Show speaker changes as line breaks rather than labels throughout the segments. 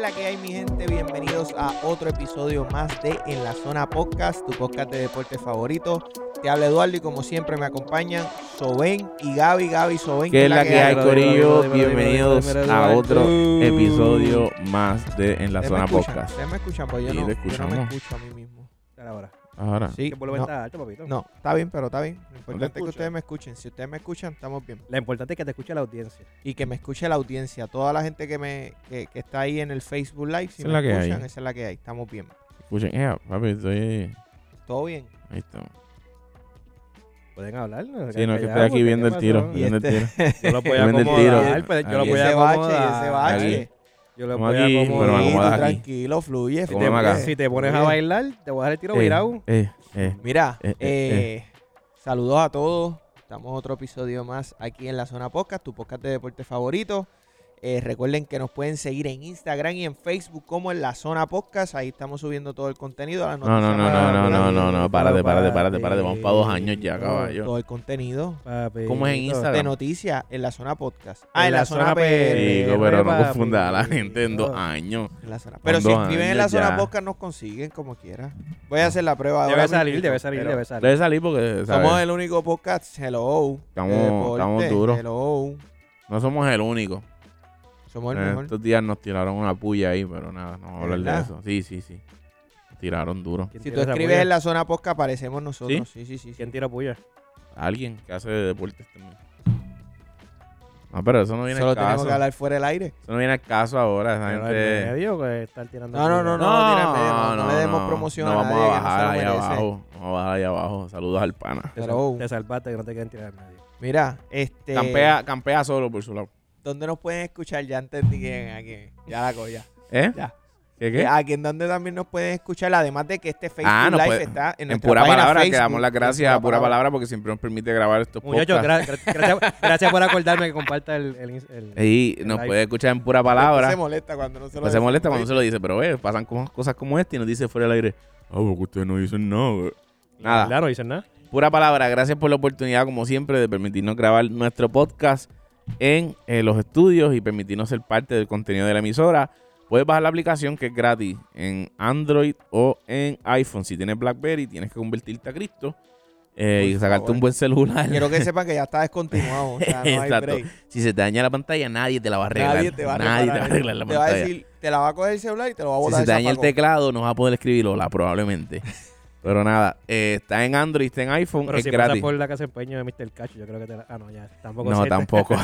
la que hay, mi gente. Bienvenidos a otro episodio más de En la Zona Podcast, tu podcast de deporte favorito. Te habla Eduardo y como siempre me acompañan Soben y Gaby. Gaby, Soben.
¿Qué es la que hay,
Dímelo, dímelo,
Corillo?
dímelo, dímelo,
Bienvenidos
dímelo, dímelo,
a
dímelo.
otro episodio más de En la
Ustedes me
Zona
escuchan,
Podcast.
Ustedes me escuchan, pues yo
Sí,
no,
te
yo no me
escuchamos. Ah.
escucho a mí mismo.
Dale ahora.
Ahora,
Sí,
Que por
no,
lo menos está alto, papito.
no, está bien, pero está bien. Lo importante es que
escuchas.
ustedes me escuchen. Si ustedes me escuchan, estamos bien.
Lo importante es que te escuche la audiencia.
Y que me escuche la audiencia, toda la gente que me que, que está ahí en el Facebook Live. Si
Esa es
me
la que hay.
escuchan, esa es la que hay. Estamos bien.
escuchen, eh, papi, estoy
Todo bien.
ahí. estamos.
Pueden hablar. No,
Sí, no, es que estoy aquí viendo el tiro.
Y
Viendo el
este-
tiro.
Yo lo voy a
Viendo el
acomodar.
tiro.
pues, Yo lo
Aquí.
voy
Y
a
ese bache, y ese
acomodar.
bache.
Aquí.
Yo lo
Vamos
voy a
aquí, pero
Sí,
me
tú
acomodar.
acomodas aquí.
tranquilo, fluye,
Si
Como me
fluye.
acá.
te- Si te pones a
Fluye.
bailar, te voy a dejar el tiro
Eh,
virado.
eh, eh.
Mira,
Eh, eh,
eh, saludos a todos. Estamos otro episodio más aquí en la zona podcast, tu podcast de deporte favorito. Eh, recuerden que nos pueden seguir en Instagram y en Facebook como en la zona podcast. Ahí estamos subiendo todo el contenido. las
No, no,
noticias
no,
más
no, no,
rápidas,
no, no, no. Párate, párate,
Papi.
párate, párate. Vamos para dos años ya, caballo.
Todo el contenido Eh,
¿Cómo es en Instagram?
de noticias en la zona podcast. Ah, en la, zona, PR.
Chico,
PR,
pero no
papi.
confunda a la gente en dos años.
En la zona. Pero si
dos
escriben en la
años
zona
ya.
podcast nos consiguen como quiera. Voy a hacer la prueba ahora.
Debe salir,
mismito,
debe salir,
pero-
debe salir.
Debe salir
Somos
porque, ¿sabes?
el único podcast, hello.
Estamos-
de deporte,
estamos duros.
Hello.
No somos el único.
Somos el
Eh,
mejor.
Estos días nos tiraron una puya ahí, pero nada, no vamos a
¿De
hablar de
verdad?
eso. Sí, sí, sí. Nos tiraron duro.
¿Quién
Si tú
tira esa
escribes
puya?
en la zona podcast, aparecemos nosotros. Sí, sí, sí. sí.
¿Quién tira puya?
Alguien que hace deportes también. No, pero eso no viene
Solo
al
tenemos
caso.
que hablar fuera del aire.
Eso no viene al caso ahora. Esa
¿Tira
gente...
en medio que estar tirando
No, no,
puya?
no, no. tira en medio, no, no le demos promoción
no
a
vamos
nadie que no
a bajar
se
ahí
lo merece.
abajo. Vamos a bajar ahí abajo. Saludos al pana.
Te sal-
Pero-
Te salvaste que no te quieren tirar en medio.
Mira, este.
Campea, campea solo por su lado.
¿Dónde nos pueden escuchar? Ya entendí quién, a quién. Ya la coya.
¿Eh?
Ya. ah,
¿Qué, qué?
Aquí en donde también nos pueden escuchar, además de que este Facebook
Ah, no
Live
puede-
está en,
en,
nuestra
pura
página
palabra, que
Facebook,
damos las
en
gracias a pura palabra porque siempre nos permite grabar estos
Muchachos,
podcasts.
gra- gra- gracias, gracias por acordarme que comparta el, el, ins- el-
Y nos
Live.
puede escuchar en pura
Se
palabra.
molesta cuando no se lo
Pues se
decimos.
molesta cuando se lo dice, pero eh, pasan como- cosas como esta y nos dice fuera del aire. Ah, porque ustedes no dicen nada. güey". Nada.
Claro, no dicen nada.
Pura palabra, gracias por la oportunidad, como siempre, de permitirnos grabar nuestro podcast en eh, los estudios y permitirnos ser parte del contenido de la emisora. Puedes bajar la aplicación que es gratis en Android o en iPhone. Si tienes BlackBerry, tienes que convertirte a Cristo eh,
Por
y sacarte
favor.
un buen celular.
Quiero que sepan que ya está descontinuado. O sea, no hay
Exacto.
break.
Si se te daña la pantalla, nadie te la va a arreglar.
Nadie te va a
Nadie te va a
reparar.
arreglar la
Te va a
pantalla.
decir, te la va a coger el celular y te lo va a
Si
botar
se
el
te daña el
zapaco.
teclado, no vas a poder escribir hola, probablemente. Pero nada, eh, está en Android, está en iPhone,
Pero
es
si pasa
gratis.
por la casa de empeño de Mr. Cacho, yo creo que te la... Ah, no, ya. Tampoco
No,
sirve.
tampoco.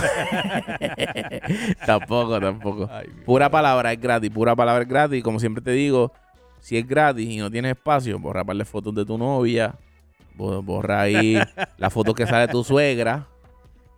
tampoco, tampoco. Pura palabra es gratis, pura palabra es gratis. Como siempre te digo, si es gratis y no tienes espacio, borra par de fotos de tu novia, bo- borra ahí las fotos que sale tu suegra.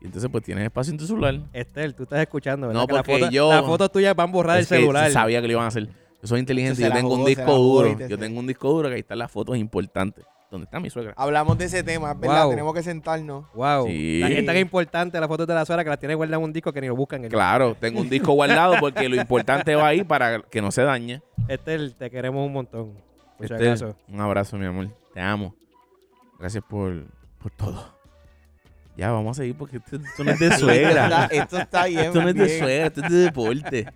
Y entonces pues tienes espacio en tu celular.
Estel, tú estás escuchando, ¿verdad?
No,
Que las
porque
fotos-
yo-
Las fotos tuyas van borradas del
Es que
celular.
sabía que lo iban a hacer. Yo soy inteligente,
Se
yo
la
tengo un
jugó, se la Ah,
disco
jugó,
duro.
¿viste?
Yo tengo un disco duro que ahí están las fotos importantes. ¿Dónde está mi suegra?
Hablamos de ese tema, ¿verdad?
Wow.
Tenemos que sentarnos.
Wow.
Sí.
La gente tan importante, las fotos de la suegra que las tiene guardadas en un disco que ni lo buscan. en el-
Claro, tengo un disco guardado porque lo importante va ahí para que no se dañe.
Estel, te queremos un montón. Muchas
Estel,
gracias.
Este, Un abrazo, mi amor. Te amo. Gracias por, por todo. Ya, vamos a seguir porque esto, esto no es de suegra.
Esto está, esto está bien.
esto no es de
bien.
suegra, esto es de deporte.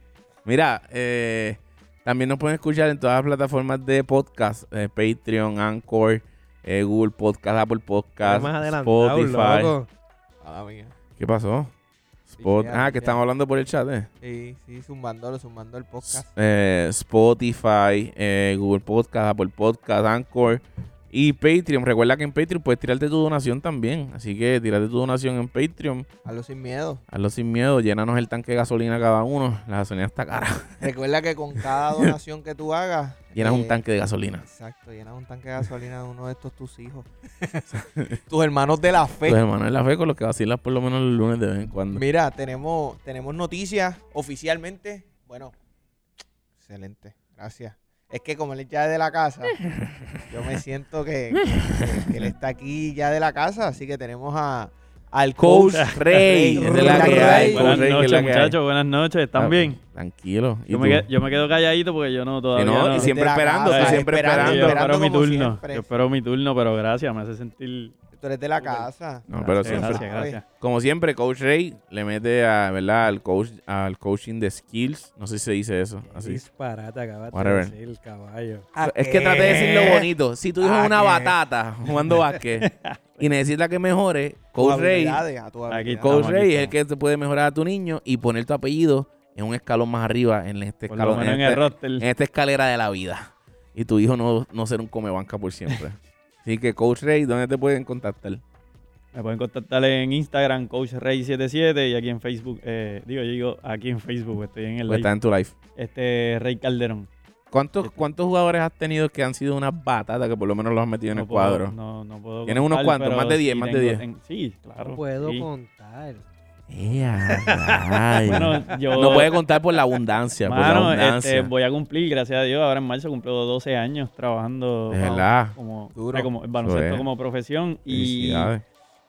Mira, eh, también nos pueden escuchar en todas las plataformas de podcast. eh, Patreon, Anchor, eh, Google Podcast, Apple Podcast,
Más adelantado,
Spotify.
loco.
Mala mía.
¿Qué pasó? Spot-
ya,
ah, que
ya.
estamos hablando por el chat, eh.
Sí, sí, zumbándolo, zumbando el podcast.
Eh, Spotify, eh, Google Podcast, Apple Podcast, Anchor y Patreon. Recuerda que en Patreon puedes tirarte tu donación también. Así que tirarte tu donación en Patreon.
Hazlo sin miedo.
Hazlo sin miedo. Llénanos el tanque de gasolina cada uno. La gasolina está cara.
Recuerda que con cada donación que tú hagas.
Llenas un
eh,
tanque de gasolina.
Exacto, llenas un tanque de gasolina de uno de estos tus hijos. tus hermanos de la fe.
Tus hermanos de la fe con los que vacilas por lo menos los lunes de vez en cuando.
Mira, tenemos, tenemos noticias oficialmente. Bueno, excelente, gracias. Es que como él ya es de la casa, yo me siento que, que- que él está aquí ya de la casa, así que tenemos a, al coach.
Coach
Rey.
Rey. esa es la que hay. Coach
Buenas
Rey, que es
noches,
la que hay.
muchachos. Buenas noches.
Ah,
¿Están bien?
Tranquilo. ¿Y
Yo me,
tú?
quedo, yo me quedo calladito porque yo no
Sí,
todavía.
no,
no.
y siempre
De la
esperando,
casa,
tú siempre
Yo
esperando.
esperando
espero mi
como
turno.
siempre.
Yo espero mi turno, pero gracias. Me hace sentir
tú eres de la
Súper.
casa.
No, pero
Gracias,
siempre.
gracias, gracias.
Como siempre, Coach Ray le mete a, ¿verdad? Al, coach, al coaching de skills. No sé si se dice eso. Así.
Disparate acabaste
Whatever.
de decir, caballo.
Ah, Es que traté de
Eh,
decirlo bonito. Si tú
¿A
eres una
qué?
batata jugando básquet y necesitas que mejore, Coach Ray,
Aquí
Coach
Estamos
Ray es el
estamos.
que te puede mejorar a tu niño y poner tu apellido en un escalón más arriba en este
Por lo
escalón.
menos en
este-
el roster.
en esta escalera de la vida. Y tu hijo no, no ser un comebanca por siempre. Así que, Coach Ray, ¿dónde te pueden contactar? Pues
Me pueden contactar en Instagram, CoachRey77, y aquí en Facebook, eh, digo, yo digo aquí en Facebook, estoy en el
Porque está
live.
en tu life.
Este, Rey Calderón. Este.
¿Cuántos, ¿Cuántos jugadores has tenido que han sido unas batatas que por lo menos los has metido en el
puedo-
cuadro?
No, no puedo
¿Tienes unos cuantos?
pero
Más de 10, más de
tengo-
10.
ten- sí, claro.
No puedo
sí.
contar.
Eh, ay.
Bueno, yo...
no puede contar por la abundancia. por
Mano,
la abundancia.
este, voy a cumplir, gracias a Dios, ahora en marzo cumplo 12 años trabajando
Es verdad.
como,
Duro.
eh, como el baloncesto
Eso es.
como profesión y
Felicidades.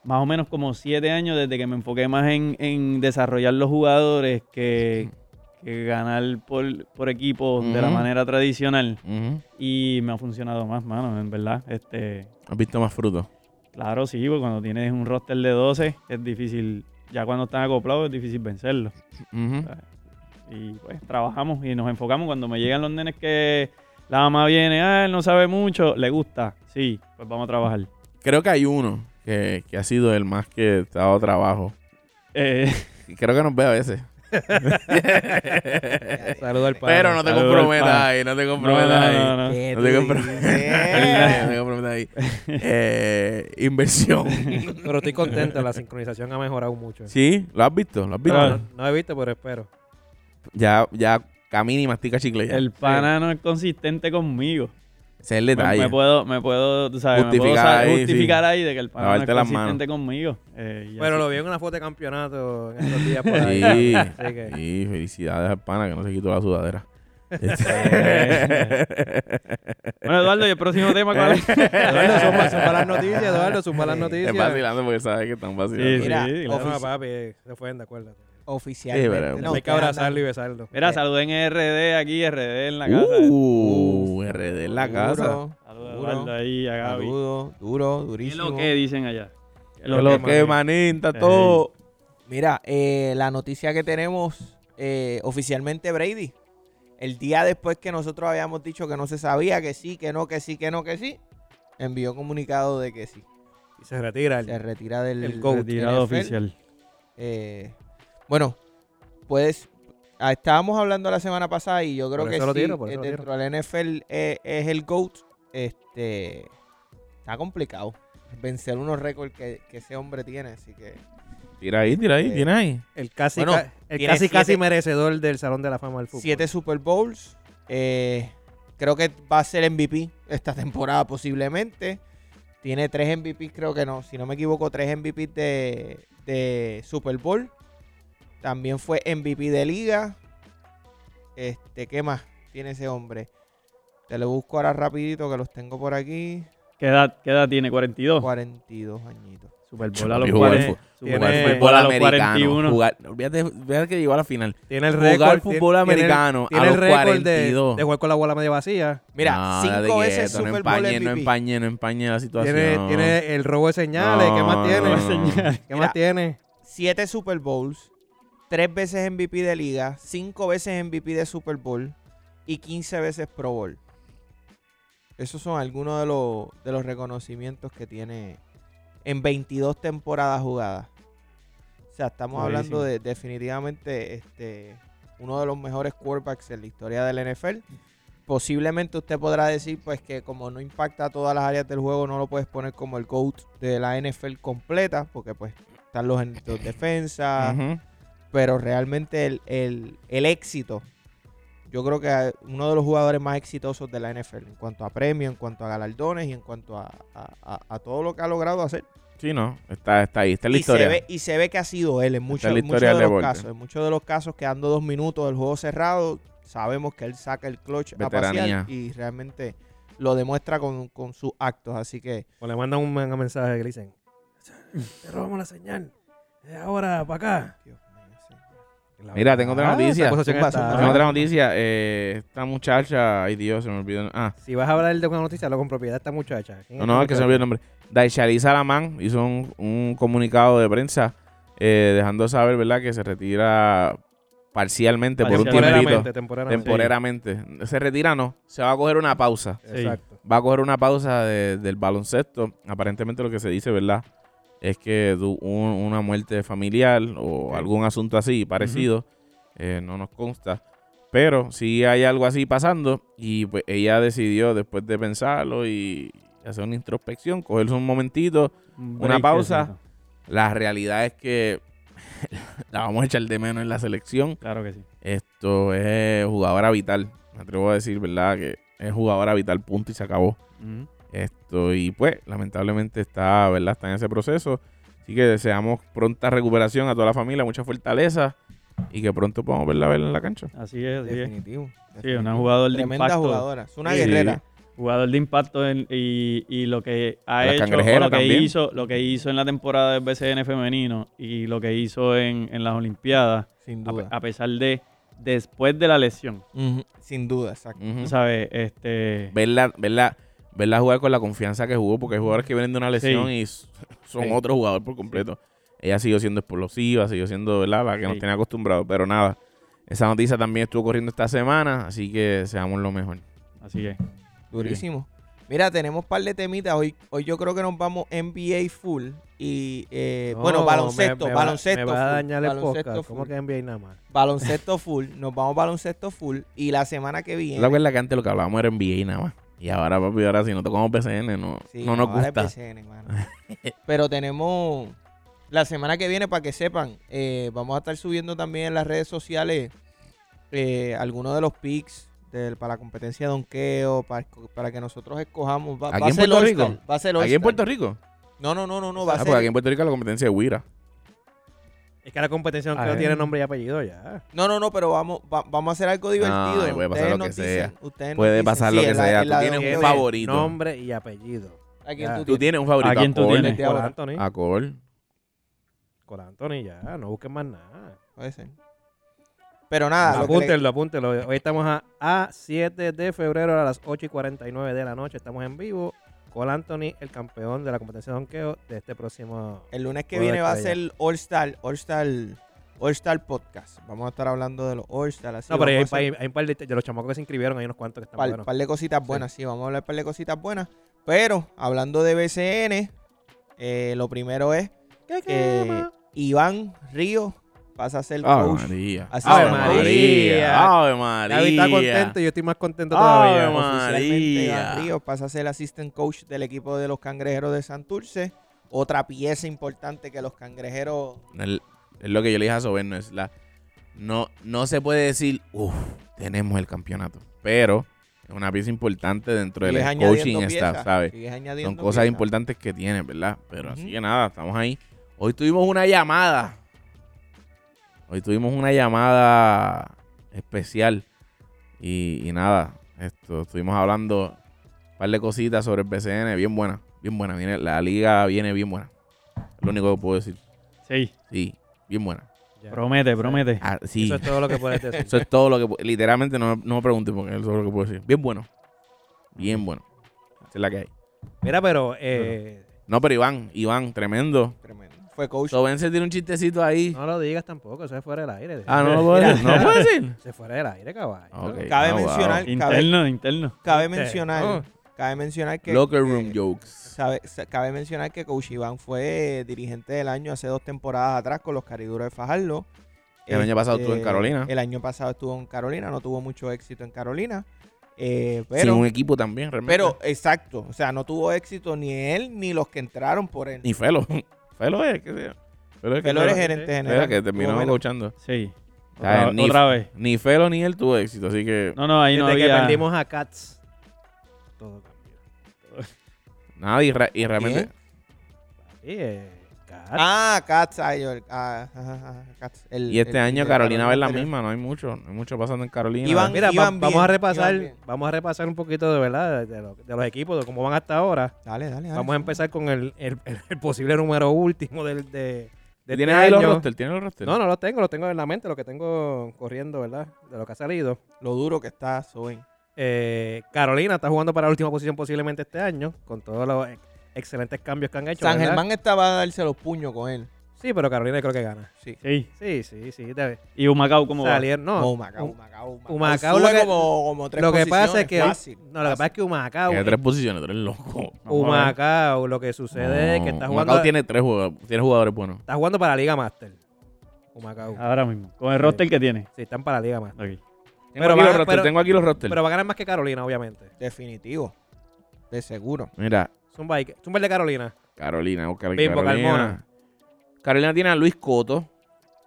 más o menos como 7 años desde que me enfoqué más en, en desarrollar los jugadores que, que ganar por, por equipo de la
Ujú.
manera tradicional
Ujú.
y me ha funcionado más, mano, en verdad. Este,
Has visto más frutos.
claro, sí, porque cuando tienes un roster de 12 es difícil, ya cuando están acoplados es difícil vencerlo.
Ujú.
Ah. y pues trabajamos y nos enfocamos cuando me llegan los nenes que la mamá viene, ah, él no sabe mucho, le gusta, sí, pues vamos a trabajar.
Creo que hay uno que, que ha sido el más que te ha dado trabajo.
Eh,
Y creo que nos ve a veces.
Saludos al padre.
Eh, Pero no te
Saludos al
comprometas
pana.
ahí, no te
no, no,
comprometas ahí.
no, no.
No te comprometas. No te comprometas ahí. Eh, inversión.
Pero estoy contento, la sincronización ha mejorado mucho.
¿Sí? ¿Lo has visto? ¿Lo has visto?
No, no, no he visto, pero espero.
Ya, ya camina y mastica chicle ya.
El pana no es consistente conmigo.
Ese es el
Me-
detalle.
Me, puedo, me puedo, tú sabes, me puedo
Justificar
sa-
ahí, sí.
justificar ahí de que el pana
Lavarte
no
las
es consistente conmigo. eh, y
Pero
así.
lo vi en una foto de campeonato en estos días por ahí.
Sí,
Así que-
sí, felicidades al pana que no se quitó la sudadera. Este-
Bueno, Eduardo, ¿y el próximo tema cuál es?
Eduardo, supa, supa las noticias, Eduardo, supa las noticias.
Están vacilando porque sabes que están vacilando.
Sí,
Mira,
sí,
No,
claro.
no, papi, eh, se fue, de acuerdo.
Oficialmente.
Sí, pero-
no,
Hay que
ustedes
abrazarlo y
andan
besarlo.
Mira, saluden RD aquí, RD en la casa. eh.
Uh, RD en la casa.
duro,
Saludos a
duro,
Eduardo ahí, a Gaby.
Saludo, duro,
¿Qué es lo
durísimo.
que dicen allá? ¿Qué es
Lo, que manita todo.
Mira, eh, la noticia que tenemos eh, oficialmente Brady. El día después que nosotros habíamos dicho que no se sabía, que sí, que no, que sí, que no, que sí, envió comunicado de que sí.
Y se retira. el-
Se retira del
El coach.
Retirado
NFL.
oficial.
Eh, bueno, pues ah, estábamos hablando la semana pasada y yo creo
Por
que
eso lo
sí,
tiro, por
eh,
eso lo
dentro del NFL eh, es el GOAT. Este, está complicado vencer unos récords que, que ese hombre tiene, así que...
Tira ahí, tira ahí,
Eh,
tira ahí.
El casi,
Bueno,
ca- el
tiene
casi, casi
siete-
merecedor del Salón de la Fama del Fútbol.
Siete Super Bowls. eh, creo que va a ser MVP esta temporada posiblemente. Tiene tres MVPs, creo que no. Si no me equivoco, tres MVPs de, de Super Bowl. También fue MVP de liga. Este, ¿qué más tiene ese hombre? Te lo busco ahora rapidito que los tengo por aquí.
¿Qué edad, qué edad tiene?
Oh.
42.
42 añitos.
Super Bowl a los
Y jugar
40.
fu-
Super
jugar
tiene-
fútbol
a los
americano.
41.
Jugar, olvídate, olvídate que llegó a la final.
Tiene el
Jugar
récord.
fútbol
tiene- tiene el-
americano a
Tiene el
los
récord de,
42.
de jugar con la bola media vacía.
Mira,
No, date
cinco veces
quieto, no
Super Bowl
empañe,
MVP.
No empañe, no empañe la situación.
Tiene, tiene el robo de señales. ¿Qué
No,
más tiene?
no, no, no.
Señal.
¿Qué
Mira,
más tiene?
siete Super Bowls, tres veces MVP de liga, cinco veces MVP de Super Bowl y 15 veces Pro Bowl. Esos son algunos de los, de los reconocimientos que tiene en 22 temporadas jugadas. O sea, estamos hablando de definitivamente este, uno de los mejores quarterbacks en la historia del NFL. Posiblemente usted podrá decir pues que como no impacta a todas las áreas del juego, no lo puedes poner como el GOAT de la NFL completa, porque pues están los, en- los defensas,
Ujú.
pero realmente el, el- el éxito, yo creo que uno de los jugadores más exitosos de la NFL en cuanto a premios, en cuanto a galardones y en cuanto a, a- a- a todo lo que ha logrado hacer.
Sí, no. Está, está ahí. Está en la
Y se,
historia.
ve, y se ve que ha sido él en muchos,
la
en muchos
historia
de
del
los
deporte.
casos. En muchos de los casos, quedando dos minutos del juego cerrado, sabemos que él saca el clutch a
Veteranía.
pasear y realmente lo demuestra con, con sus actos. Así que
O le mandan un, un mensaje que le dicen: Te robamos la señal. Eh, Ahora, para acá.
Dios mío, señor.
Mira, tengo otra noticia.
Ah, esa acusación
Zumba,
está-
zumba.
Tengo otra noticia. eh, esta muchacha. Ay, Dios, se me olvidó. Ah,
Si vas a hablar de una noticia, lo con propiedad esta muchacha.
no, no, es que se me olvidó el nombre. Daishali Salaman hizo un, un comunicado de prensa eh, dejando saber, ¿verdad?, que se retira parcialmente por un tiempito.
temporalmente, temporalmente.
Temporeramente. Se retira, no. Se va a coger una pausa
Sí, Exacto.
va a coger una pausa de- del baloncesto. Aparentemente lo que se dice, ¿verdad? Es que du- un- una muerte familiar o algún asunto así parecido, eh, no nos consta. Pero sí hay algo así pasando y pues ella decidió después de pensarlo y hacer una introspección, cogerse un momentito.
Un
Una
break,
pausa.
exacto.
La realidad es que la vamos a echar de menos en la selección.
Claro que sí.
Esto es jugadora vital. Me atrevo a decir, ¿verdad? Que es jugadora vital, punto y se acabó.
Ujú.
Esto, y pues, lamentablemente está, ¿verdad? Está en ese proceso. Así que deseamos pronta recuperación a toda la familia, mucha fortaleza y que pronto podamos verla ver en la cancha.
Así es, así es.
Definitivo.
Sí,
definitivo.
una jugador de
Tremenda
impacto.
jugadora. Es una
Sí.
guerrera.
Jugador de impacto en- y, y lo que ha
La
hecho,
cangrejera
o lo que,
también.
hizo, lo que hizo en la temporada del BCN femenino y lo que hizo en, en las Olimpiadas,
Sin
a, pe-
duda.
a pesar de después de la lesión,
Ujú, Sin duda, exacto.
Ujú.
tú ¿sabes? Este,
verla, verla, verla jugar con la confianza que jugó, porque hay jugadores que vienen de una lesión
Sí.
y s- son
Sí.
otro jugador por completo. Ella siguió siendo explosiva, siguió siendo, ¿verdad? La que nos
Sí.
tenía acostumbrados, pero nada. Esa noticia también estuvo corriendo esta semana, así que seamos lo mejor.
así es.
Durísimo. Mira, tenemos par de temitas. Hoy, hoy yo creo que nos vamos NBA full. Y eh,
No,
bueno, baloncesto,
me- me va-
baloncesto.
Me va a
full,
dañar el
baloncesto
podcast. ¿Cómo
full,
que NBA nada más?
Baloncesto full. Nos vamos baloncesto full. Y la semana que
¿Tú
viene.
¿Te acuerdas que antes lo que hablábamos era NBA y nada más? Y ahora, papi, ahora si no tocamos PCN, no,
Sí,
no nos
ahora es
gusta.
PCN, mano. Pero tenemos la semana que viene, para que sepan, eh, vamos a estar subiendo también en las redes sociales eh, algunos de los picks del- para la competencia de donqueo, para, esco- para que nosotros escojamos. Va,
¿Aquí
va a
en
ser
Puerto
All-Star,
Rico?
Va a ser
¿Aquí en
All-Star.
Puerto Rico?
No, no, no, no, no, va
Ah,
a
porque
ser.
aquí en Puerto Rico la competencia es Huira.
Es que la competencia
A
no
ver.
tiene nombre y apellido ya.
No, no, no, pero vamos, va- vamos a hacer algo divertido.
Ay, Ah, puede pasar
Ustedes
lo
nos
que
dicen,
sea.
ustedes nos
Puede
dicen.
pasar lo
Sí,
que
en la-
sea.
en
Tú
la de
tienes un
donqueo.
favorito.
Nombre y apellido.
¿A quién
Ya.
tú
Tú
tienes?
tienes un favorito.
¿A quién tú
Cole.
tienes?
Desde
Col
ahora.
Anthony.
A Cole.
Col Anthony ya. No busquen más nada.
Puede ser. Pero
Ah,
nada, lo que le-
apúntenlo, apúntenlo. Hoy estamos a, a 7 de febrero a las 8 y 49 de la noche. Estamos en vivo. Col Anthony, el campeón de la competencia de donqueo de este próximo.
El lunes que
Juego de
viene va a
estrellas.
ser All Star, All Star, All Star Podcast. Vamos a estar hablando de los All Star. Así
No, pero hay,
vamos a hacer
hay- hay un par de, de los chamacos que se inscribieron. Hay unos cuantos que están
par,
buenos.
par de cositas buenas, sí. vamos a hablar par de cositas buenas. Pero hablando de BCN, eh, lo primero es
¿Qué
que Iván Río pasa a ser
Ave
coach.
María.
Así
Ave
que-
María. Ave
David
María.
está contento y yo estoy más contento
Ave
todavía.
María.
Oficialmente Iván
María.
Río pasa a ser assistant coach del equipo de los cangrejeros de Santurce. Otra pieza importante que los cangrejeros
El- es lo que yo le dije a Soberno. Es la, no, no se puede decir, uff, tenemos el campeonato. Pero es una pieza importante dentro del
sigues
coaching
añadiendo
staff,
piezas,
¿sabes?
sigues
Son
añadiendo
cosas
piezas.
importantes que tiene, ¿verdad? Pero así
Ujú.
que nada, estamos ahí. Hoy tuvimos una llamada. Hoy tuvimos una llamada especial. Y, y nada, esto, estuvimos hablando un par de cositas sobre el BCN, bien buena, bien buena. Viene, la liga viene bien buena. Es lo único que puedo decir.
Sí,
Sí, bien buena.
Ya.
promete, promete.
Ah, sí,
Eso es todo lo que puedes
eso
decir.
es todo lo que... pu- Literalmente no, no me pregunten porque eso es lo que puedo decir. Bien bueno. Bien bueno. Esa es la que hay.
Mira, pero eh,
No, pero Iván, Iván, tremendo.
Tremendo. Fue coach.
Sobense tiene un chistecito ahí.
no lo digas tampoco. Eso es fuera del aire.
Ah, no lo puedo decir. No lo puedo decir.
Se fuera del aire, caballo. Este,
Ok.
Cabe
Ah, wow.
mencionar, cabe,
Interno, interno.
cabe
Viste,
mencionar,
¿no?
cabe mencionar que
Locker
eh,
room jokes.
sabe- sa- cabe mencionar que Coach Iván fue dirigente del año hace dos temporadas atrás con los Cariduros de Fajardo. Este,
El año pasado estuvo en Carolina.
El año pasado estuvo en Carolina, no tuvo mucho éxito en Carolina. eh,
Sin
pero,
un equipo también, realmente.
pero exacto, o sea, no tuvo éxito ni él ni los que entraron por él.
Ni Felo. Felo es, qué sé yo. Felo es que
Pero
no-
eres gerente
Felo
general.
que
tuvo
terminó
menos.
coachando.
Sí.
Ah,
Otra,
Nif.
otra vez.
Ni Felo ni él tuvo éxito, así que
No, no, ahí
Desde
no
que
había...
perdimos a Cats, todo cambió.
nada. Y, re- y realmente.
Papi, eh, Cats.
Ah, Katz, ay, yo- ah, ajá, ajá, Katz, el-
Y este
el-
año
el
Carolina va a ver la
anterior.
misma, no hay mucho. No hay mucho pasando en Carolina.
Iván-
Mira, va-
iban
vamos
bien,
a repasar,
iban bien.
vamos a repasar un poquito de verdad de, de lo- de los equipos, de cómo van hasta ahora.
Dale, dale, dale.
Vamos a empezar con el, el- el- el posible número último del de, de
¿Tienes
este
ahí los
año.
roster? ¿Tienes los roster?
No, no los tengo, los tengo en la mente, lo que tengo corriendo, ¿verdad? De lo que ha salido.
Lo duro que está Soben.
Eh, Carolina está jugando para la última posición posiblemente este año, con todos los excelentes cambios que han hecho.
San
¿verdad?
Germán estaba a darse los puños con él.
Sí, pero Carolina creo que gana.
Sí. Oh,
Sí.
Sí, sí, sí. Debe.
Y Humacao, ¿cómo va?
Salieron, no.
Humacao,
Hum-
Humacao,
Humacao
Sube
lo que-
como, como tres
lo que pasa
posiciones,
es que.
fácil,
no, lo que
fácil.
pasa es que Humacao. eh,
Tiene tres posiciones, tres loco.
Vamos a ver.
Humacao, lo que sucede es que está jugando,
Macao tiene tres jugadores, tiene jugadores buenos.
está jugando para la Liga Master. Humacao.
Ah.
Ahora mismo. Con el roster que tiene.
Sí, están para la Liga Master.
Ok.
Tengo,
Pero
aquí,
va-
los roster,
pero-
tengo aquí los roster.
Pero va a ganar más que Carolina, obviamente.
Definitivo. De seguro.
Mira,
Zumba, ahí, Zumba el de Carolina.
Carolina, buscar aquí,
Bimbo
Carolina.
Carmona.
Carolina tiene a Luis Coto,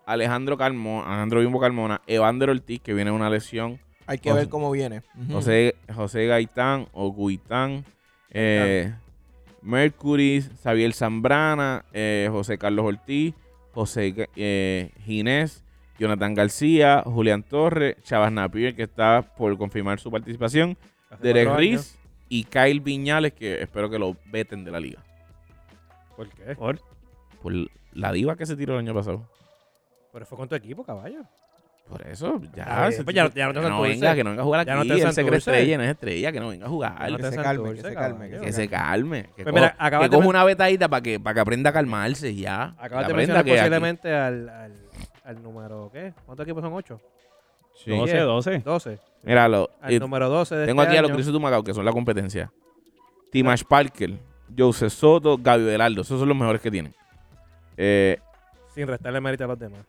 Alejandro Carmona, Alejandro Bimbo Carmona, Evander Ortiz, que viene de una lesión,
Hay que
José-
ver cómo viene. Ujú.
José, José Gaitán o Guitán, eh, Mercury, Xavier Zambrana, eh, José Carlos Ortiz, José G- eh, Ginés, Jonathan García, Julián Torres, Chavas Napier, que está por confirmar su participación,
Hace
Derek
cuatro años.
Riz y Kyle Viñales, que espero que lo veten de la liga.
¿Por qué?
Por-
Por la diva que se tiró el año pasado.
Pero fue con tu equipo, caballo.
Por eso,
Está
ya.
bien,
ese
pues ya no-
tipo-
ya no te
que no
Santurce.
venga, que no venga a jugar aquí.
Ya no te
Él se cree
Santurce.
estrella, no es estrella, que no venga a jugar.
No
Que
te
se
Santurce,
calme, que se calme.
caballo.
que
que se calme. Que,
Pues
coja-
mira, acabas
que
de
coja
men-
una betadita para que, para que aprenda a calmarse ya.
Acabas
Que
de
aprenda
mencionar
que aquí-
posiblemente al, al, al número, ¿qué? ¿Cuántos equipos son? ¿8?
Sí.
12, 12.
12.
Mira, lo-
Al
y
número 12 de
tengo
este
aquí a los
año.
Crisos de Macao, que son la competencia. Timash Parker, Joseph Soto, Gaby Velardo. Esos son los mejores que tienen. Eh,
Sin restarle mérito a los demás.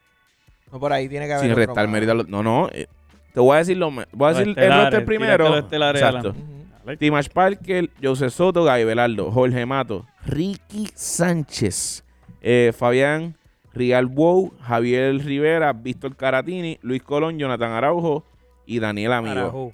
No, por ahí tiene que haber.
sin
otro
restar
más.
mérito. a los- No, no. eh, te voy a decir, lo, me- voy a
Los
decir el
estelares,
roster primero.
tírate los estelares,
Exacto.
Alan.
Ujú.
Dale.
Timash Parker, Joseph Soto, Gaby Velardo, Jorge Mato, Ricky Sánchez, eh, Fabián Rial Wow, Javier Rivera, Víctor Caratini, Luis Colón, Jonathan Araujo y Daniel Amigo. Araujo,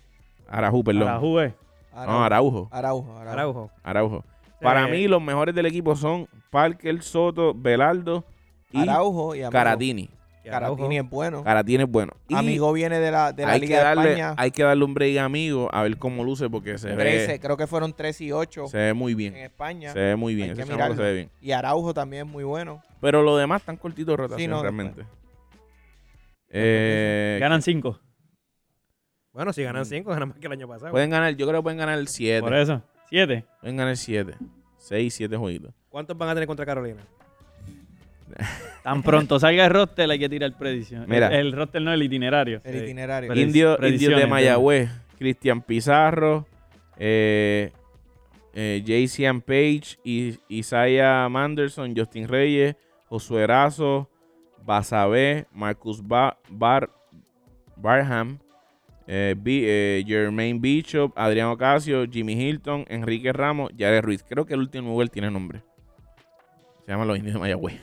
Araujo.
perdón.
La Juve.
No, Araujo.
Araujo. Araujo.
Araujo.
Araujo. Para
Eh,
mí, los mejores del equipo son Parker, Soto, Velardo y
Araujo y amigo.
Caratini.
y
Caratini es bueno.
Caratini es bueno. Y
Amigo viene de la, de la
hay,
Liga
que
de
darle,
España.
hay que darle un break a amigo a ver cómo luce porque se,
13,
ve,
creo que fueron 13 y 8
se ve muy
en
bien.
España.
Se ve muy bien.
Hay que
Ese chamaco se
mirarlo.
ve bien.
Y Araujo también es muy bueno.
Pero lo demás tan cortito de rotación
Sí, no,
realmente. Eh,
Ganan 5.
Bueno, si
Mm.
ganan 5, ganan más que el año pasado.
pueden ganar, yo creo que pueden ganar
Por
7.
eso. 7.
Pueden ganar 7. 6, 7 jueguitos.
¿Cuántos van a tener contra Carolina?
Tan pronto salga el roster, hay que tirar predicción.
Mira.
El, el roster no, el itinerario.
El itinerario.
Pero-
Indio,
predicciones,
Indios de
¿entiendes?
Mayagüez, Cristian Pizarro, eh, eh, JCM Page, I- Isaiah Manderson, Justin Reyes, Josué Erazo, Basabé, Marcus Ba- Bar- Barham, eh, Bi- eh, Jermaine Bishop, Adrián Ocasio, Jimmy Hilton, Enrique Ramos, Jared Ruiz. Creo que el último Google tiene nombre. Se llama Los Indios de Mayagüez.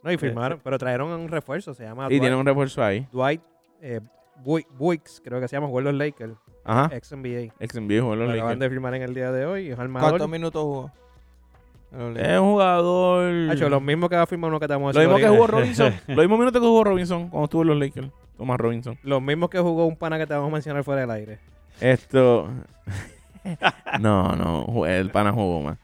No, y
Sí,
firmaron, pero trajeron un refuerzo, se llama
Y
Dwight,
tiene un refuerzo ahí.
Dwight eh, Bui- Buicks, creo que se llama, jugó en los Lakers,
Ajá.
ex NBA.
Ex envío, jugó en los
Lo Eh, acaban
Lakers.
de firmar en el día de hoy, es armador.
¿Cuántos minutos jugó?
Eh.
Lo leí.
Es un jugador.
Ha hecho lo mismo que va a firmar uno que estamos
Mm. Lo mismo que
ahorita.
jugó Robinson. lo mismo minuto que jugó Robinson cuando estuvo en los Lakers. Tomás Robinson.
Los mismos que jugó un pana que te vamos a mencionar fuera del aire.
Esto. no, no. jue- El pana jugó más.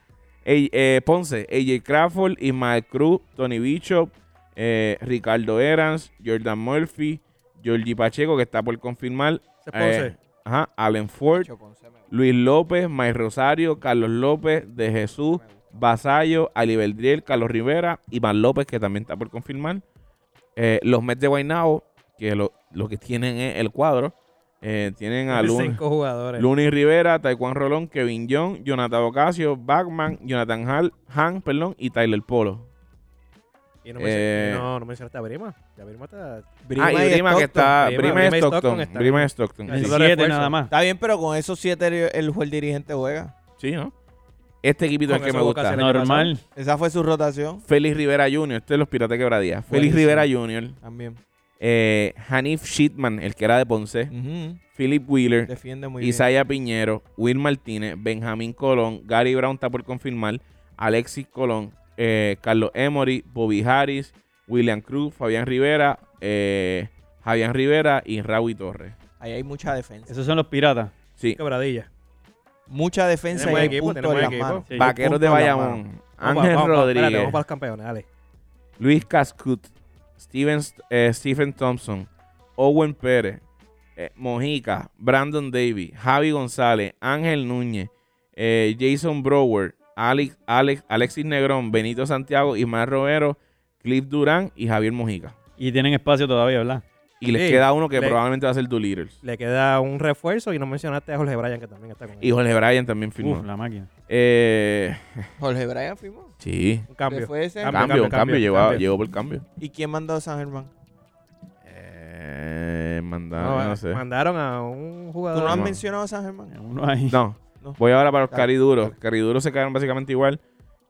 Ey, eh, Ponce, AJ Crawford, Ismael Cruz, Tony Bishop, eh, Ricardo Erans, Jordan Murphy, Georgie Pacheco, que está por confirmar.
Ese es Ponce.
eh, ajá, Allen Ford,
Chocón, se me gusta,
Luis López, May Rosario, Carlos López, De Jesús,
me gusta.
Basayo, Ali Beldriel, Carlos Rivera, Iván López, que también está por confirmar. Eh, los Mets de Guaynabo, que lo, lo que tienen es el cuadro. eh, tienen a Luni,
cinco jugadores.
Luni Rivera, Taekwondo Rolón, Kevin Young, Jonathan Ocasio, Bachman, Jonathan Hall, Han, perdón, y Tyler Polo.
y no, mencioné-
eh,
no, no mencionaste a Brima. Ya Brima está...
Brima
ah, y
y
Brima que
Stockton.
está.
Brima,
Brima,
Brima y
Stockton.
Stockton están-
Brima y Stockton.
Eso
sí.
es
7
refuerzo.
nada más.
Está bien, pero con esos siete el, el dirigente juega.
Sí, ¿no? Este equipito es
Con
el que
eso
me
Boca
gusta.
se la-
Normal.
Esa fue su rotación.
Félix Rivera Jr., este es los Piratas Quebradías. Félix
Buenísimo.
Rivera Jr.,
También.
eh, Hanif Shitman, el que era de Ponce,
Ujú.
Philip Wheeler,
Defiende muy bien.
Isaiah Piñero, Will Martínez, Benjamín Colón, Gary Brown está por confirmar, Alexis Colón, eh, Carlos Emory, Bobby Harris, William Cruz, Fabián Rivera, eh, Javier Rivera y Raúl Torres.
Ahí hay mucha defensa.
Esos son los piratas.
Sí,
Quebradilla.
Mucha defensa y
Tenemos
hay
equipo,
puntos
tenemos
en las
equipo.
manos.
Sí.
Vaqueros
punto
de
en la
Bayamón,
Vamos,
Ángel
vamos, vamos, espérate,
Rodríguez,
vamos para los campeones, dale.
Luis Cascut, Steven, eh, Stephen Thompson, Owen Pérez, eh, Mojica, Brandon Davis, Javi González, Ángel Núñez, eh, Jason Brower, Alex, Alex, Alexis Negrón, Benito Santiago, Ismael Romero, Cliff Durán y Javier Mojica.
Y tienen espacio todavía, ¿verdad?
Y les
Sí,
queda uno que
le-
probablemente va a ser Do Leaders.
Le queda un refuerzo y no mencionaste a Jorge Bryan, que también está con él.
Y Jorge Bryan también firmó.
Uf, la máquina.
Eh,
Jorge Bryan firmó.
sí.
Un cambio.
Después de ese-
Cambio,
Cambio, cambio,
cambio, cambio,
llegó,
cambio.
llegó por cambio.
¿Y quién mandó a San Germán?
Eh, mandaron,
No,
no,
eh,
sé.
Mandaron a un
¿Tú no
jugador.
has
no.
mencionado a San Germán?
Uno ahí.
No.
No.
Voy ahora para los
Dale,
cariduros.
dale.
Cariduros se quedaron básicamente igual.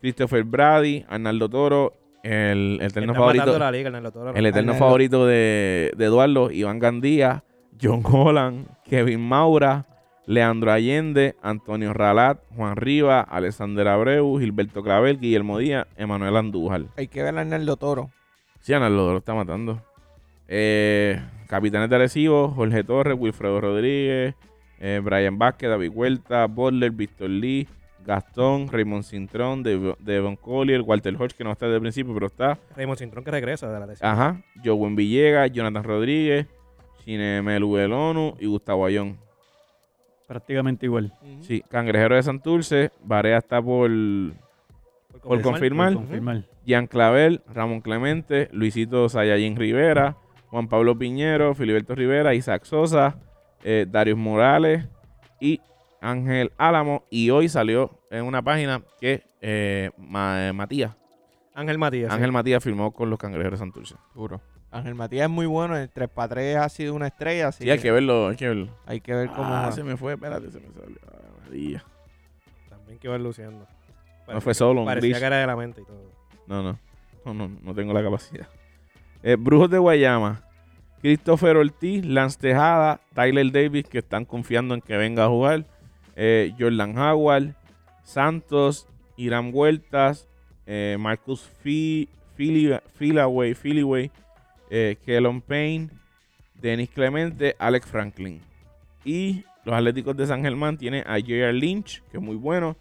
Christopher Brady, Arnaldo Toro, el, el
que
eterno
está matando
favorito.
la liga, Hernando Toro.
El eterno
Arnaldo.
favorito de, de Eduardo, Iván Gandía, John Holland, Kevin Maura, Leandro Allende, Antonio Ralat, Juan Riva, Alexander Abreu, Gilberto Clavel, Guillermo Díaz, Emanuel Andújar.
Hay que ver a Arnaldo Toro.
Sí, Arnaldo Toro está matando. Eh, capitanes de Arecibo, Jorge Torres, Wilfredo Rodríguez, eh, Brian Vázquez, David Huerta, Butler, Víctor Lee, Gastón, Raymond Cintrón, Dev- Devon Collier, Walter Hodge, que no está desde el principio, pero está.
Raymond Cintrón que regresa de la lesión.
Ajá. Jowen Villegas, Jonathan Rodríguez, Chinemelu Belonu y Gustavo Ayón.
Prácticamente igual.
Sí, Cangrejero de Santurce, Varea está por Ah, por confirmar.
Por confirmar.
Gian Clavel, Ramón Clemente, Luisito Sayayín Rivera, Juan Pablo Piñero, Filiberto Rivera, Isaac Sosa, eh, Darius Morales y Ángel Álamo. Y hoy salió en una página que eh, Ma- eh, Matías,
Ángel Matías. sí.
Ángel Matías firmó con los Cangrejeros de Santurce.
Duro. Ángel Matías es muy bueno. El 3x3 ha sido una estrella. Así
Sí, hay que verlo, hay que verlo.
hay que ver cómo.
Ah,
va.
se me fue, espérate, se me salió. Ay, María.
También que va luciendo.
No fue solo un
Parecía
glitch.
que era de la mente y todo.
No, no. No, no, no tengo la capacidad. Eh, Brujos de Guayama. Christopher Ortiz, Lance Tejada, Tyler Davis, que están confiando en que venga a jugar. eh, Jordan Howard, Santos, Irán Huertas, eh, Marcus Fi- Fili- Filaway, Filiway, eh, Kellon Payne, Dennis Clemente, Alex Franklin. Y los Atléticos de San Germán tienen a J.R. Lynch, que es muy bueno.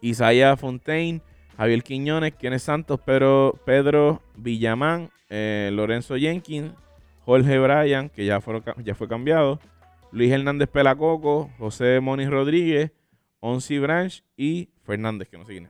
Isaiah Fontaine, Javier Quiñones, Kenneth Santos, Pedro, Pedro Villamán, eh, Lorenzo Jenkins, Jorge Bryan, que ya, fueron ca- ya fue cambiado, Luis Hernández Pelacoco, José Moniz Rodríguez, Onsi Branch y Fernández, que no sigue.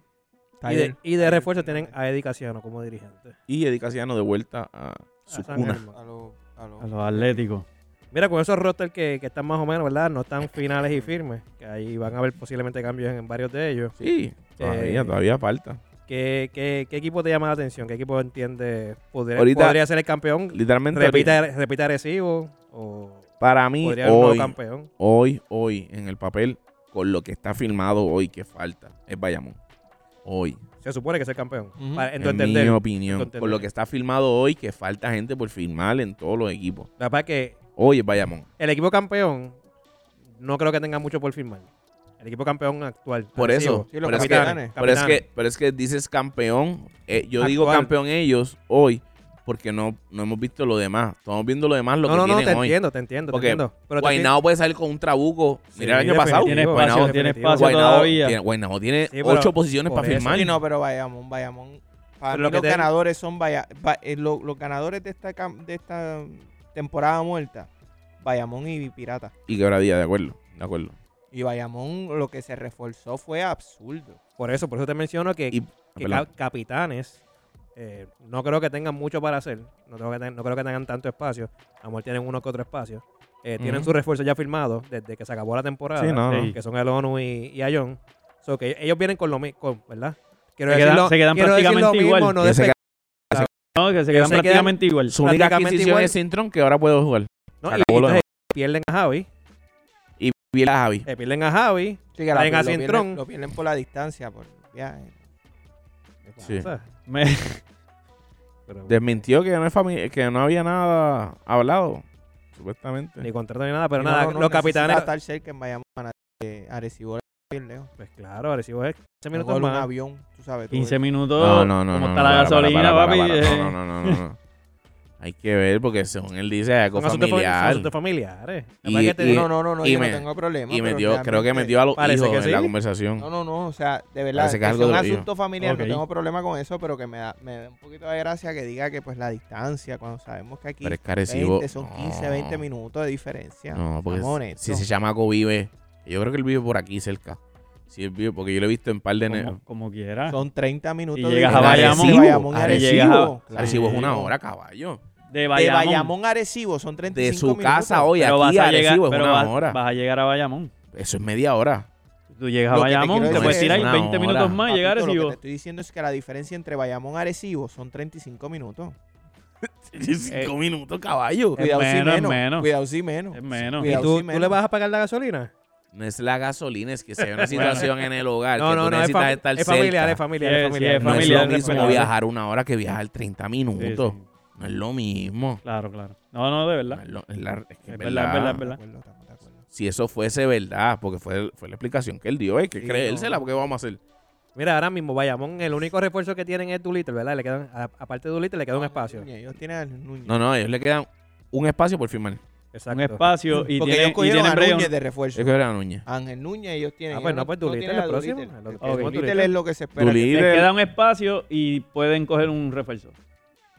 Está
Y de,
bien.
y de refuerzo tienen a Eddie Casiano como dirigente.
Y Eddie Casiano de vuelta a su
A San
cuna.
Germán.
A lo- a lo-
A los atléticos.
Mira, con esos roster que, que están más o menos, ¿verdad? No están finales y firmes. Que ahí van a haber posiblemente cambios en, en varios de ellos.
Sí, todavía,
Eh,
todavía falta.
¿Qué, qué, qué equipo te llama la atención? ¿Qué equipo entiende podría,
Ahorita-
podría ser el campeón?
Literalmente,
Repita, repita Arecibo o
para mí,
podría haber un nuevo
hoy,
campeón.
hoy, hoy, en el papel, con lo que está filmado hoy, que falta, es Bayamón. Hoy.
Se supone que es el campeón.
Ujú.
Para- en tu
en
entender.
mi
en tu
opinión.
entender.
Por lo que está filmado hoy, que falta gente por filmar en todos los equipos.
La verdad que
Hoy es Bayamón.
el equipo campeón no creo que tenga mucho por firmar. El equipo campeón actual.
Por eso,
Arecibo.
Sí, los
por eso es que-
capitanes.
pero es
capitanes.
que, pero es que dices campeón. eh, yo digo
Actual.
campeón ellos hoy porque no, no hemos visto lo demás. Estamos viendo lo demás, lo
no,
que
no, no,
tienen
te
hoy.
entiendo, te entiendo,
Porque
te entiendo. Pero te
Guaynabo puede salir con un trabuco.
Sí,
Mira el año pasado.
Tiene
Definitivo,
espacio,
Guaynabo,
definitivo.
tiene espacio
Guaynabo
todavía.
tiene, Guaynabo tiene
Sí, pero
ocho posiciones
por
para
eso.
firmar.
Sí, no, pero Bayamón, Bayamón. Para mí
Pero lo que
los
te-
ganadores son Baya- Ba- eh, lo- los ganadores de esta cam- de esta temporada muerta, Bayamón y Pirata.
Y quebradía, de acuerdo. De acuerdo.
Y Bayamón lo que se reforzó fue absurdo.
Por eso, por eso te menciono que,
Y-
que
perdón.
cap- capitanes eh, no creo que tengan mucho para hacer. No, tengo que ten- no creo que tengan tanto espacio. A lo mejor tienen uno que otro espacio. Eh, Tienen
Ujú.
sus refuerzos ya firmados desde que se acabó la temporada.
Sí, no,
sí.
no.
Que son el ONU y, y Ayón. So, que ellos vienen con lo mismo, ¿verdad? Quiero
Se
decir
quedan-
lo-
se quedan
quiero decir
prácticamente
lo mismo,
igual.
no
Ya se
despe-
No,
Ellos
que se quedan
se quedan-
prácticamente igual.
Su única
prácticamente
adquisición
igual.
es Cintrón, que ahora puede jugar.
no,
se
y
acabó lo
entonces pierden a Javi.
Y el Javi.
eh, pierden a Javi.
Sí, que
Traen a
lo, pierden,
Cintrón.
lo pierden por la distancia, por viaje.
Sí.
O sea,
Me-
pero-
Desmintió que no, es fami- que no había nada hablado, supuestamente.
ni contrato ni nada, pero
Y
nada,
no- no
los
necesita
capitanes.
estar cerca en Bayamón, a nadie, eh, Arecibo era bien lejos.
Pues claro, Arecibo es 15
Un
minutos
gol, un
más.
avión, tú sabes. todo
15 minutos.
No, no, no.
¿Cómo
no, no,
está la
para, para,
gasolina,
para,
papi?
para, para.
Eh,
No, no, no, no, no. Hay que ver, porque según él dice, hay algo
Son asuntos, fa- son
familiar.
asuntos familiares. La
Y-
verdad que te
eso.
y-
digo,
no, no, no, no,
y
yo
me-
no tengo problema.
Y
pero
metió, creo que
realmente-
metió a los
Parece
hijos
que
en la
sí.
conversación.
No, no, no, o sea, de verdad,
Parece
que
que es
es
algo
un
de lo mío.
asunto familiar,
Ok.
no tengo problema con eso, pero que me da, me da un poquito de gracia que diga que pues la distancia, cuando sabemos que aquí
Pero es carecivo.
20, son 15, 20 minutos de diferencia.
No, porque
Vamos honestos.
si ese chamaco vive, yo creo que él vive por aquí cerca. Sí, es vivo, porque yo lo he visto en par de... ne-
Como, como quiera.
Son 30 minutos.
Y llegas
a Bayamón.
De Bayamón a
Arecibo.
Arecibo.
Arecibo.
Claro.
Arecibo es una hora, caballo.
De
De
Bayamón.
Bayamón a Arecibo son 35
De
minutos.
su casa hoy
Pero
aquí
vas
a
a llegar,
Arecibo es
pero
una
vas,
hora.
vas a llegar a Bayamón.
Eso es media hora.
Tú llegas a
Lo que te
Bayamón,
quiero
te
decir
puedes
es
tirar
una
20 minutos
hora.
más y
Papito,
llegar a
Lo que
Arecibo.
te estoy diciendo es que la diferencia entre Bayamón y Arecibo son 35 minutos.
Cinco minutos, caballo.
Es
Cuidado si
menos, es
menos.
menos.
Cuidado si menos.
Es menos.
Sí,
¿Y
Cuidado,
tú,
sí,
tú
menos.
le vas a pagar la gasolina?
No es la gasolina, es que se ve una situación en el hogar
No,
que
no,
tú
no, es,
necesitas
fam-
estar
es familiar,
cerca.
es familiar,
Sí,
es
sí,
familiar.
es
no es
familiar,
lo mismo
respetable.
viajar una hora que viajar 30
Sí,
minutos.
sí.
No es lo mismo.
Claro, claro. No, no, de
No
verdad.
es, lo- es la- es que es
Es verdad,
verdad.
es verdad, es
Estamos de
verdad.
acuerdo, estamos de acuerdo.
Si eso fuese verdad, porque fue, fue la explicación que él dio, hay que
Sí,
creérsela,
no.
porque vamos a hacer.
Mira, ahora mismo Bayamón, el único refuerzo que tienen es Doolittle, ¿verdad? Le quedan, a- aparte de Doolittle, le queda un espacio.
Núñez, Ellos tienen a Núñez.
No, no, a ellos le quedan un espacio por firmar.
Exacto.
Un espacio
Porque
y tiene,
ellos
y
cogieron
tiene
a
Brian-
Núñez de refuerzo.
Es que era Núñez.
Ángel Núñez, ellos tienen.
Ah, pues no, pues
ellos
Doolittle,
tienen a
el próximo.
Doolittle.
El
El
próximo
Doolittle
Doolittle.
es lo que se espera. que-
Les
Doolittle.
queda un espacio y pueden coger un refuerzo.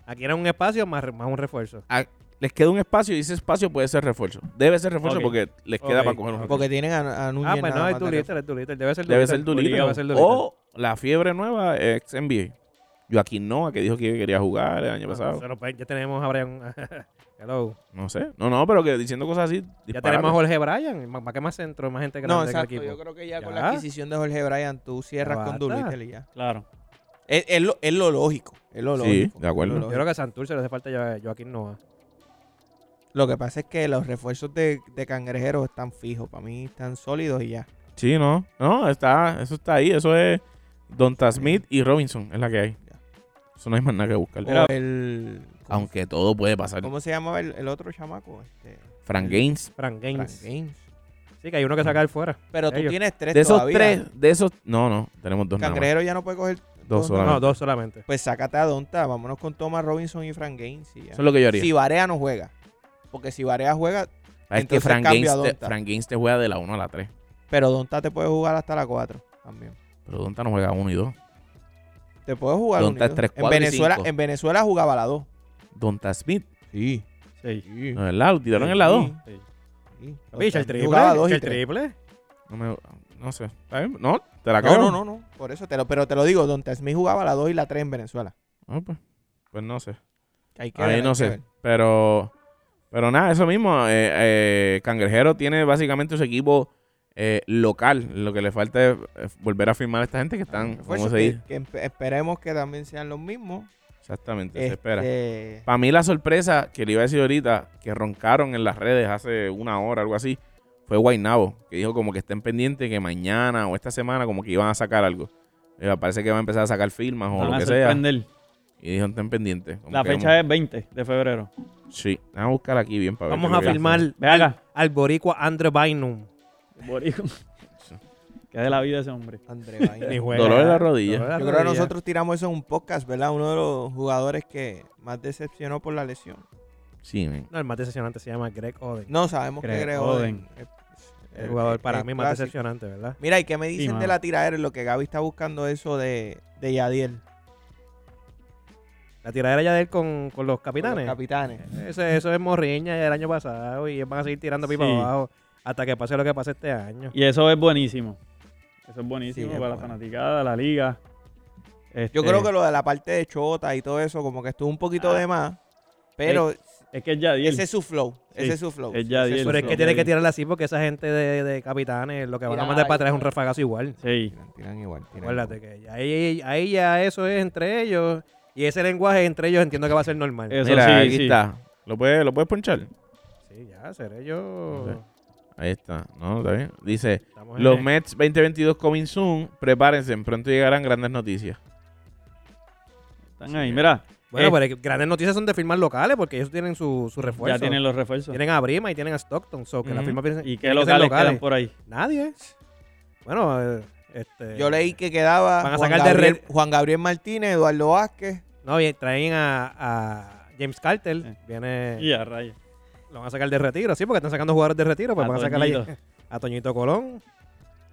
Aquí era un espacio más, más un refuerzo.
A- les queda un espacio y ese espacio puede ser refuerzo. Debe ser refuerzo
Ok.
porque les queda
Ok,
para coger un refuerzo.
Porque tienen a, a Núñez.
ah, pues no,
nada
es
más de
Doolittle, es Doolittle. Debe ser Doolittle.
Debe ser Oh, Doolittle.
Debe ser Doolittle.
O la fiebre nueva ex NBA. Joaquín Noah, que dijo que quería jugar el año
Ah,
pasado.
se lo pueden- ya tenemos a Brian. Hello.
No sé. No, no, pero que diciendo cosas así.
Ya
disparate.
tenemos a Jorge Bryan. ¿Para qué más centro? Más gente
refuerzo. No,
grande que el
exacto.
equipo.
Yo creo que ya, con
Ya.
la adquisición de Jorge Bryan tú cierras
Ya
con
basta.
Doolittle y ya.
Claro.
Es, es lo, es lo lógico. Es lo
Sí,
lógico.
de acuerdo.
es lo
Yo
lógico.
creo que a Santurce le hace falta ya Joaquín Noah.
Lo que pasa es que los refuerzos de, de cangrejeros están fijos. Para mí están sólidos y ya.
Sí, no. No, está, eso está ahí. Eso es Donta Smith y Robinson. Es la que hay.
Ya.
Eso no hay más nada que buscar.
O el. ¿cómo,
Aunque todo puede pasar.
¿Cómo se llamaba el, el otro chamaco? Este,
Frank Gaines.
Frank
Frank
Gaines.
Gaines.
Sí, que hay uno que sacar fuera.
Pero tú
Ellos.
tienes tres
De esos
Pues todavía.
tres, de esos. No, no. Tenemos dos nada más.
Cangrejero ya no puede coger nada
Dos
más.
No,
solamente.
dos solamente.
Pues sácate a Donta, vámonos con Thomas Robinson y Frank Gaines. y ya.
Eso es lo que yo haría. Ah,
Si Varea no juega. Porque si Varea juega,
es que
entonces
Frank
cambio a
Gaines, te,
Donta.
Frank Gaines te juega de la 1 a la 3.
pero Donta te puede jugar hasta la 4 también.
Pero Donta no juega 1 y 2.
Te puede jugar unido.
Donta es tres,
en
cuatro y
Venezuela,
cinco.
en Venezuela jugaba la 2.
Donta Smith.
Sí.
Sí.
¿no es ¿Verdad? Lo tiraron en la 2.
sí.
Bicho, el triple.
Jugaba dos y
el
tres.
triple.
No, me- no sé. ¿Está bien? No, te la creo.
No, no, no, no. Por eso te lo, pero te lo digo, Donta Smith jugaba la 2 y la 3 en Venezuela.
Ah, pues. Pues no sé.
Hay que ver,
Ahí
hay
no
que
sé.
ver.
Pero, pero nada, eso mismo. eh, eh, Cangrejero tiene básicamente su equipo eh, local. Lo que le falta es eh, volver a firmar a esta gente que están. ¿Cómo
Refuerzos
se
que-
dice?
que empe- esperemos que también sean los mismos.
Exactamente, se
Este,
espera. Para mí, la sorpresa que le iba a decir ahorita, que roncaron en las redes hace una hora, algo así, fue Guainabo, que dijo como que estén pendientes que mañana o esta semana, como que iban a sacar algo. Eh, parece que va a empezar a sacar firmas o
Van
lo
a
que sea.
sorprender.
Y dijeron, estén pendientes. Como
La
que
fecha es 20 de febrero.
vamos- Sí, vamos a buscar aquí bien para ver
Vamos
qué
a
es lo que
firmar
hacen.
Ve acá.
al boricua Andre Bynum.
Boricua. que de la vida ese hombre.
André Vaina.
Ni juega.
Dolor de la rodilla.
Dolor de la
Yo creo que
rodilla.
nosotros tiramos eso en un podcast, ¿verdad? Uno de los jugadores que más decepcionó por la lesión.
Sí, men.
No, el más decepcionante se llama Greg Oden.
No sabemos
Greg
que Greg
Oden.
Oden es-
el
es-
jugador
es-
para
es
mí más
clásico.
decepcionante, ¿verdad?
Mira, ¿y qué me dicen de
mano.
la tiradera? Lo que Gaby está buscando eso de, de Yadiel.
La tiradera ya de él con, con los
con los
capitanes.
Capitanes.
Eso, eso es morriña ya del año pasado y van a seguir tirando pipa
Sí.
abajo hasta que pase lo que pase este año.
Y eso es buenísimo. Eso es buenísimo
Sí, es
para la
bueno.
fanaticada, la liga.
Yo
Este,
creo que lo de la parte de Chota y todo eso, como que estuvo un poquito
Ah.
de más. Pero
es que es Yadiel.
ese es su flow.
Sí,
Ese es su flow.
es Yadiel.
Ese su
Pero es que
flow.
tiene que tirarla así porque esa gente de, de capitanes lo que van a
Tira
mandar para
algo.
atrás es un refagazo igual.
Sí.
Tiran, tiran igual. tiran
Acuérdate
igual.
que ahí, ahí ya eso es entre ellos y ese lenguaje entre ellos entiendo que va a ser normal.
Eso
Mira,
sí,
aquí
sí.
está. ¿Lo puedes, ¿Lo puedes ponchar?
Sí, ya, seré yo.
Ok. Ahí está. No, está bien. Dice,
Estamos en
los
el-
Mets 2022 coming soon. Prepárense, pronto llegarán grandes noticias.
Están ahí. Mira,
Bueno,
eh,
pero es que grandes noticias son de firmas locales porque ellos tienen su, su refuerzo.
ya tienen los refuerzos.
Tienen a Brima y tienen a Stockton. So que la
Ujú.
firma piensa-
¿Y qué
tienen que ser
locales, quedan por ahí?
Nadie. Bueno, eh, este.
Yo leí que quedaba
Van a
Juan,
sacar de
Gabriel,
red-
Juan Gabriel Martínez, Eduardo Vázquez.
No, bien, traen a, a James Carter.
Sí.
Viene.
Eh. Y a rayos.
Lo van a sacar de retiro, sí, porque están sacando jugadores de retiro. Pues
A
van a sacar ahí
Toñito.
a Toñito Colón.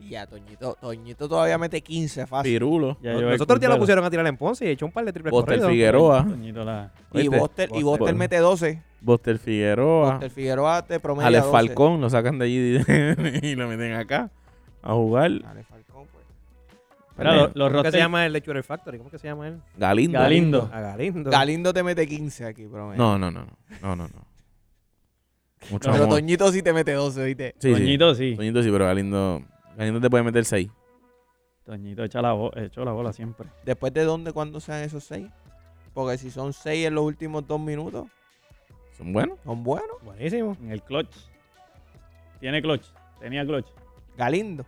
Y ya, Toñito. Toñito todavía mete 15 fácil.
Pirulo.
Ya
Los-
yo
los
voy
otros días lo
culpable.
pusieron a tirar en Ponce y echó un par de triples
Buster
corridos.
Figueroa.
Toñito la-
Y
¿Viste?
Boster, y
Buster.
Buster mete 12.
Buster Figueroa.
Buster Figueroa te promedia
Alex
12.
Falcón, lo sacan de allí y lo meten acá. a jugar.
Dale, Falcón, pues.
Mira, lo-
¿Cómo
los
que se
rosters.
llama el de Shooter Factory? ¿Cómo que se llama él?
Galindo.
Galindo.
A Galindo.
Galindo te mete 15 aquí, promedio.
No, no, no. No, no, no. Mucho
Pero
amor.
Toñito sí te mete 12, ¿viste?
Sí, sí.
Toñito, sí.
Toñito sí, pero Galindo. Galindo te puede meter 6.
Toñito echa la, bo- echó la bola siempre.
¿Después de dónde, cuándo sean esos 6? Porque si son 6 en los últimos 2 minutos,
Son buenos.
son buenos.
Buenísimo.
En el clutch. Tiene clutch. Tenía clutch.
Galindo.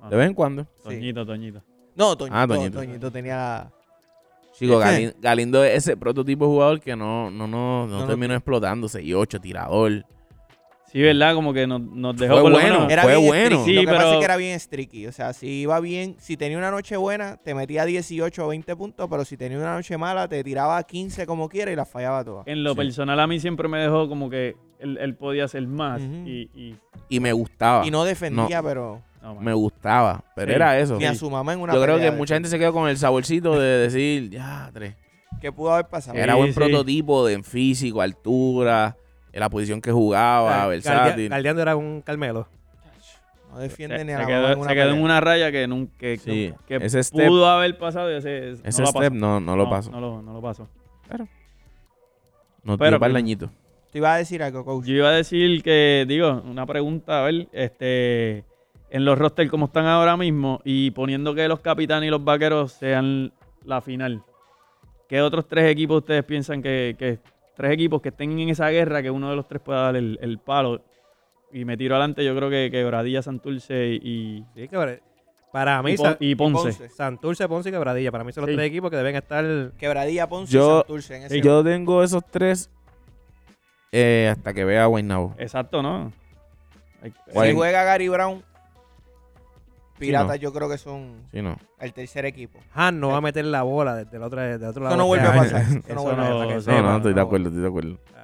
Ah,
De vez en cuando.
Toñito, Toñito.
No, Toñito.
Ah, Toñito.
Toñito. tenía la...
Chico,
¿Qué?
Galin- Galindo es ese prototipo de jugador que no, no, no, no
No, no.
terminó explotándose. Y 8, tirador.
Sí, ¿verdad? Como que nos, nos dejó
Fue
por lo
bueno.
menos-
Era
Ah, Fue
bien
bueno.
streaky.
Sí,
Lo que pasa es
pero-
que era bien streaky. O sea, si iba bien, si tenía una noche buena, te metía 18 o 20 puntos, pero si tenía una noche mala, te tiraba 15 como quiera y las fallaba todas.
En lo
Sí.
personal a mí siempre me dejó como que él, él podía hacer más.
Ujú.
y, y-
Y me gustaba.
Y no defendía, pero
no, man.
Me gustaba. Pero
Sí.
era eso.
ni a su mamá en una
Yo creo que
pelea de-
mucha gente se quedó con el saborcito de decir, ya, tres.
que pudo haber pasado.
Sí,
Era buen
sí.
prototipo de en físico, altura, en la posición que jugaba,
Gal-
Ah, versátil.
Galdea- Galdeando era un Carmelo.
No
Se,
defiende ni a la
se
mamá
quedó,
en
se
una
quedó en
pelea.
una raya que nunca que,
Sí,
que
ese step-
pudo haber pasado y ese,
Ese
no lo pasó.
step no, no lo pasó.
No,
No,
lo, no lo pasó.
tiró
Pero-
para el dañito.
Te iba a decir algo, coach.
Yo iba a decir que, digo, una pregunta, a ver, este, en los roster como están ahora mismo y poniendo que los capitanes y los vaqueros sean la final, ¿qué otros tres equipos ustedes piensan que, que tres equipos que estén en esa guerra que uno de los tres pueda dar el, el palo? Y me tiro adelante, yo creo que Quebradilla, Santurce y,
Sí, que para mí,
y, Pon-
San-
y Ponce.
Santurce, Ponce y Quebradilla. Para mí son los
Sí.
tres equipos que deben estar.
Quebradilla, Ponce
Yo-
y Santurce en ese
Sí, Yo tengo esos tres eh, hasta que vea a Guaynabo.
Exacto, ¿no? Hay-
Guay-
Si juega Gary Brown, Piratas
no.
yo creo que son
Sí, no.
el tercer equipo.
Han no va a meter la bola desde el otro, desde el otro lado.
Eso no vuelve a
Ay,
pasar. Eso
Eso
no
no,
vuelve a pasar.
que
No, no,
sepa,
estoy de
no.
acuerdo, estoy de acuerdo.
Ay.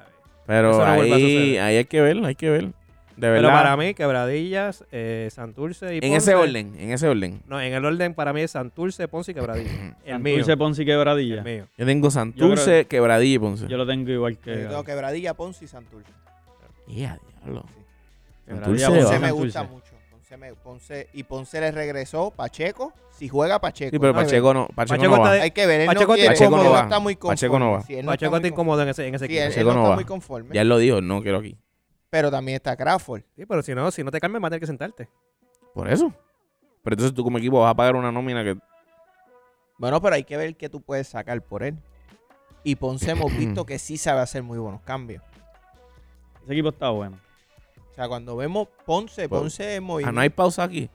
Pero
Eso no vuelva a
ahí,
suceder.
ahí hay que ver, hay que ver. De
Pero
verdad.
para mí, Quebradillas, eh, Santurce y
en
Ponce.
ese orden, en ese orden.
No, en el orden para mí es Santurce, Ponce y Quebradilla. el mío.
Santurce, Ponce y Quebradilla.
El mío.
Yo tengo Santurce, Quebradilla y Ponce.
Yo lo tengo igual que...
Yo tengo Quebradilla, Ponce y Santurce.
Yeah, diablo.
Sí.
Quebradilla,
Santurce,
Ponce
va.
me gusta
Santurce.
mucho. Ponce me- Ponce- y Ponce le regresó Pacheco. Si juega Pacheco.
Sí, pero
Hay que
Pacheco no, Pacheco,
Pacheco
no va.
está de-
Hay que ver. Él
Pacheco
no, quiere,
Pacheco no
porque
va.
está muy conforme.
Pacheco no va.
Sí, él no
Pacheco
está
está
muy conforme.
incómodo en ese, en ese
Sí, él-
equipo.
él
Sí,
Pacheco
no
no
está
va.
muy conforme.
Ya él lo dijo, no quiero aquí.
Pero también está Crawford.
pero si no, si no te cambias, vas a tener que sentarte.
Por eso. Pero entonces tú como equipo vas a pagar una nómina que...
Bueno, pero hay que ver qué tú puedes sacar por él. Y Ponce hemos visto que sí sabe hacer muy buenos cambios.
Ese equipo está bueno.
O sea, cuando vemos Ponce,
Bueno.
Ponce es movimiento.
Ah, no hay pausa aquí.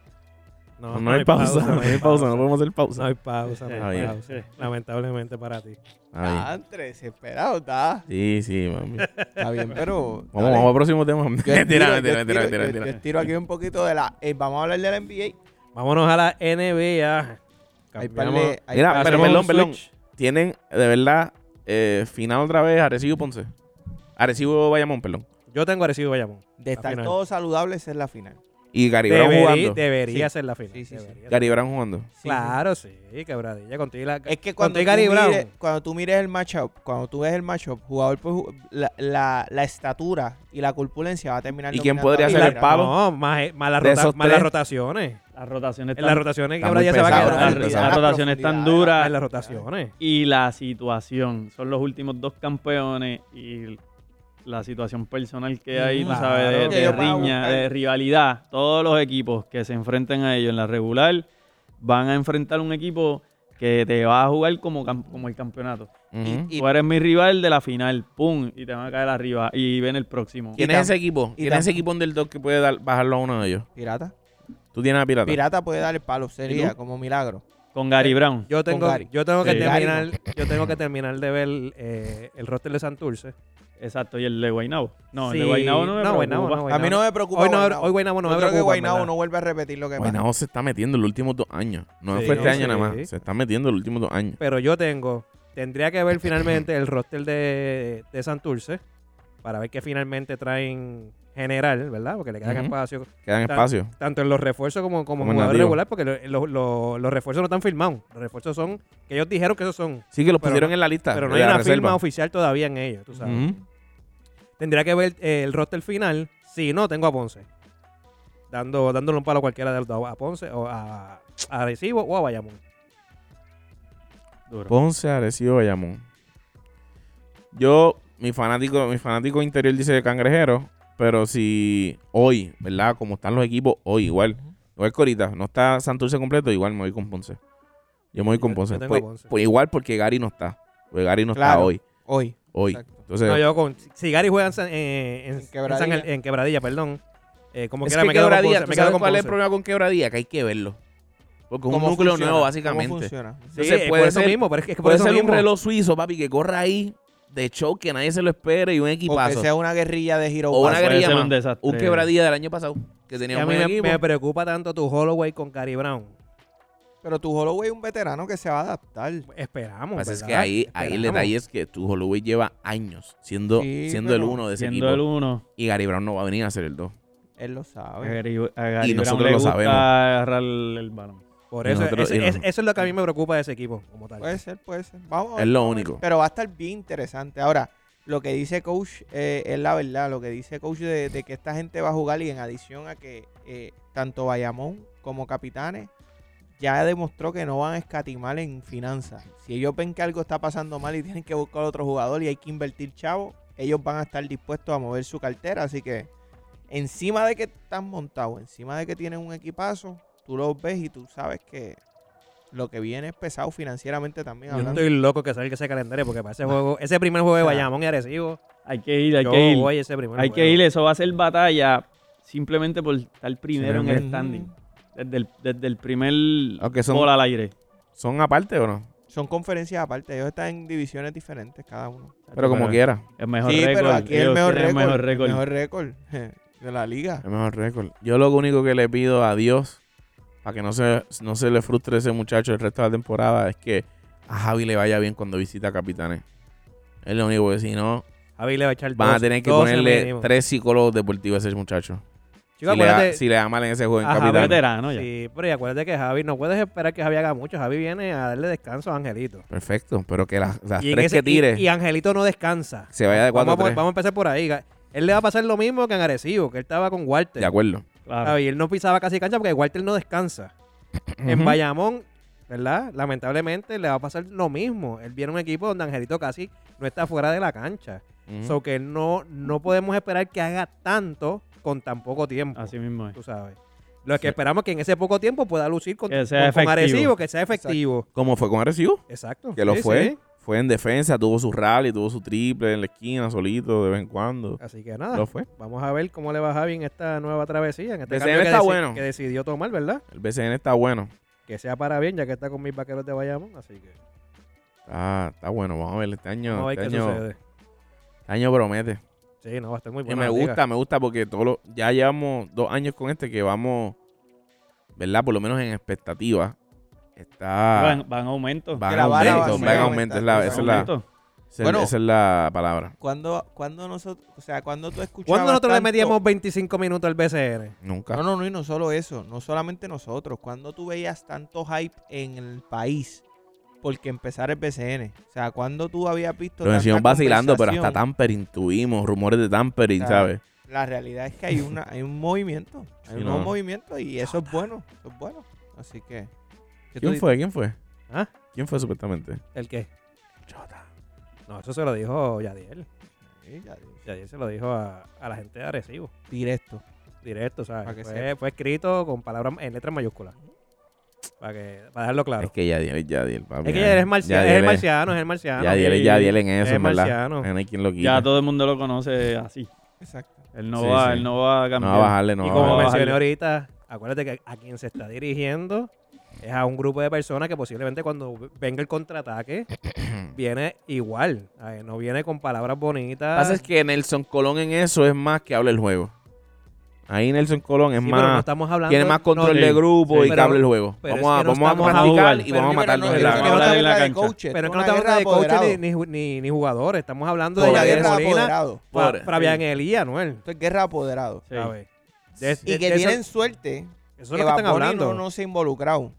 No, hay, pausa, no hay pausa, no podemos hacer pausa.
Pues No hay pausa, no
Eh,
Está
hay
bien.
pausa. Lamentablemente para ti.
Ahí.
Andre, desesperado, está.
Sí, sí, mami. Vamos,
Está bien, pero. dale.
vamos al próximo tema.
Yo estiro,
Mentira,
yo
mentira,
estiro,
mentira, mentira,
yo-
mentira.
yo estiro aquí un poquito de la. eh, vamos a hablar de la NBA.
Vámonos a la NBA.
Hay par
Cambiamos-
de- hay
Mira,
par-
pero
Hacemos
perdón,
un
perdón.
switch.
Tienen, de verdad, eh, final otra vez, Arecibo y Ponce. Arecibo Bayamón, perdón.
Yo tengo Arecibo y Bayamón.
de estar
final.
todos saludables es la final.
Y Gary Brown
Debería,
jugando.
debería
Sí.
ser la final.
Sí, sí, sí.
debería.
Gary Brown jugando.
Sí,
Claro, sí, quebradilla. Contigo la...
Es que cuando tú,
Contra Gary Brown.
mires, cuando tú mires el matchup, cuando tú ves el matchup, jugador por ju- la, la, la estatura y la corpulencia va a terminar.
¿Y quién
dominando
podría
a
hacer
Gary
el
Brown.
palo?
No, más, más, las
De
rota-
esos
más las
tres.
rotaciones.
Las rotaciones
En las
están
rotaciones
Está
quebradilla
muy
se va a
pesado,
Cabrón,
está
La-
muy
la profundidad,
pesado.
la
la
rotación es tan
profundidad,
dura.
la-
quebrar. En las rotaciones.
y la situación. Son los últimos dos campeones y la situación personal que hay, tú
Claro.
sabes, de,
Que
de
ellos van a
riña,
buscar.
de rivalidad. Todos los equipos que se enfrenten a ellos en la regular van a enfrentar un equipo que te va a jugar como, cam- como el campeonato.
Ujú.
Y- y-
Tú eres mi rival de la final, pum, y te van a caer arriba y ven el próximo.
¿Quién
y
es
tam-
ese equipo? ¿Quién
tam-
es ese equipo del que puede dar, bajarlo a uno de ellos?
pirata.
Tú tienes a Pirata.
Pirata puede dar el palo,
¿Y
sería
tú?
como milagro.
Con Gary Brown.
Yo tengo,
Gary.
yo tengo que
Sí.
terminar, yo tengo que terminar de ver eh, el roster de Santurce.
Exacto, y el de Guaynabo. No, el de
Sí.
Guaynabo no me
No,
preocupa.
Guaynabo no,
a mí no me preocupa.
Hoy no,
Guaynabo.
hoy Guaynabo no
Yo
me
creo que
preocupa, en
Guaynabo
verdad.
no vuelve a repetir lo que pasa.
Guaynabo se está metiendo los últimos dos años. No
Sí,
fue este
sí.
año nada más. Se está metiendo los últimos dos años.
Pero yo tengo, tendría que ver finalmente el roster de, de Santurce para ver que finalmente traen general, ¿verdad? Porque le quedan
Ujú.
espacio
Quedan
Está-
espacio.
tanto en los refuerzos como, como,
Como en
jugador
nativo.
regular, porque lo- lo- lo- los refuerzos no están firmados. Los refuerzos son, que ellos dijeron que esos son,
Sí que los
Pero
pusieron
no-
en la lista.
pero no
de
hay
la
una
reserva.
firma oficial todavía en ellos, tú sabes.
Ujú.
Tendría que ver eh, el roster final, si no tengo a Ponce. dando, dándole un palo a cualquiera de los dos, a Ponce o a, a Arecibo o a Bayamón.
Duro.
Ponce, Arecibo, Bayamón. Yo, mi fanático, mi fanático interior dice de cangrejero, pero si hoy, ¿verdad? Como están los equipos, hoy igual. Igual que ahorita, no está Santurce completo, igual me voy con Ponce. Yo me voy con
Yo-
Ponce.
yo tengo
Pues-
Ponce.
pues igual porque Gary no está. Porque Gary no está
Claro.
hoy.
Hoy.
Hoy.
Exacto.
Entonces,
No, yo con. Si Gary juega en, San- eh, en-
En
en
Quebradilla.
San- en Quebradilla, perdón. eh, como
es
quiera,
que
me quedo con
quebradía,
Ponce,
¿tú
me quedo
sabes
con
cuál es el
Ponce.
problema con quebradía? Que hay que verlo. Porque es un
¿Cómo
núcleo
funciona?
nuevo,
¿Cómo
básicamente.
funciona?
Sí,
Entonces,
es
puede
por eso
ser-
mismo, pero es que es por
Puede
eso
ser un
mismo.
reloj suizo, papi, que corra ahí de show que nadie se lo espere y
O
un
que
equipazo.
sea una guerrilla de giro.
O una
Puede
guerrilla
ser
más.
un desastre.
Un quebradilla del año pasado que
Y
tenía
a
un
mí
buen
me,
equipo.
me preocupa tanto tu Holloway con Gary Brown.
Pero tu Holloway es un veterano que se va a adaptar.
Esperamos.
Pasa Pues es
¿verdad?
que ahí, ahí el
Esperamos.
detalle es que tu Holloway lleva años siendo,
Sí,
siendo el
pero-
uno de ese
Siendo
equipo.
el uno,
Y Gary Brown no va a venir a ser el dos.
Él lo
a
sabe.
Gary, a Gary
Y
Brown
nosotros
le
lo
gusta
sabemos.
agarrar el, el balón.
Por
Y
eso,
nosotros-
ese-
y
es-
nos-
eso es lo que a mí me preocupa de ese equipo, como tal.
Pues,
Puede ser, puede ser. Vamos a
Es
ver.
lo único.
Pero va a estar bien interesante. Ahora, lo que dice Coach eh, es la verdad. Lo que dice Coach de, de que esta gente va a jugar y en adición a que eh, tanto Bayamón como Capitanes ya demostró que no van a escatimar en finanzas. Si ellos ven que algo está pasando mal y tienen que buscar otro jugador y hay que invertir chavo, ellos van a estar dispuestos a mover su cartera. Así que encima de que están montados, encima de que tienen un equipazo, tú los ves y tú sabes que lo que viene es pesado financieramente también.
Yo
hablando.
estoy loco que salga ese calendario porque para ese juego, ese primer juego de
O sea,
Bayamón y Arecibo,
Hay que ir, hay
yo
que ir.
voy ese primer
hay
juego.
que ir. Eso va a ser batalla simplemente por estar primero en el
Ujú.
standing. Desde el, desde el primer
Aunque son-
bola al aire.
¿Son aparte o no?
Son conferencias aparte, ellos están en divisiones diferentes cada uno.
Pero como quiera.
El mejor
sí,
récord.
pero aquí el
ellos
mejor
tienen
récord.
el mejor récord.
El mejor récord de la liga.
Es mejor récord. Yo lo único que le pido a Dios, para que no se, no se le frustre a ese muchacho el resto de la temporada, es que a Javi le vaya bien cuando visita a Capitanes. Es lo único que si no,
Javi le va a echar
van a
dos-
tener que
12
ponerle
mínimo.
tres psicólogos deportivos a ese muchacho.
Chico,
si, le da,
acuérdate-
si le da mal en ese juego en
a Javi
Pero
Capitanes.
veterano ya.
Sí, pero y acuérdate que Javi, no puedes esperar que Javi haga mucho. Javi viene a darle descanso a Angelito.
Perfecto, pero que las, las
Y en
tres
ese-
que tire
Y, y Angelito no descansa.
se vaya de cuatro
Vamos
a
a, po-
tres.
vamos a empezar por ahí. Ga- Él le va a pasar lo mismo que en Arecibo, que él estaba con Walter.
De acuerdo.
Claro.
Javi, él no pisaba casi cancha porque Walter no descansa. En Bayamón, ¿verdad? Lamentablemente le va a pasar lo mismo. Él viene a un equipo donde Angelito casi no está fuera de la cancha.
Ujú.
So que no, no podemos esperar que haga tanto con tan poco tiempo.
Así mismo es.
Tú sabes. Lo que
Sí.
esperamos es que en ese poco tiempo pueda lucir con,
Que sea
con- con
efectivo.
Arecibo, que sea efectivo.
Como fue con Arecibo,
Exacto.
que lo
Sí,
fue.
sí.
Fue en defensa, tuvo su rally, tuvo su triple en la esquina, solito, de vez en cuando.
Así que nada,
Lo fue.
vamos a ver cómo le va a Javi en esta nueva travesía, en este
BCN
cambio que,
está
deci-
bueno.
que decidió tomar, ¿verdad?
El BCN está bueno.
Que sea para bien, ya que está con mis vaqueros de Bayamón, así que
Está, está bueno. Vamos a ver. Este año,
vamos a ver
este
qué
año,
sucede.
este año promete.
Sí, no, va a estar muy
Y
bueno.
me gusta, me gusta porque todos los- ya llevamos dos años con este que vamos, ¿verdad? Por lo menos en expectativa. Está.
Van, van aumentos.
Va
Que
en
la vara
Ah. aumento,
va-
va en
va
aumento. Es
aumentando,
la-
va
Esa es la-
Aumentos.
esa
Bueno.
es- esa es la palabra.
Cuando, cuando nosotros, o sea, cuando tú escuchabas
¿Cuándo nosotros le
tanto-
metíamos 25 minutos al BCN?
Nunca.
No, no, no, y no solo eso, no solamente nosotros. Cuando tú veías tanto hype en el país porque empezar el BCN. O sea, cuando tú habías visto
Lo
tanta
decimos vacilando, pero hasta
conversación?
tampering tuvimos, rumores de tampering,
Claro.
¿sabes?
La realidad es que hay una, hay un movimiento, hay
Sí,
un
no.
nuevo movimiento y eso es bueno, eso es bueno. Así que ¿qué tú
¿Quién
dices?
fue? ¿Quién fue?
¿Ah?
¿Quién fue supuestamente?
¿El qué? No, eso se lo dijo Yadiel.
Sí, ya dije.
Yadiel se lo dijo a, a la gente de Arecibo,
Directo.
directo,
Para que
¿sabes? Fue,
sepa.
fue escrito con palabras en letras mayúsculas. Para, que, para dejarlo claro.
Es que Yadiel es Yadiel, papi.
Es que Yadiel es, marcia- es el
Yadiel
marciano, es el marciano.
Yadiel es
y-
Yadiel en eso,
es
en verdad.
marciano.
No hay quien lo
Ya
quita.
todo el mundo lo conoce así.
Exacto.
Él no
Sí,
va,
sí.
él no va a
No
cambiar.
va a bajarle, no
y
va
como
a
me-
bajarle.
mencioné ahorita, acuérdate que a quien se está dirigiendo es a un grupo de personas que posiblemente cuando venga el contraataque viene igual. ¿sabes? No viene con palabras
Lo que pasa
bonitas.
es que Nelson Colón en eso es más que habla el juego. Ahí Nelson Colón es
Sí, pero no
más...
estamos hablando-
tiene más control
no,
de
sí,
grupo
sí.
y que
Pero-
hable el juego.
pero
Vamos,
es
a,
que no
vamos a
estamos
practicar
jugando.
y vamos a matarnos
no,
en
pero
la
es que
no
cancha.
estamos
de la
hablando de
cancha.
coaches,
Pero es que no
esto es
estamos
una
hablando de
guerra
coaches
de
ni, ni, ni- ni jugadores. Estamos hablando
apoderados.
de
Esto es
Pobre.
Yadiel
guerra de
Molina
apoderados.
para,
Pobre.
para Bian Elía, Noel.
Esto es guerra de apoderados.
Sí.
¿sabes?
Y
De-
que
de- de eso-
tienen suerte
Eso
que,
es lo que están
Bad Bunny
hablando.
No, no se ha involucrado.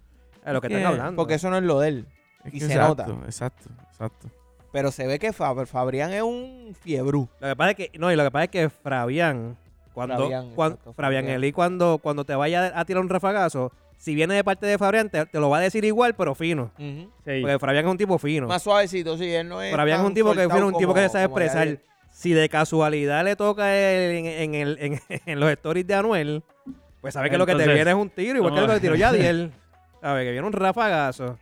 Es lo que
Es
están
que-
hablando.
Porque eso no es lo de él.
Es
y
que
se
exacto,
nota.
Exacto, exacto.
Pero se ve que Fab- Fabrián es un fiebrú.
Lo que pasa es que, no, y lo que pasa es que Fabián Cuando,
Fabián,
Fabián,
exacto,
Fabián
Fabián.
Elí, cuando, cuando te vaya a tirar un rafagazo, si viene de parte de Fabián, te, te lo va a decir igual, pero fino.
Ujú.
Sí.
Porque Fabián es un tipo fino.
Más suavecito, sí, él no es.
Fabián es
tan
un tipo que
soltado
fino, un tipo que se
como-
sabe
como la
expresar.
de-
Si de casualidad le toca el- en, en el- en- en los stories de Anuel, pues sabe que lo que te
Entonces,
viene es un tiro, igual que
no.
lo que tiró Yadiel. Sabe que viene un rafagazo.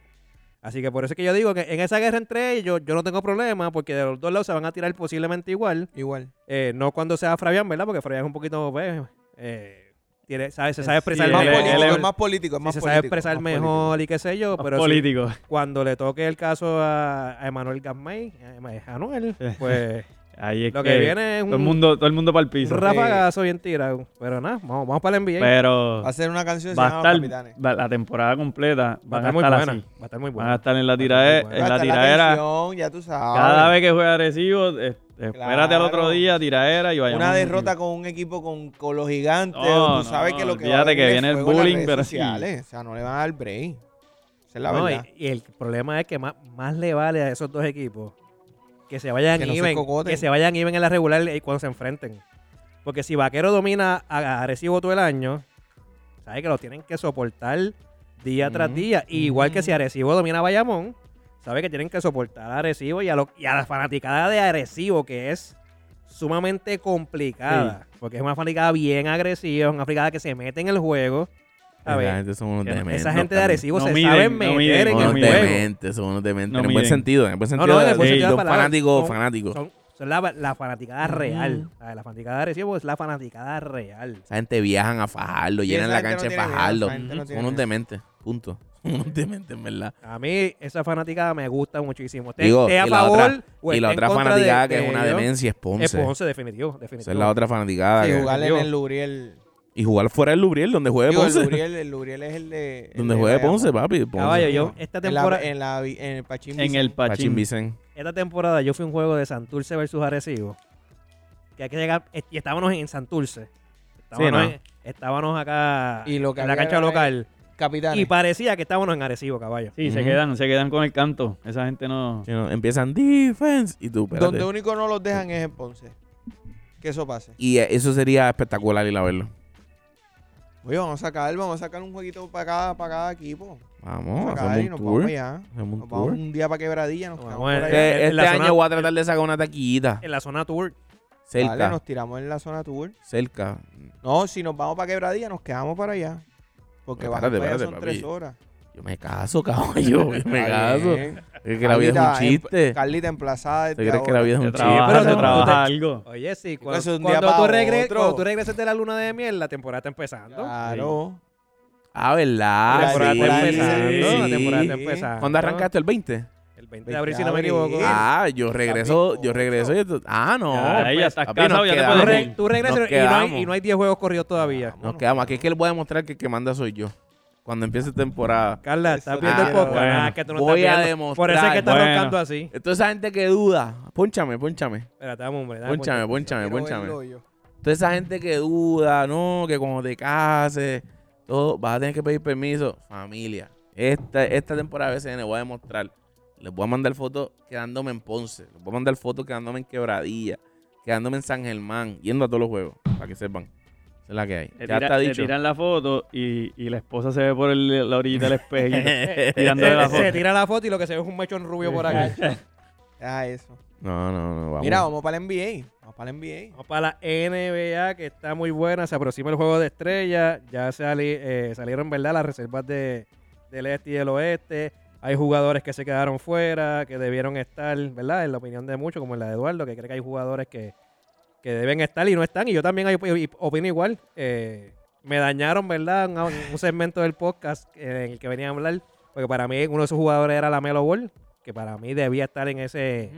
Así que por eso es que yo digo que en esa guerra entre ellos yo no tengo problema porque de los dos lados se van a tirar posiblemente igual.
Igual.
Eh, no cuando sea Fabián, ¿verdad? Porque Fabián es un poquito, pues, eh, tiene, sabe, se sabe expresar
Sí,
Es más,
él
político,
mejor.
es- él es-
es más político, es
Sí,
más
se
político.
sabe expresar
más
mejor
político.
y qué sé yo,
Más
pero sí,
político.
cuando le toque el caso a, a Emanuel Gasmay, a Ema- a Anuel, pues
Ahí Eh, es
lo que viene es
todo el
un,
mundo, todo el mundo para el
un
piso.
rafagazo bien tirado. Pero nada, vamos, vamos para el NBA.
Pero
Va a hacer una canción que
va
se
a
llama
estar
Capitanes.
va- la temporada completa.
va a
Van a
estar muy
estar
buena.
así.
Va a estar muy
Van a
buena.
estar en la,
estar
tirae-
muy buena.
en
Va a
la
estar
tiraera.
tensión, ya tú sabes.
Cada vez que juega agresivo, eh, espérate al otro
Claro.
día, tiraera y vaya.
Una derrota con un equipo con, con los gigantes.
No,
tú sabes
no,
que lo que
olvídate que
es
viene el
fuego en las
bullying,
redes
pero sí.
sociales. O sea, no le van a dar break. Esa es la
No,
verdad.
y, y el problema es que más, más le vale a esos dos equipos que se vayan
Que no se
even,
cocoten.
que se vayan even en la regular y cuando se enfrenten. Porque si Vaquero domina a Arecibo todo el año, sabes que lo tienen que soportar día tras
Ujú,
día. Y Igual que
ujú.
si Arecibo domina a Bayamón, sabes que tienen que soportar a Arecibo y a, lo- y a la fanaticada de Arecibo, que es sumamente complicada. Porque es una fanaticada bien agresiva, es una fanaticada que se mete en el juego. ¿sabes?
Esa gente son unos
que no-
dementes.
Esa gente de
también.
Arecibo
No
se
miden,
saben
no
meter en
miden,
Son
no
el
unos
miden.
juego.
dementes, son unos dementes.
No
en buen
miden.
sentido, en buen
No,
sentido.
no, en
de-
el buen
de-
sentido de
de
la
un
palabra.
fanático,
Son-
fanático.
Son, son la, la fanaticada real. ¿sabes? La fanaticada de Arecibo es la fanaticada real.
Esa gente viajan a fajarlo,
Y
llenan
esa
la
gente no
cancha de
tiene miedo,
fajarlo.
esa gente no
Son
tiene
unos
miedo.
dementes, punto. Son unos dementes, en verdad.
A mí esa fanaticada me gusta muchísimo. Te,
Digo,
te a
y la
favor
otra-
o
Pues
y la
esté en
otra
contra de-
fanaticada
de
que es una
ellos,
demencia es Ponce.
Es Ponce, definitivo. definitivo.
Esa es la otra fanaticada.
Sí,
que-
jugarle en
digo-
el Lubriel.
Y jugar fuera del Lubriel, donde juegue
Digo, el
Ponce.
Lubriel, el Lubriel es el de. el
Donde
de
juegue
Bayamón.
Ponce, papi. Ponce.
Caballo, yo esta
En la,
temporada,
en la vi- en el Pachín
en el
Pachín
Pachín.
Vicen.
esta temporada yo fui a un juego de Santurce versus Arecibo. Que hay que llegar, y estábamos en Santurce. Estábamos,
Sí, ¿no?
en- estábamos acá
Y lo que
en la
había
cancha
era-
local.
Capitán.
Y parecía que estábamos en Arecibo, caballo.
Sí, se
Ujú.
quedan, se quedan con el canto. Esa gente no.
Sí, no, Empiezan defense y tú, espérate.
Donde único no los dejan es en Ponce. Que eso pase.
Y eh, eso sería espectacular ir a verlo.
Oye, vamos a sacar, vamos a sacar un jueguito para cada, para cada equipo.
Vamos,
Vamos a sacar y
Ah,
nos
hacemos un tour.
vamos allá.
Hacemos un
Nos vamos
tour.
un día para quebradilla, nos
Nos
quedamos
vamos
por
a-
allá.
Este,
en
este
la
año
zona-
voy a tratar de sacar una taquillita.
En la zona tour.
Cerca,
Dale, nos tiramos en la zona tour.
cerca.
No, si nos vamos para quebradilla, nos quedamos para allá. Porque
Pero
bajar
espérate,
para allá
espérate,
son
papi.
tres horas.
Yo me caso, caballo. Yo me
Está
caso.
bien.
Es que la vida es
eh,
Carlita,
un
em-
chiste.
Carlita emplazada
¿Tú
desde
crees que la
ahora.
vida es
Se
un
trabaja,
chiste?
pero
se
no-
trabaja algo.
Oye, sí,
Eso es
cuando,
de un día
cuando,
pa'
tú regre-
otro.
cuando tú regreses de la luna de miel, la temporada está empezando.
Claro.
Ah,
la
¿verdad?
temporada está
sí,
empezando. La
sí.
temporada está empezando.
¿Cuándo arrancaste? ¿El 20?
El 20 de abril, si no me
20 de
equivoco.
abril.
Ah, yo regreso, yo
Papi,
regreso. y esto- ah, no.
Ya, ya estás
Papi,
casado,
nos
ya te
Tú,
quedamos.
puedes
re- tú regresas
Nos
y no, hay,
quedamos.
y no hay 10 juegos corridos todavía.
Nos quedamos. Aquí es que les voy a demostrar que el que manda soy yo. Cuando empiece temporada.
Carla, estás
Eso
viendo el
quiero.
podcast.
Bueno,
Ah, que tú no
voy
estás
a
viendo. Por eso es
demostrar.
que estás
Bueno.
roncando así.
Entonces esa gente que duda, ponchame, ponchame,
Espérate, dame, hombre. dame,
ponchame,
ponchame.
ponchame,
Quiero
ponchame.
verlo yo.
Entonces esa gente que duda, no, que cuando te cases, todo, vas a tener que pedir permiso. Familia, esta, esta temporada de BCN voy a demostrar. Les voy a mandar fotos quedándome en Ponce, les voy a mandar fotos quedándome en Quebradilla, quedándome en San Germán, yendo a todos los juegos, para que sepan. Esa es la que hay.
Te,
ya
tira-
está
te
dicho.
tiran la foto y, y la esposa se ve por el- la orilla del espejo. tirando de
Se,
la
se
foto.
tira la foto y lo que se ve es un mechón rubio por acá.
Deja Ah, eso.
No, no, no, vamos.
Mira, vamos para el NBA. Vamos para el NBA.
Vamos para la NBA, que está muy buena. Se aproxima el juego de estrellas. Ya sali- eh, salieron, ¿verdad?, las reservas de, del este y del oeste. Hay jugadores que se quedaron fuera, que debieron estar, ¿verdad? En la opinión de muchos, como en la de Eduardo, que cree que hay jugadores que, que deben estar y no están. Y yo también hay- y- y opino igual. Eh, me dañaron, ¿verdad?, en un, un segmento del podcast eh, en el que venía a hablar. Porque para mí uno de esos jugadores era la Melo Ball, que para mí debía estar en, ese,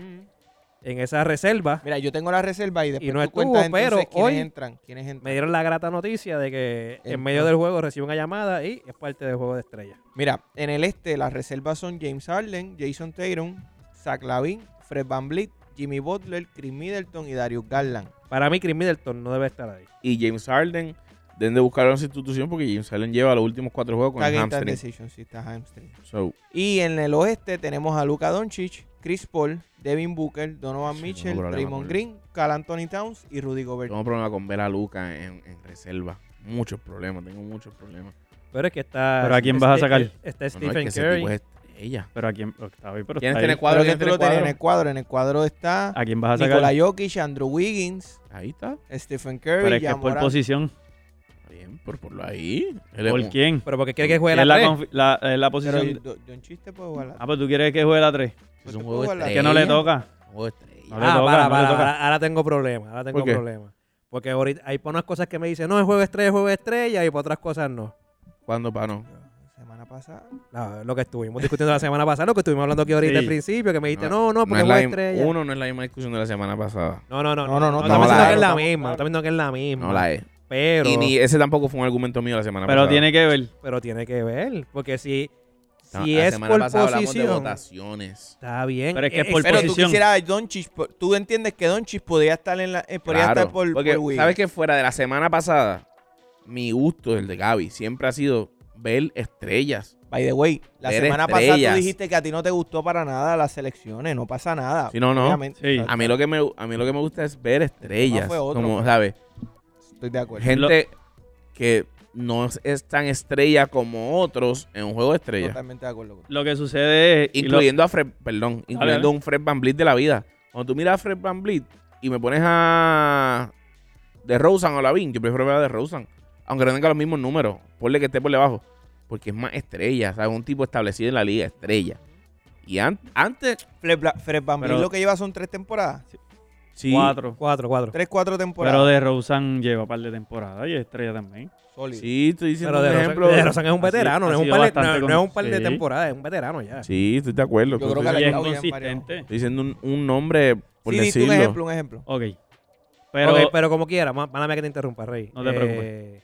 en esa reserva.
Mira, yo tengo la reserva y después
no
tú
estuvo,
cuentas entonces
pero
quiénes
hoy-
entran. ¿Quiénes entran?
me dieron la grata noticia de que
Entra.
en medio del juego recibe una llamada y es parte del juego de estrella.
Mira, en el este las reservas son James Harden, Jason Tatum, Zach Lavin, Fred Van Jimmy Butler, Chris Middleton y Darius Garland.
Para mí, Chris Middleton no debe estar ahí.
Y James Harden deben de buscar una sustitución porque James Allen lleva los últimos cuatro juegos con
Está
el
game time
hamstring.
decision, sí, está hamstring.
So,
Y en el oeste tenemos a Luka Doncic, Chris Paul, Devin Booker, Donovan
Sí,
Mitchell,
tengo problema
Raymond
con
Green, Cal Anthony Towns y Rudy Gobert.
tengo problemas con ver a Luca en, en reserva. Muchos problemas, tengo muchos problemas.
Pero es que está.
Pero ¿a quién vas a sacar?
Está
No, no, es
Stephen
que ese
Curry.
tipo es ella.
Pero aquí en Octavio, pero
¿Quiénes
está
tiene
ahí.
cuadro?
Pero que
¿Quién
tú
tiene
lo tenías en
cuadro?
el cuadro. En el cuadro está
¿A quién vas a
Nikola
sacar?
Jokic, Andrew Wiggins,
Ahí está.
Stephen Curry,
Pero es que es
Jan
por
Morant.
posición.
Está Bien, por, por lo ahí. Él es
¿Por
un-
quién?
Pero porque quiere que
Es
juegue
la,
la tres.
confi- la, es la
Pero
posición.
Do- pues, Doncic te puede jugar la-
Ah, pero tú quieres que juegue la 3.
Es
Tú
un juego de
juegas la-
Que no le
estrella,
toca.
un juego de estrella.
No le
Ah,
toca,
para,
no le
para,
toca.
para. Ahora tengo problemas. Ahora tengo
¿Por qué?
problemas. Porque ahorita hay para unas cosas que me dicen, no, es juego de estrella, es juego de estrella, y para otras cosas no.
¿Cuándo para no?
Semana pasada.
No, lo que estuvimos discutiendo la semana pasada, lo que estuvimos hablando aquí ahorita
Sí.
al principio, que me dijiste,
No,
no, no,
No
porque
es
es juego
la
de
im-
estrella.
uno no es la misma discusión de la semana pasada.
No, no, no.
No, no, no,
No,
estamos
estamos diciendo que es la
claro,
misma, no estamos diciendo que es la misma.
No la es.
Pero,
Y ni ese tampoco fue un argumento mío la semana
Pero
pasada.
tiene que ver.
pero tiene que ver, porque si,
No,
si
la
es
semana
por
pasada hablamos de
posición,
votaciones.
está bien. Eh,
Pero es que es por
Pero tú
Posición.
quisieras a Doncic, por- tú entiendes que Doncic podría estar en la eh, podría
Claro,
estar por, por
porque
Wiggins.
sabes que fuera de la semana pasada, mi gusto, el de Gaby, siempre ha sido ver estrellas.
By the way, la
Ver
semana pasada
estrellas.
tú dijiste que a ti no te gustó para nada las selecciones, no pasa nada.
Si no, no.
Obviamente.
Sí.
O sea,
A mí lo que me, a mí lo que me gusta es ver estrellas.
fue otro. pues.
Como, ¿sabes?
Estoy de acuerdo.
Gente que no es- es tan estrella como otros en un juego de estrellas.
Totalmente de acuerdo. con-
Lo que sucede es. y lo-
Incluyendo a Fred, perdón, incluyendo
dale.
a un Fred Van Vliet de la vida. Cuando tú miras a Fred Van Vliet y me pones a De Rosen o Lavin, yo prefiero ver a De Rosen. Aunque no tenga los mismos números, ponle que esté por debajo. Porque es más estrella, ¿sabes? Un tipo establecido en la liga, estrella. Y an- antes,
Fred, Bla- Fred Van Vliet
Pero-
lo que lleva son tres temporadas.
sí.
Cuatro.
Cuatro, cuatro.
Tres, cuatro temporadas.
Pero de Rosan lleva par de temporadas y estrella también.
Sólido.
Sí, estoy diciendo
Pero de
un
Rosan,
ejemplo.
de Rosan es un
Así-
veterano, no
ha
es un
sido
par, de,
bastante
no,
con-
no es un par de
sí.
temporadas, es un veterano ya.
Sí, estoy de acuerdo.
Yo
Estoy-
creo que la
Y es
clave ya en varios.
consistente.
Estoy diciendo un, un nombre, por
Sí, di tú
decirlo.
un ejemplo, un ejemplo.
Ok.
Pero,
Pero.
pues,
pero como quiera, má- mándame que te interrumpa, Rey.
No te
preocupes.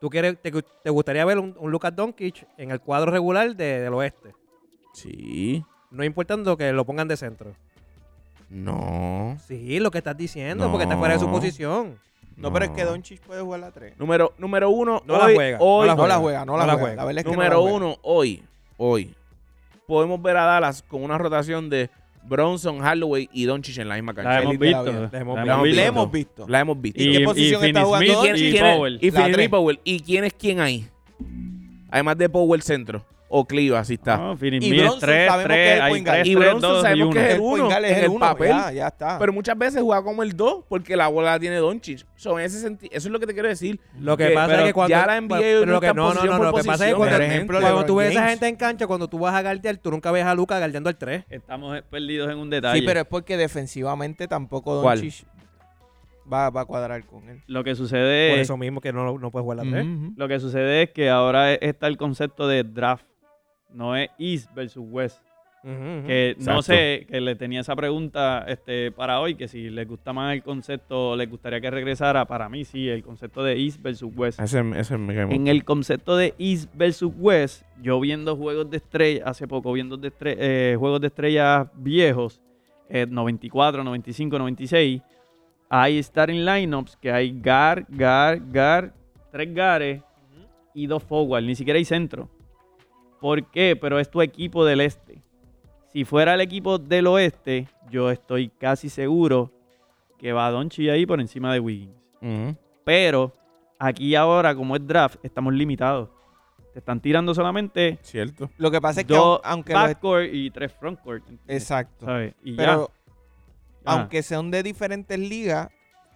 ¿Tú quieres, te, gu- te gustaría ver un, un Lucas Doncic en el cuadro regular de- del oeste?
Sí.
No importando que lo pongan de centro.
No.
Sí, lo que estás diciendo,
No.
porque está fuera de su posición.
No, pero es que Doncic puede jugar la tres.
Número, número uno.
No la
hoy-
juega, no
Hoy,
la
No la juega, no la juega. La verdad es que no la
Número
juega.
uno, hoy, hoy, podemos ver a Dallas con una rotación de Bronson, Halloway y Doncic en la misma
La
cancha.
hemos
Feliz de la
visto.
vida.
La
La
hemos
hemos
Le
visto.
hemos visto.
La hemos visto.
¿Y qué posición está jugando
Smith
¿Quién-
y
quién es-
Powell.
Y
La
Finney
tres.
Powell. ¿Y quién es quién ahí? Además de Powell centro. O Cliva, así está.
No, Finney
Y
Smith es
Bronson
tres,
sabemos que
tres,
es el
hay
point guard.
tres,
Y
tres,
Bronson
dos y
sabemos que
uno.
es el
point
uno
guard es
en el
uno,
papel.
Ya, ya está.
Pero muchas veces juega como el 2 porque la bola la tiene Doncic. So, en ese senti- eso es lo que te quiero decir.
Lo que
Que-
pasa es
pero
que cuando.
ya la NBA
pero
no
lo que-
está
no, no,
posición
no,
por
Lo que pasa es que
posición.
cuando,
Por ejemplo,
cuando tú
LeBron
ves a esa
James.
gente en cancha, cuando tú vas a guardear, tú nunca ves a Lucas guardeando al 3.
Estamos perdidos en un detalle.
Sí, pero es porque defensivamente tampoco
¿Cuál?
Doncic va, va a cuadrar con él.
Lo que sucede
Por
es.
eso mismo que no, no puedes jugar la 3.
Ujú.
Lo que sucede es que ahora está el concepto de draft. No es East versus West.
Mm.
Que
Exacto.
no sé, que le tenía esa pregunta este, para hoy, que si les gusta más el concepto, les gustaría que regresara. Para mí sí, el concepto de East versus West.
Ese, ese me cae
En el concepto de East versus West, yo viendo juegos de estrella, hace poco viendo de estre- eh, juegos de estrellas viejos, eh, 94, 95, 96, hay starting lineups que hay gar, gar, gar, tres gares y dos forward, ni siquiera hay centro. ¿Por qué? Pero es tu equipo del este. Si fuera el equipo del oeste, yo estoy casi seguro que va Donchi ahí por encima de Wiggins.
Ujú.
Pero aquí ahora, como es draft, estamos limitados. Te están tirando solamente
Cierto.
Lo que pasa es que
dos Ah,
aun- aunque los-
backcourt y tres frontcourt. ¿entiendes?
Exacto.
¿Sabes? Y
Pero
ya. Ajá.
aunque sean de diferentes ligas,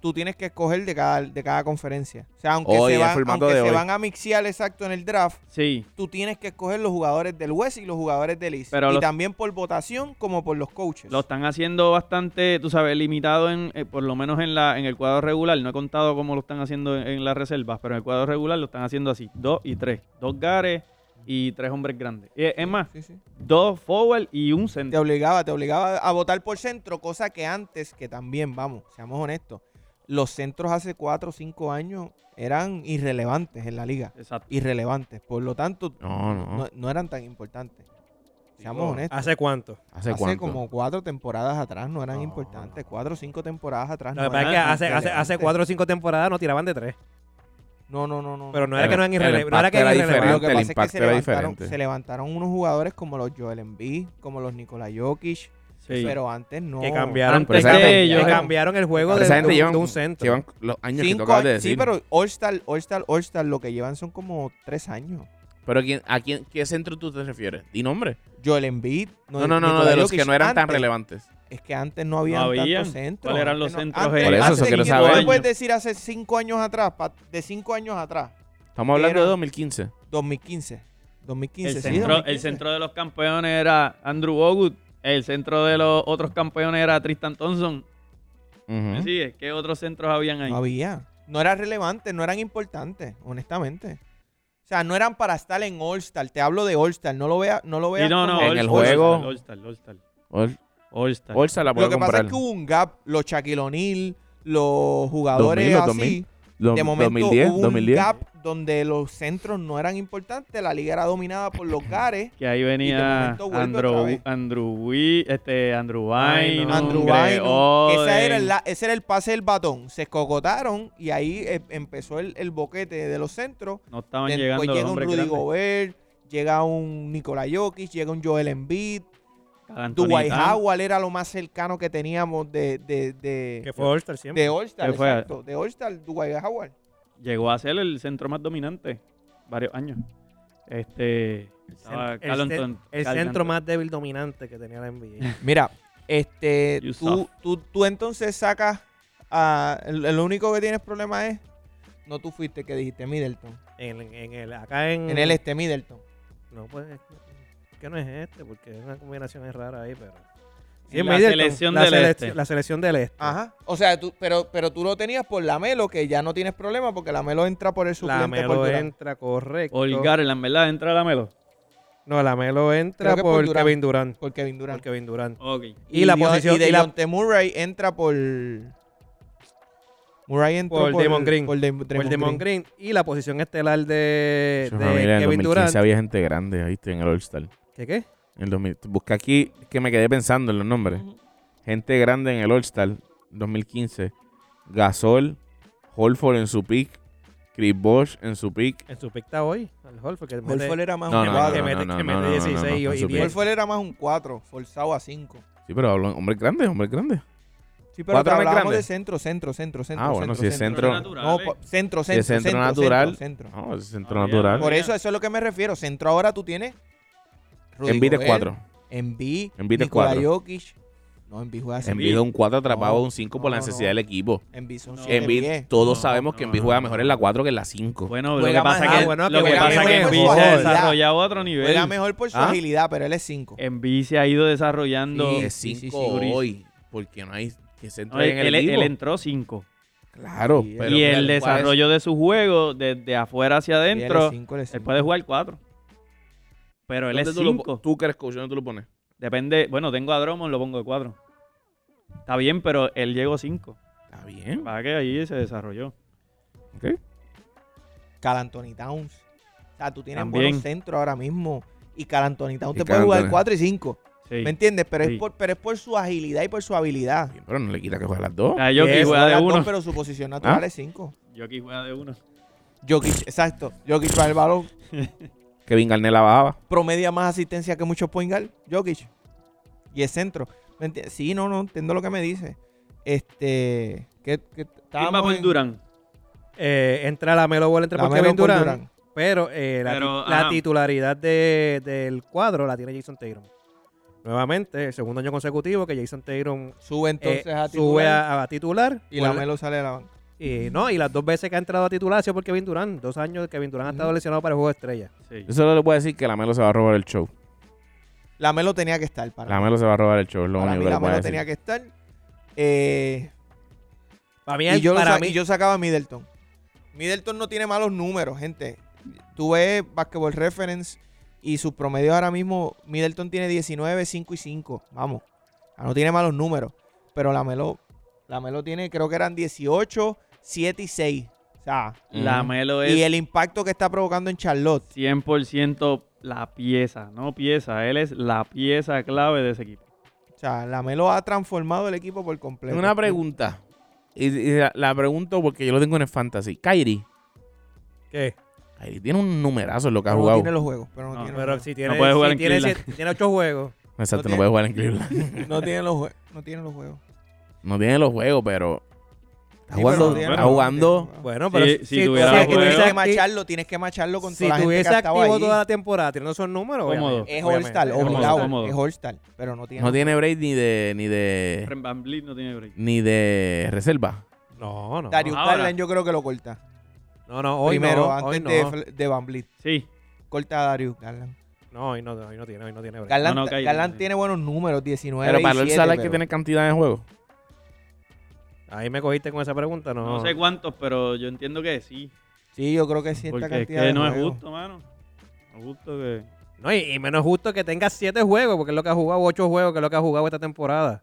tú tienes que escoger de cada, de cada conferencia. O sea, aunque
Hoy,
se,
el
van,
formato
aunque
de
se
hoy.
van a mixear exacto en el draft,
Sí,
tú tienes que escoger los jugadores del West y los jugadores del East.
Pero
y
los-
también por votación como por los coaches.
lo están haciendo bastante, tú sabes, limitado en, eh, por lo menos en la en el cuadro regular. No he contado cómo lo están haciendo en, en las reservas, pero en el cuadro regular lo están haciendo así, dos y tres. Dos gares y tres hombres grandes. Eh, es más,
Sí, sí.
dos forward y un
Te
centro.
obligaba, te obligaba a votar por centro, cosa que antes, que también, vamos, seamos honestos, los centros hace 4 o 5 años eran irrelevantes en la liga.
Exacto.
Irrelevantes. Por lo tanto,
No, no.
no, no eran tan importantes. Seamos honestos.
¿Hace cuánto?
¿Hace,
hace
cuánto?
como cuatro temporadas atrás no eran
No,
importantes.
no.
Cuatro o cinco temporadas atrás
Lo
no
que pasa es
eran
que hace, hace,
relevantes.
hace cuatro o cinco temporadas no tiraban de tres.
No, no, no, no.
Pero no era
El-
que no eran
el
irrele- no era que
impacto era
eran irrelevantes.
Lo
diferente,
que
el
pasa es que
impacto
se
era
levantaron,
diferente.
se levantaron unos jugadores como los Joel Embiid, como los Nikola Jokic,
Sí.
pero antes no.
Que cambiaron,
Antes
que
de
cambi-
ellos,
que
eh.
cambiaron el juego
Pero
de,
esa gente
de un-
llevan,
de un centro.
llevan los años que tú
Cinco
acabas de
años,
decir.
sí, pero All-Star, All-Star, All-Star, lo que llevan son como tres años.
Pero ¿quién- ¿a quién, qué centro tú te refieres? ¿Di nombre?
Joel Embiid.
No, no, no, no,
Nikola
de los
Jokic,
que no eran tan
antes-
relevantes.
Es que antes no había
No habían.
tantos centros.
¿Cuáles eran
antes
los
no-
centros?
antes-
Por eso,
antes
eso quiero
que-
saber.
tú me puedes decir hace cinco años atrás, pa- de cinco años atrás,
Estamos hablando de
Pero-
2015.
2015. 2015,
El
sí,
centro,
2015.
el centro de los campeones era Andrew Bogut. El centro de los otros campeones era Tristan Thompson.
Ujú.
¿Eh?
¿Me sigues? ¿Qué otros centros habían ahí?
No había. No eran relevantes, no eran importantes, honestamente. O sea, no eran para estar en All-Star. Te hablo de All-Star. No lo veas no lo
Y
veas
no, no,
como-
En el
All-Star,
juego.
All-Star, All-Star.
Ol-
All-Star.
Olsa la Ah, puedo
Lo que pasa
comprar.
es que hubo un gap. Los Shaquille O'Neal, los jugadores
2000, los
así.
2000. Lo-
De momento
2010,
hubo un
2010.
gap donde los centros no eran importantes. La liga era dominada por los gares.
Que ahí
de
venía
momento vuelve otra
Andrew,
vez.
Andrew, Wi- este, Andrew
Ay, no.
Bynum,
Andrew
Greg
Bynum, que esa
Oden.
era la- ese era el pase del batón. Se escocotaron y ahí eh, empezó el, el boquete de los centros.
No estaban
Después
llegando
llega
los
un
hombres
Rudy
grandes.
Gobert, llega un Nikola Jokic, llega un Joel Embiid.
Carl Anthony
Dwight
Towns.
Howard era lo más cercano que teníamos de, de, de,
Que fue All-Star siempre.
de All-Star.
Que fue-
Exacto, de All-Star, Dwight Howard.
Llegó a ser el centro más dominante varios años. Este, estaba
el
Carl
ce-
Anton-
el
Carl
centro
Anton-
más débil dominante que tenía la NBA.
Mira, este,
You
tú,
soft.
tú, tú entonces sacas a... el- el único que tienes problema es... No tú fuiste el que dijiste Middleton.
en, en el, acá en,
En el este Middleton.
No, pues es que- es que no es este, porque es una combinación es rara ahí, pero.
Sí, la selección del
selección-
este.
La selección del este.
Ajá. O sea, tú, pero, pero tú lo tenías por Lamelo, que ya no tienes problema porque Lamelo entra por el suplente
La
por
Melo
Durant.
entra, correcto.
Paul Garland, ¿verdad? Entra la Melo.
No, la Melo entra
Creo que por
por
Durant.
Kevin Durant.
Por Kevin Durant.
Por Kevin Durant.
Ok.
Y, la
Dion-
posición.
Y de
y la-
Murray entra por... Murray entra
Por Draymond Green.
Por, Dem-
por
Draymond
Draymond
Green.
Green. Y la posición estelar de,
Eso,
de
mira, en
Kevin
2015
Durant.
había gente grande, ahí estoy en el All-Star.
¿Qué qué?
En el 2000. Busca aquí, es que me quedé pensando en los nombres. Gente grande en el All-Star 2015. Gasol, Holford en su pick, Chris Bosch en en su pick.
En su picta hoy, al Holford. Que mete-
Holford era más
No,
un
no,
que
cuadro.
no,
mete-
no, no,
que mete
no, no,
16
no, no,
y
no, no,
diez.
no,
Holford era más un 4, forzado a 5.
Sí, pero hablo hombres grandes, hombres grandes.
Sí, pero te
¿Cuatro hombres
hablábamos
grandes?
de centro, centro, centro, centro.
Ah, bueno, si es centro-
No, po- centro, centro,
Si es centro natural.
centro, centro.
No, es centro
Ah, ya.
natural.
Por eso, eso es lo que me refiero. Centro ahora tú tienes... Rudy
Envite
Gobert,
4.
Embiid,
Embiid es
Nikola
cuatro.
Jokic. No, Embiid juega así.
Envid es un 4 atrapado,
No,
un 5 por la
no,
necesidad
no.
del equipo.
Embiid son
No.
siete
Envid,
pies.
todos
No,
sabemos que
no,
Envid
no,
juega
no. Pues,
mejor en la 4 que en la 5.
Bueno, lo
Juega
que pasa
más-
es
ah,
que,
bueno,
lo
que
que
juega
pasa es que
mejor.
Embiid se ha
Joder.
desarrollado a otro
Juega
nivel.
mejor por su
¿Ah?
agilidad, pero él es 5.
Embiid se ha ido desarrollando.
Sí,
es
sí, sí,
5
sí.
hoy, porque no hay que centro
No,
en el
él, él
equipo.
entró 5.
Claro,
Y
pero
Y
mira,
el
¿cuál es?
desarrollo de su juego, desde afuera hacia adentro, él puede jugar 4. Pero él
¿Dónde
es
tú lo po-
5.
Tú que eres coach, ¿dónde tú lo pones?
Depende. Bueno, tengo a Drummond, lo pongo de 4. Está bien, pero él llegó 5.
Está bien.
Para que ahí se desarrolló.
Cal Anthony Towns. O sea, tú tienes
También.
buenos centros ahora mismo. Y Cal Anthony Towns
Y
te
Karl
puede jugar
Anthony.
4 y 5.
Sí.
¿Me entiendes? Pero,
Sí.
es por, pero es por su agilidad y por su habilidad.
Bien, Pero no le quita que juegue a las dos.
A Ah, Jokic
Yes,
juega de
las dos,
1.
pero su posición natural
¿Ah?
es 5.
Jokic juega de 1.
Jokic, exacto. Jokic para el balón.
Kevin Garnett la bajaba.
Promedia más asistencia que muchos point guard. Jokic. Y es centro. ¿Me entiendes? Sí, no, no. Entiendo lo que me dice. Este... Que, que
¿Quién
estábamos
va por
en-
Durant?
Eh, entra la Melo Ball, entra por
Lamelo
Kevin
por
Durant,
Durant.
Pero, eh, la, ti-
Pero,
la
ajá.
titularidad de- del cuadro la tiene Jason Tatum. Nuevamente, el segundo año consecutivo que Jason Tatum eh,
Sube entonces a
sube
titular
a, a titular.
Y
Por-
la Melo sale de la banca.
y no, y las dos veces que ha entrado a titular ha sido por Kevin Durant. Dos años que Kevin Durant ha estado
Ujú.
lesionado para el juego de estrella.
Sí.
Yo solo le puedo decir que la Melo se va a robar el show.
La Melo tenía que estar para
La Melo se va a robar el show, es lo
Para
único
mí
que
la
le puedo
mano
decir.
tenía que estar. Eh,
Para mí,
y, yo lo
para
sa-
mí-
y yo sacaba a Middleton. Middleton no tiene malos números, gente. Tú ves Basketball Reference y sus promedios ahora mismo. Middleton tiene 19, 5 y 5. Vamos. No tiene malos números. Pero la Melo, la Melo tiene, creo que eran 18, 7 y 6. O sea,
La
Ujú.
Melo
Pues
es
y el impacto que está provocando en Charlotte.
100% la pieza, no pieza, él es la pieza clave de ese equipo.
O sea, la Melo ha transformado el equipo por completo.
Una pregunta. Y, y la, la pregunto porque yo lo tengo en el fantasy. Kyrie
¿Qué?
Ahí tiene un numerazo en lo que ha
Pero No
jugado.
tiene los juegos, pero no,
No,
tiene.
Pero
los
si tiene,
puede jugar
si
en
tiene,
Cleveland.
si tiene ocho juegos.
Exacto, no,
no
puede jugar en Cleveland.
juegos. no tiene los juegos. No tiene los juegos.
No tiene los juegos, pero. Está
Sí, pero
jugando.
no tiene
está
los-
jugando.
no tiene los juegos.
Bueno, pero
Si- si tuviera
O sea,
los
que tienes
juegos.
que
acti-
macharlo, tienes que macharlo con
si
toda la gente que
tuviese
ha estado
activo
allí.
toda la temporada, tirando esos números.
Cómodo.
obviamente,
Es All-Star,
obviamente,
Cómodo,
obligado.
cómodo.
Es All-Star, pero no tiene.
No tiene break ni de. ni de.
Van Vliet no tiene break.
ni de reserva.
No, no.
Darius
Ahora.
Garland yo creo que lo corta.
No, no, hoy
Primero,
no, hoy
antes
no.
de, Fl- de Van Vliet.
Sí,
Corta a Darius Garland.
No, hoy no, hoy no tiene, hoy no tiene break.
Garland,
No, no, Kyrie,
Garland
sí.
tiene buenos números, 19
Pero para
y
el
7,
sala hay que
pero-
tener cantidad de juegos.
Ahí me cogiste con esa pregunta, no.
no sé cuántos, pero yo entiendo que sí.
Sí, yo creo que sí esta
Porque es
cantidad
que
de
no es
juegos.
justo, mano. No es justo que...
No, y, y menos justo que tenga siete juegos, porque es lo que ha jugado, ocho juegos, que es lo que ha jugado esta temporada.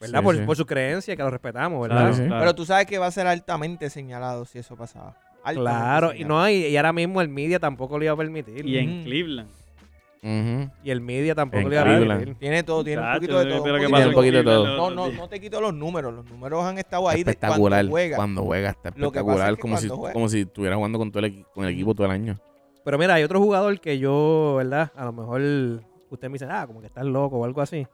¿Verdad?
Sí,
por,
sí.
por su creencia, que lo respetamos, ¿verdad?
Claro,
Sí, sí.
claro.
Pero tú sabes que va a ser altamente señalado si eso pasaba. Altamente
Claro, y
señalado.
no y, y ahora mismo el media tampoco lo iba a permitir.
Y
Y,
en Cleveland.
Ujú.
el media tampoco
en
lo iba a
Cleveland.
permitir.
Tiene todo, tiene un
Chacho,
poquito de
yo
todo.
espero
un
que
poquito
pase
de todo.
poquito de todo.
Cleveland
No,
los
no,
días.
no te quito los números. Los números han estado ahí de cuando
espectacular.
juega.
Cuando juega, está
Lo que pasa
espectacular.
es que
como, si,
cuando juega.
como si estuviera jugando con todo el, equi- con el equipo todo el año.
Pero mira, hay otro jugador que yo, ¿verdad? A lo mejor usted me dice, ah, como que estás loco o algo así.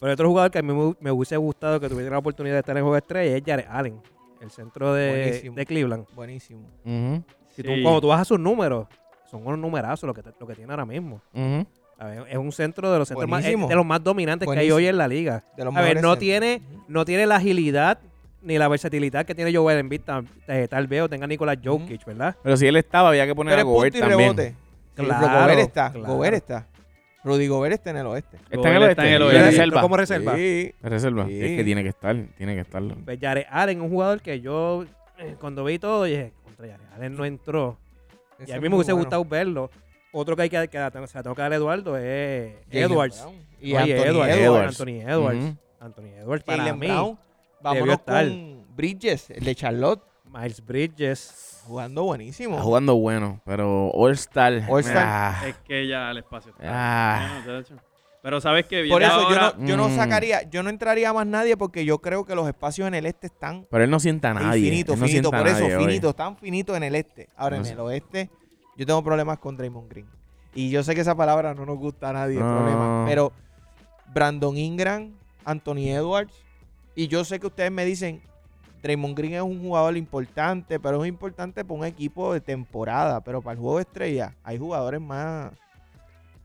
Pero hay otro jugador que a mí me, me hubiese gustado que tuviera la oportunidad de estar en el juego de estrella es Jared Allen, el centro de,
Buenísimo.
de Cleveland.
Buenísimo.
Ujú,
Si tú-
Sí.
cuando tú vas a sus números, son unos numerazos lo que, te- lo que tiene ahora mismo.
ujú.
A ver, es un centro de los centros más,
Buenísimo.
es de los más dominantes que
Buenísimo.
hay hoy en la liga.
De los
A ver,
mejores
no
centros.
tiene, no tiene la agilidad ni la versatilidad que tiene Joel Embiid tam- eh, tal vez o tenga Nicolás Jokic, ¿verdad?
Pero si él estaba, había que poner
Pero es
a Gobert
punto y
también.
rebote. Sí,
Claro,
pero Gobert está.
claro.
Gobert está. Rudy Gobert está en el oeste.
Está en el
Gobert
oeste.
está en el
y
oeste.
la
Pero
reserva.
como reserva.
Sí.
La reserva.
Sí.
Es que tiene que estar. Tiene que estarlo.
Pues Jared Allen, un jugador que yo eh, cuando vi todo dije, contra Jared Allen no entró. Y
Ese
a
es
mí me
muy
hubiese
bueno.
gustado verlo. Otro que hay que, que se la tengo que dar a Eduardo es
Jalen
Edwards.
Brown. Y
Oye,
Anthony
Edwards,
Edwards.
Anthony Edwards.
Ujú.
Anthony Edwards para
Jalen
mí.
Brown. Vámonos con Bridges, el de Charlotte.
Miles Bridges.
Jugando buenísimo.
Está jugando bueno, pero All-Star.
All-Star.
ah,
Es que ya el espacio está.
Ah.
lleno, chacho. Pero sabes que viene
Por eso yo
ahora-
no, yo no
Mm.
sacaría, yo no entraría a más nadie porque yo creo que los espacios en el este están
pero él no sienta a nadie.
Infinito,
él no
finito,
sienta a
por eso,
nadie hoy.
finito, tan finito en el este. Ahora,
No
en
sé.
el oeste, yo tengo problemas con Draymond Green. Y yo sé que esa palabra no nos gusta a nadie,
No.
problema. Pero Brandon Ingram, Anthony Edwards, y yo sé que ustedes me dicen, Draymond Green es un jugador importante, pero es importante para un equipo de temporada. Pero para el juego de estrella, hay jugadores más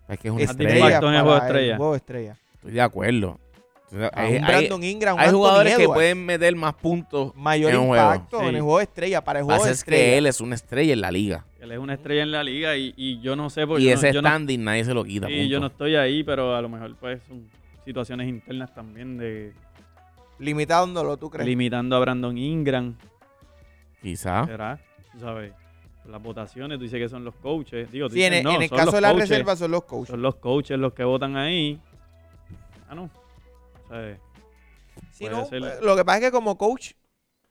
Es que es una
Además,
estrella.
impacto en el
para
juego de estrella.
juego de estrella.
Estoy de acuerdo. O sea,
A
Hay,
un
hay-
Brandon Ingram, un
hay
Anthony
jugadores que
Edwards,
pueden meter más puntos.
mayor
en un juego.
impacto en
Sí.
el juego de estrella. Para el juego
Pasa
de
es que
estrella.
él es una estrella en la liga.
Él es una estrella en la liga y, y yo no sé por
Y
yo no-
ese
yo no,
standing nadie se lo quita.
sí,
punto.
yo no estoy ahí, pero a lo mejor pues son situaciones internas también de
Limitándolo, ¿tú crees?
limitando a Brandon Ingram,
Quizá.
¿será? Tú sabes, las votaciones, tú dices que son los coaches, digo, tú
Sí, en,
dices,
el-
no,
en el
son
caso
los
de la
coaches,
reserva son los coaches.
son los coaches los que votan ahí. Ah, no. ¿Sabes?
Si
puede
no,
ser.
eh, Lo que pasa es que como coach,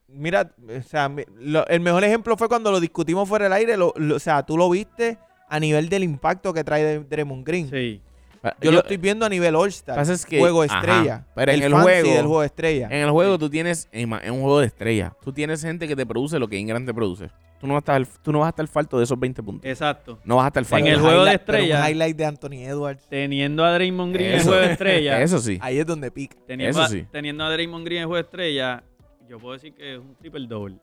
mira, o sea, mi- lo- el mejor ejemplo fue cuando lo discutimos fuera del aire. lo- lo- o sea, tú lo viste a nivel del impacto que trae de- Draymond Green.
Sí.
Yo, lo estoy viendo a nivel All-Star,
pasa es que-
juego
ajá,
estrella.
pero en el
fancy
juego-
del juego estrella.
En el juego tú tienes, en ma- en un juego de estrella, tú tienes gente que te produce lo que Ingram te produce. Tú no vas a estar, tú no vas a estar falto de esos 20 puntos.
Exacto.
No vas a estar falto.
en el
un
juego de
highlight- pero un
estrella-
highlight de Anthony Edwards.
Teniendo a Draymond Green en
Eso.
juego de estrella.
Eso sí.
Ahí es donde pica.
Teniendo,
Eso
a,
sí.
teniendo a Draymond Green en juego de estrella, yo puedo decir que es un triple double.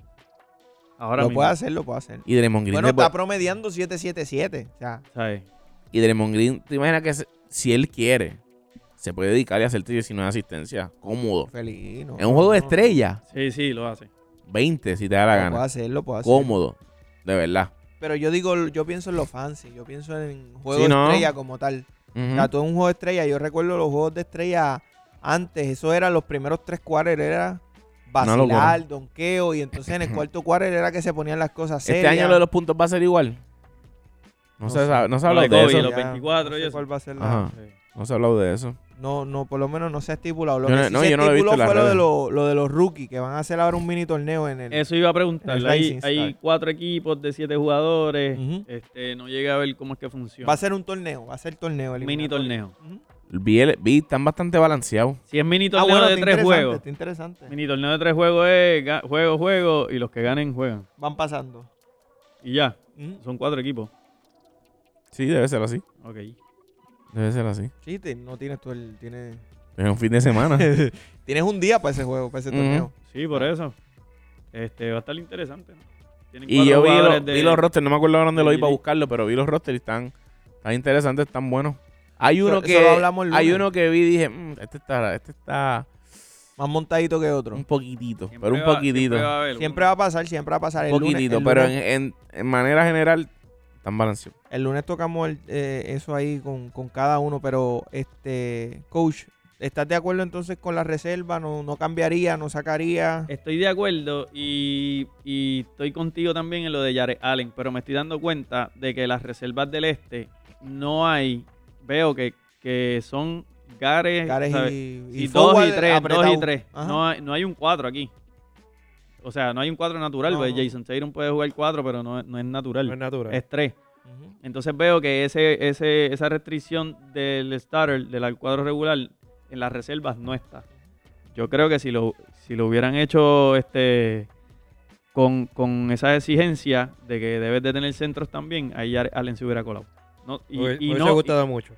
Ahora
lo
mismo.
puede hacer, lo puede hacer.
Y Draymond Green.
Bueno,
te
está
puede-
promediando 7-7-7. O sea,
¿sabes?
y Draymond Green, te imaginas que se- si él quiere, se puede dedicar y hacerte 19 asistencias. Cómodo.
feliz. no,
En un juego de
no,
estrella,
Sí, sí, lo hace.
20 si te da la
Lo puede
gana.
hacer, lo puede hacer.
Cómodo. De verdad.
Pero yo digo, yo pienso en los fancy, yo pienso en juego
Sí,
de
¿no?
estrella como tal.
Ujú.
O sea, tú en un juego de estrella, yo recuerdo los juegos de estrella antes, eso eran los primeros tres quarters, era vacilar,
locura.
donqueo, y entonces en el cuarto quarter era que se ponían las cosas
Este
serias.
año lo de los puntos va a ser igual. No,
No
se,
sé.
sabe- no se ha
Lo de
hablado de,
Kobe,
eso.
los 24
no
y
sé
eso.
cuál va a ser la-
Ajá.
Sí.
No se ha hablado de eso.
No, no, por lo menos no se ha estipulado. Lo
Yo
que
no-
sí
no,
se
yo no lo he
estipuló
visto en las
fue lo de,
redes.
lo, lo de los rookies, que van a hacer ahora un mini torneo en el...
Eso iba a preguntar.
El
Hay,
Rising
hay
Star.
cuatro equipos de siete jugadores.
Ujú.
este, no llega a ver cómo es que funciona.
Va a ser un torneo, va a ser torneo.
un mini
eliminatorio.
torneo.
Ujú.
Vi, el- vi, están bastante balanceados.
Si es mini
Ah,
torneo
bueno,
de
está
tres
interesante,
juegos.
está interesante.
Mini torneo de tres juegos es ga- juego, juego y los que ganen juegan.
Van pasando.
Y ya,
Ujú.
son cuatro equipos.
Sí, debe ser así.
Ok.
Debe ser así.
Sí, te- no tienes tú el. Tienes,
Es un fin de semana.
tienes un día para ese juego, para ese
Ujú.
torneo.
Sí, por eso. Este, va a estar interesante. ¿no? Tienen
y
cuatro
yo vi, lo-
jugadores de-
vi los rosters, no me acuerdo dónde
de
lo iba a
G-League.
buscarlo, pero vi los rosters y están, están interesantes, están buenos. Hay uno
Eso-
que
eso lo hablamos el
hay
lunes.
uno que vi y dije, "Mm, este está, este está
Más montadito que otro.
un poquitito,
Siempre
pero un
va-
poquitito.
siempre va a haber
Siempre
uno.
va a pasar, siempre va a pasar. El
Un
lunes-
poquitito,
el
pero
lunes-
en, en- en manera general están balanceados.
El lunes tocamos el- eh, eso ahí con, con cada uno, pero este, coach, ¿estás de acuerdo entonces con la reserva? No, no cambiaría, no sacaría.
Estoy de acuerdo y, y estoy contigo también en lo de Jared Allen, pero me estoy dando cuenta de que las reservas del este no hay. Veo que, que son Gares,
Cares
¿sabes?
y,
Sí, dos
forward
y tres, dos y
apretado.
tres.
Ajá.
No hay, no hay un cuatro aquí. O sea, no hay un cuatro natural,
No,
porque
no.
Jason Tatum puede jugar cuatro, pero no, es- no es natural.
No es natural.
es tres.
Ujú.
Entonces veo que ese, ese, esa restricción del starter, del cuadro regular, en las reservas no está. Yo creo que si lo, si lo hubieran hecho este con, con esa exigencia de que debes de tener centros también, ahí Jared Allen se hubiera colado. No, y,
me hubiese
y
me hubiese
no,
gustado mucho.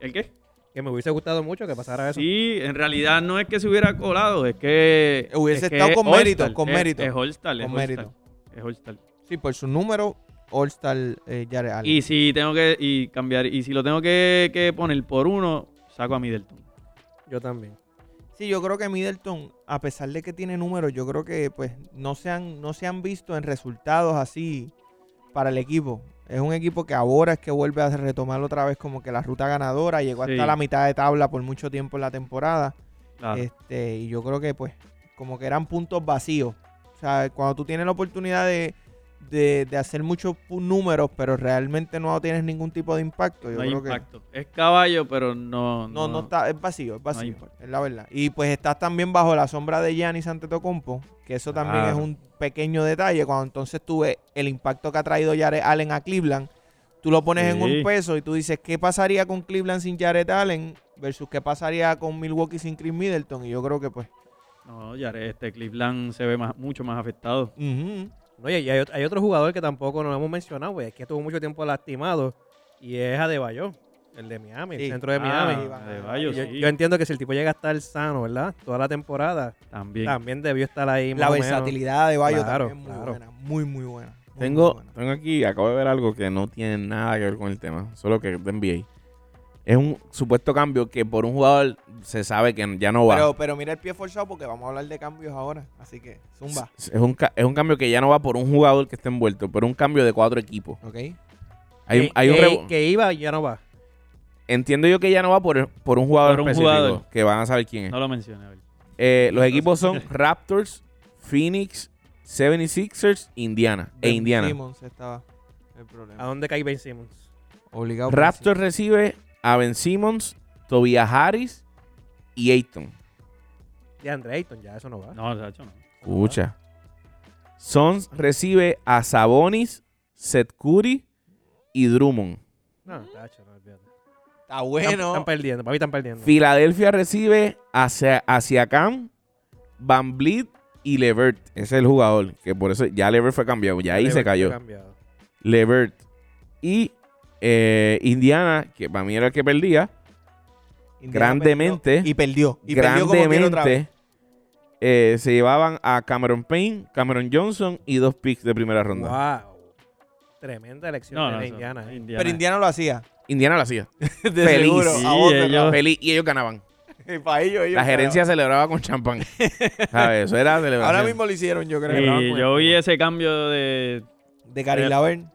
¿El qué?
Que me hubiese gustado mucho que pasara eso.
Sí, en realidad no es que se hubiera colado, es que...
Hubiese
es que
estado
es
con
All-Star,
mérito, con
es-
mérito.
Es All-Star, es
Con
All-Star,
mérito.
es All-Star.
Sí, por su número, All-Star eh, Jared Allen.
Y si tengo que y cambiar, y si lo tengo que, que poner por uno, saco a Middleton.
Yo también.
Sí, yo creo que Middleton, a pesar de que tiene números, yo creo que pues no se han, no se han visto en resultados así para el equipo. Es un equipo que ahora es que vuelve a retomar otra vez como que la ruta ganadora. Llegó hasta
Sí.
la mitad de tabla por mucho tiempo en la temporada.
Claro.
Este, y yo creo que pues como que eran puntos vacíos. O sea, cuando tú tienes la oportunidad de, de- de hacer muchos pu- números, pero realmente no tienes ningún tipo de impacto. Yo
no hay
creo que...
impacto. Es caballo, pero no.
No, no está, es vacío, es
hay
vacío,
impacto.
es la verdad. Y pues estás también bajo la sombra de Giannis Antetokounmpo, que eso también es
Claro.
un pequeño detalle. Cuando entonces tú ves el impacto que ha traído Jared Allen a Cleveland, tú lo pones en
Sí.
un peso y tú dices, ¿qué pasaría con Cleveland sin Jared Allen versus qué pasaría con Milwaukee sin Chris Middleton? Y yo creo que pues...
No, ya este Cleveland se ve más, mucho más afectado.
ujú.
No, y hay, hay ot- hay otro jugador que tampoco nos hemos mencionado, güey, que estuvo mucho tiempo lastimado, y es Adebayo, el de Miami,
Sí.
el centro de
Ah,
Miami.
Iván
Adebayo,
Yo,
sí,
yo entiendo que si el tipo llega a estar sano, ¿verdad? Toda la temporada,
también.
también debió estar ahí. más
La
o menos.
versatilidad de Bayo
Claro,
también es muy
claro.
buena, muy, muy buena. muy, muy
Tengo,
buena.
tengo aquí, acabo de ver algo que no tiene nada que ver con el tema, solo que te envié. Es un supuesto cambio que por un jugador se sabe que ya no va.
Pero, pero mira el pie forzado porque vamos a hablar de cambios ahora. Así que, zumba.
Es es un, ca- es un cambio que ya no va por un jugador que esté envuelto, pero un cambio de cuatro equipos.
¿Ok?
Hay, un-
que,
hay un
que-
revo-
que iba y ya no va.
Entiendo yo que ya no va por, por un jugador
Por un
específico,
jugador.
que van a saber quién es.
No lo mencioné. a ver.
Eh, los equipos son Raptors, Phoenix, 76ers, Indiana. E
Ben
Indiana.
Simmons estaba el problema.
¿A dónde cae Ben Simmons?
Ah, Obligado. por
Raptors recibe a Ben Simmons, Tobias Harris y Ayton.
De Andre Ayton, ya eso no va.
No, Sacho, no.
Escucha. Sons recibe a Sabonis, Seth Curry y Drummond.
No, tacho, no, olvídate.
sí. Está
Están,
bueno.
están perdiendo, para mí están perdiendo.
Filadelfia recibe a, Sia- a Siakam, Van Vliet y Levert. Ese es el jugador, que por eso ya Levert fue cambiado, ya ahí
Debe
se
haber
cayó.
cambiado.
Levert y eh, Indiana, que para mí era el que perdía,
Indiana perdió.
grandemente-
Y perdió. Y perdió como quiera otra vez.
grandemente eh, se llevaban a Cameron Payne, Cameron Johnson y dos picks de primera ronda.
Wow. Tremenda elección
No,
de
no,
la
eso-
Indiana. eh.
Pero Indiana lo hacía.
Indiana lo hacía.
De
Feliz.
seguro.
Sí,
a otro
ellos-
Feliz. Y ellos ganaban.
lado. Para ellos, ellos
La
ganaban.
gerencia celebraba con champán. ¿Sabes? Eso era celebración.
Ahora mismo lo hicieron, yo creo. pues,
Y yo vi ese cambio de.
De Karim Laverne.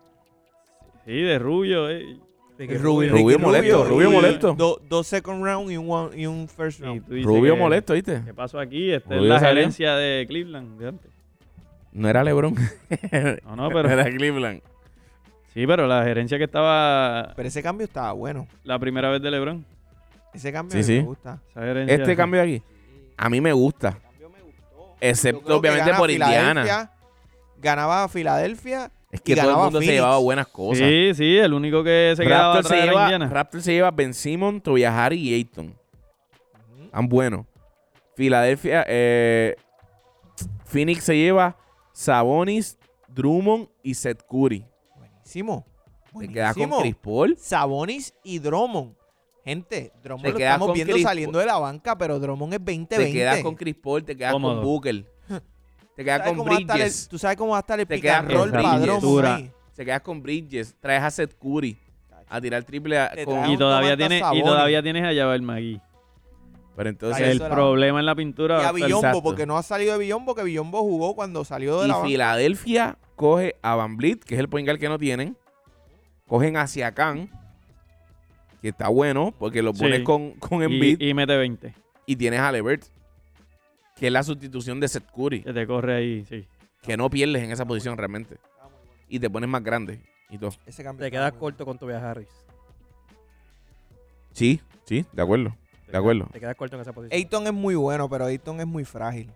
Sí, de Rubio. eh,
Ricky
Rubio
Ricky
molesto, Rubio
y
molesto.
do- dos second round y un, one- y un first
y
round.
tú dices
Rubio
que-
molesto, ¿viste?
¿Qué pasó aquí? Esta es
Rubio
la
salió.
gerencia de Cleveland de antes.
No era LeBron.
No, no, pero.
Era Cleveland.
sí, pero la gerencia que estaba
Pero ese cambio estaba bueno.
la primera vez de LeBron.
Ese cambio
Sí,
a mí me
sí.
gusta.
esa gerencia-
Este cambio aquí, a mí me gusta.
Yo
Excepto,
creo que
obviamente,
gana
por Indiana.
Filadelfia, Ganaba a Filadelfia.
Es
y
que todo el
ganaba
mundo se
Phoenix.
llevaba buenas cosas.
Sí, sí, el único que se quedaba
Raptor
atrás
se,
era
lleva,
Indiana.
Raptor se lleva Ben Simon, Tobias Harris y Ayton.
Ujú.
Tan buenos. Filadelfia, eh, Phoenix se lleva Sabonis, Drummond y Seth Curry.
Buenísimo.
Te quedas con
Buenísimo.
Chris Paul.
Sabonis y Drummond. Gente, Drummond
Te
lo
quedas
estamos
con
viendo
Chris
saliendo de la banca, pero Drummond es 20-20.
Te quedas con Chris Paul, te quedas
Cómodo.
con Booker. Te
¿Tú
quedas
sabes
con
cómo va a estar
Bridges.
el- Tú sabes cómo va a estar el
Te
pick
quedas
and
con
roll para
Bridges.
Drummond ahí.
Te quedas con Bridges. Traes a Seth Curry a tirar triple a-
Te
con-
trae
Y
un
todavía,
Domantas
tienes, y
Sabonis.
todavía tienes a Javel Magui.
Pero entonces...
Ahí
El
eso era-
problema en la
Y
pintura.
a
pero-
Billombo,
exacto.
porque no ha salido de Billombo, que Billombo jugó cuando salió de la
Y
banca.
Filadelfia coge a Van Blit, que es el point guard que no tienen. Cogen a Siakam, que está bueno, porque lo
Sí.
pones con, con Embiid. Y,
y, y mete 20.
tienes a Levert, que es la sustitución de Seth Curry,
Que te corre ahí, sí.
que no pierdes en esa posición realmente. Y te pones más grande y todo.
Ese cambio
Te
está
quedas
muy
corto con Tobias Harris.
Sí, sí, de acuerdo. De acuerdo.
Te quedas corto en esa posición.
Ayton es muy bueno, pero Ayton es muy frágil.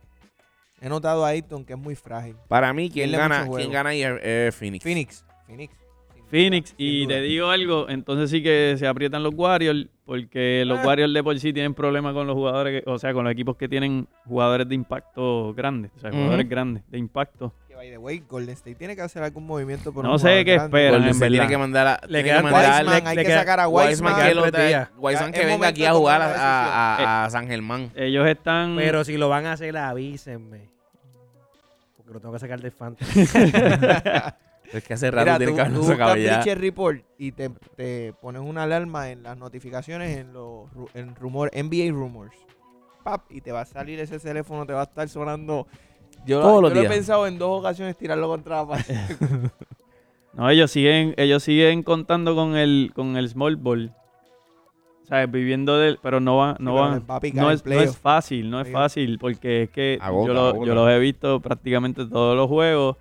He notado a Ayton que es muy frágil.
Para mí, quien
Denle
gana,
mucho juego.
quien gana ahí es es Phoenix.
Phoenix. Phoenix. sin
Phoenix,
duda,
y
sin duda.
te digo algo, entonces sí que se aprietan los Warriors, porque los
Ah.
Warriors de por sí tienen problemas con los jugadores, que- o sea, con los equipos que tienen jugadores de impacto grandes, o sea,
Ujú.
jugadores grandes de impacto.
Que, by the way, Golden State tiene que hacer algún movimiento por
No
un
sé
jugador
qué
grande.
esperan,
Golden
en
State tiene
verdad.
que mandar a-
Le
tiene que
quedan
mandar a-
Wiseman,
le-
hay
le
que
queda-
sacar a
Wiseman
Wiseman.
que,
quedan
lo
tres
trae-
días.
Wiseman
Ya,
que
es
venga
momento
aquí
de
a
tomar
jugar
la
a, a- a San Germán.
Ellos están...
Pero si lo van a hacer, avísenme. Porque lo tengo que sacar del fantasy.
Es que hace rato
Mira,
tiene
tú,
que haberlo
tú
sacado
buscas
ya.
Bleacher Report y te, te pones una alarma en las notificaciones en los ru- en rumor, NBA Rumors. Pap, y te va a salir ese teléfono, te va a estar sonando. Yo, lo-
Todos
yo
los
lo he
días.
pensado en dos ocasiones tirarlo contra la pared.
No, ellos siguen, ellos siguen contando con el, con el small ball. O sea, viviendo del, pero no van, no
pero
van.
les va a picar
No
en
es, no es
playoff.
fácil, no es
Playoff.
fácil, porque es que
Agota,
yo, lo-
agota.
yo los he visto prácticamente todos los juegos.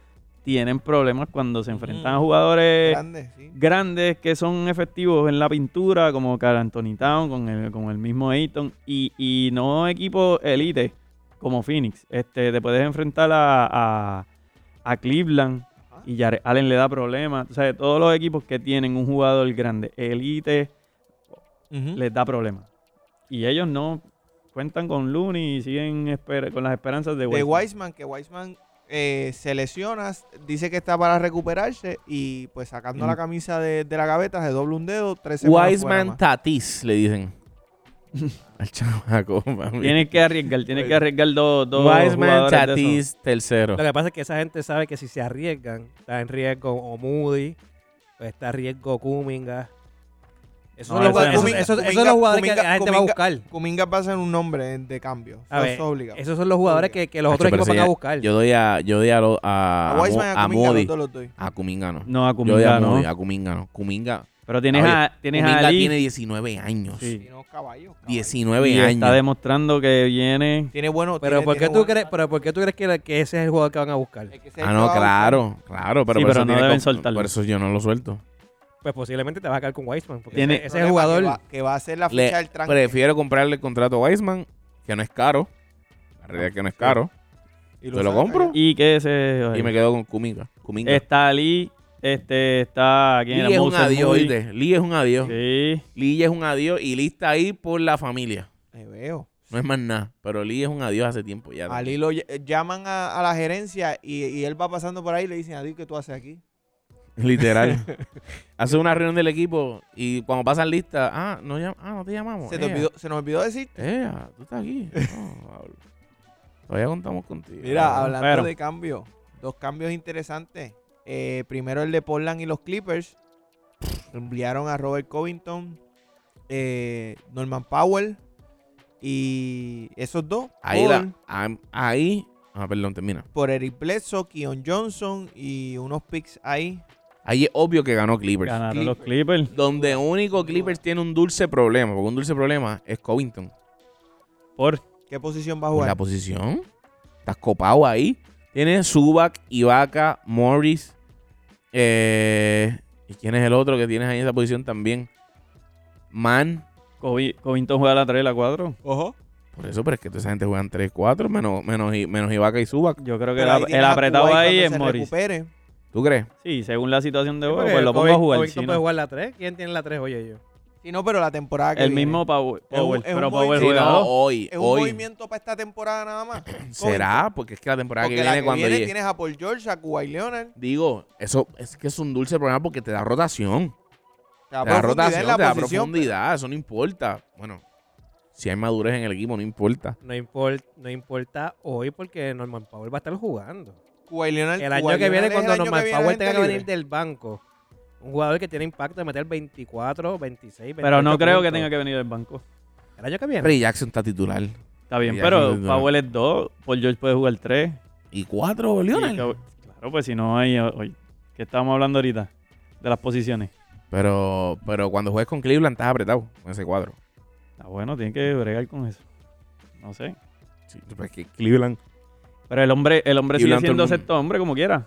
Tienen problemas cuando se enfrentan a jugadores
Grande, sí.
grandes que son efectivos en la pintura, como Carl Anthony Town, con el, con el mismo Ayton, y, y no equipos elite como Phoenix. Este, te puedes enfrentar a, a, a Cleveland
Ajá.
y Jared Allen le da problemas. O sea, todos los equipos que tienen un jugador grande elite les da problemas. Y ellos no cuentan con Looney y siguen esper- con las esperanzas de
De
Wiseman.
Wiseman, que Wiseman eh, se lesiona, dice que está para recuperarse y pues sacando
Mm.
la camisa de, de la gaveta, se dobla un dedo, tres semanas fuera
Wiseman
más.
Tatis, le dicen. Al chamaco, mami.
Tienes que arriesgar, tienes que arriesgar dos, dos
Wiseman
jugadores de esos.
Tatis, tercero.
Lo que pasa es que esa gente sabe que si se arriesgan, está en riesgo o Moody, o está en riesgo Kuminga. Esos son
No,
los
ese no.
jugadores- esos- esos- esos son
Kuminga-
los jugadores que
Kuminga-
la gente va a buscar.
Kuminga va a ser un nombre de cambio.
A
Eso
ver,
es obligado.
Esos son los jugadores que, que los
Hacho,
otros
pero
equipos
ese
van a
ya-
buscar.
Yo doy a, yo doy a, lo- a,
a
a Mo-
Wiseman y
a
a Kuminga
Modi.
los dos los doy.
A Kuminga no.
No, a
Yo doy a
Kuminga no.
Modi, a Kuminga no. Kuminga,
Pero tienes
Oye,
a, tienes a
Kuminga
Ali.
tiene 19 años.
Sí.
Y no, caballo, caballo.
19
Y
años.
está demostrando que viene.
Tiene bueno.
pero,
tiene- Eh,
¿por qué
tiene
tú
bueno.
crees, pero ¿por qué tú crees que, la- que ese es el jugador que van a buscar?
Es que se
Ah, no,
acaba-
claro, claro. Pero,
Sí,
por
pero
eso
no
tiene
deben
que-
soltarlo.
Por eso yo no lo suelto.
Pues posiblemente te vas a quedar con Wiseman. Porque
Tiene-
ese, ese es
problema
el
Que
jugador.
va, que va a ser la
Le-
ficha del tranque.
prefiero comprarle el contrato a Wiseman, que no es caro. La realidad es que no es caro.
Y
te lo
saca.
compro.
Y que ese.
Y me quedo con Kuminga. Kuminga.
Está Ali. Este está. ¿Quién era?
Lee es un
Moses
adiós,
Moody.
¿oíste? Lee es un adiós.
Sí.
Lee ya es un adiós y Lee está ahí por la familia.
Me veo.
No es más nada. Pero Lee es un adiós hace tiempo ya.
Ali lo ll- llaman a, a la gerencia y, y él va pasando por ahí y le dicen, Adi, ¿qué tú haces aquí?
Literal. hace una reunión del equipo y cuando pasan lista, ah, no, llam- ah, no te llamamos.
Se, te
Ea,
olvidó, se nos olvidó decir.
Ea, tú estás aquí. No, Pablo. Todavía contamos contigo.
Mira,
Ah,
hablando
pero-
de cambio, dos cambios interesantes. Eh, primero el de Portland y los Clippers. Enviaron a Robert Covington, eh, Norman Powell y esos dos.
Ahí,
por-
la, ah, ahí. Ah, perdón, termina.
por Eric Bledsoe, Keon Johnson y unos picks ahí.
Ahí es obvio que ganó Clippers.
Ganaron los Clippers.
Donde único
sin duda.
Clippers tiene un dulce problema, porque un dulce problema es Covington.
Por.
¿Qué posición va a
Por la
jugar?
posición. Estás copado ahí. Tienes Zubac, Ibaka, Morris. eh, ¿Y quién es el otro que tienes ahí en esa posición también? Man.
Covi- Covington juega la 3 y la 4.
Ojo.
Por eso, pero es que toda esa gente juegan 3-4, menos, menos, I- menos Ibaka y Zubac.
Yo creo que
Pero
la-
ahí
el
tienes a
apretado
Kuwait
ahí
cuando
es
se
Morris.
recupere.
¿Tú crees?
Sí, según la situación de
Sí,
hoy,
porque
pues lo
Kobe-
pongo a jugar.
Covington
si no.
puede jugar la 3. ¿Quién tiene la 3 hoy ellos?
Sí, no, pero la temporada que
El
viene.
mismo Powell.
Es un-
Powell,
es un
pero
buen-
Powell
Sí,
juega
no,
dos.
hoy,
Es un
hoy.
movimiento para esta temporada nada más.
¿Será? Porque es que la temporada
Porque
que
la
viene
que
cuando
viene
llegue-
tienes a Paul George, a Kawhi Leonard.
Digo, eso es que es un dulce problema porque te da rotación.
Te da
te da
profundidad
rotación,
en
te da
la posición.
profundidad. Eso no importa. Bueno, si hay madurez en el equipo, no importa.
No, import- no importa hoy porque Norman Powell va a estar jugando.
Kawhi Leonard-
El año
Kawhi
que viene,
Leonard es el
cuando
año que
Norman
viene
Powell
gente
tenga que venir
libre.
del banco, un jugador que tiene impacto de meter 24, 26, 28
Pero no creo que
puntos.
tenga que venir del banco.
El año que viene.
Ray Jackson está titular.
Está bien,
Y
pero
Jackson-
Powell es 2, Paul George puede jugar 3.
Y cuatro, Leonard.
Claro, pues si no hay... Oye, ¿Qué estábamos hablando ahorita? De las posiciones.
Pero, pero cuando juegues con Cleveland estás apretado con ese cuadro.
Ah, bueno, tiene que bregar con eso. No sé.
Sí, pero es que Cleveland.
Pero el hombre, el hombre
Y
sigue
Blanco
siendo
el mundo.
sexto hombre como quiera.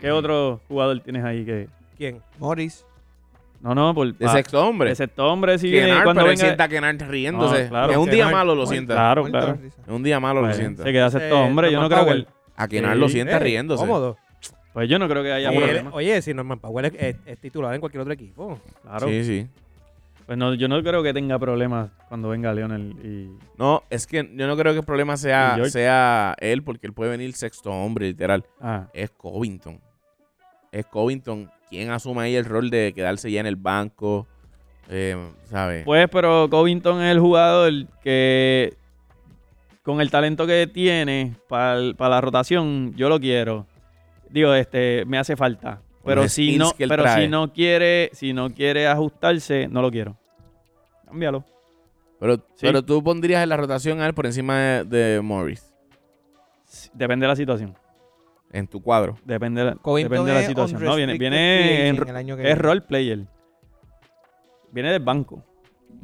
¿Qué otro jugador tienes ahí que...?
¿Quién?
Morris.
No, no, por...
De
pa-
sexto hombre.
de sexto hombre sigue
Kenar,
cuando
ah, pero él
venga...
sienta a Kenar riéndose.
No, claro, pues,
es un día
Kenar.
malo lo
Bueno,
sienta.
Claro,
Muerto
claro.
de risa.
Es un día malo lo
Pues,
sienta.
Se queda sexto
Eh,
hombre. Yo no
Norman
creo que...
Powell.
él-
A Kenar
Sí.
lo sienta
Eh,
riéndose.
Cómodo.
Pues yo no creo que haya
Y él-
problema.
oye, si Norman Powell es, es- es titular en cualquier otro equipo.
Claro.
Sí, sí.
Pues no, yo no creo que tenga problemas cuando venga Lionel y...
No, es que yo no creo que el problema sea,
Y George.
sea él, porque él puede venir sexto hombre, literal.
Ah,
Es Covington. Es Covington quien asume ahí el rol de quedarse ya en el banco. Eh, ¿Sabes?
Pues, pero Covington es el jugador que con el talento que tiene para la rotación, yo lo quiero. Digo, este, me hace falta. Pero
los
si
skills
no,
que él
pero
trae.
si no quiere, si no quiere ajustarse, no lo quiero. Cámbialo.
pero, pero tú pondrías en la rotación a él por encima de, de Morris.
S- Depende de la situación.
En tu cuadro.
Depende, de la-
Covington
depende de la
es
situación. No, viene,
unrestricted
viene
free
en,
agent el año que
es
viene.
role player. Viene del banco.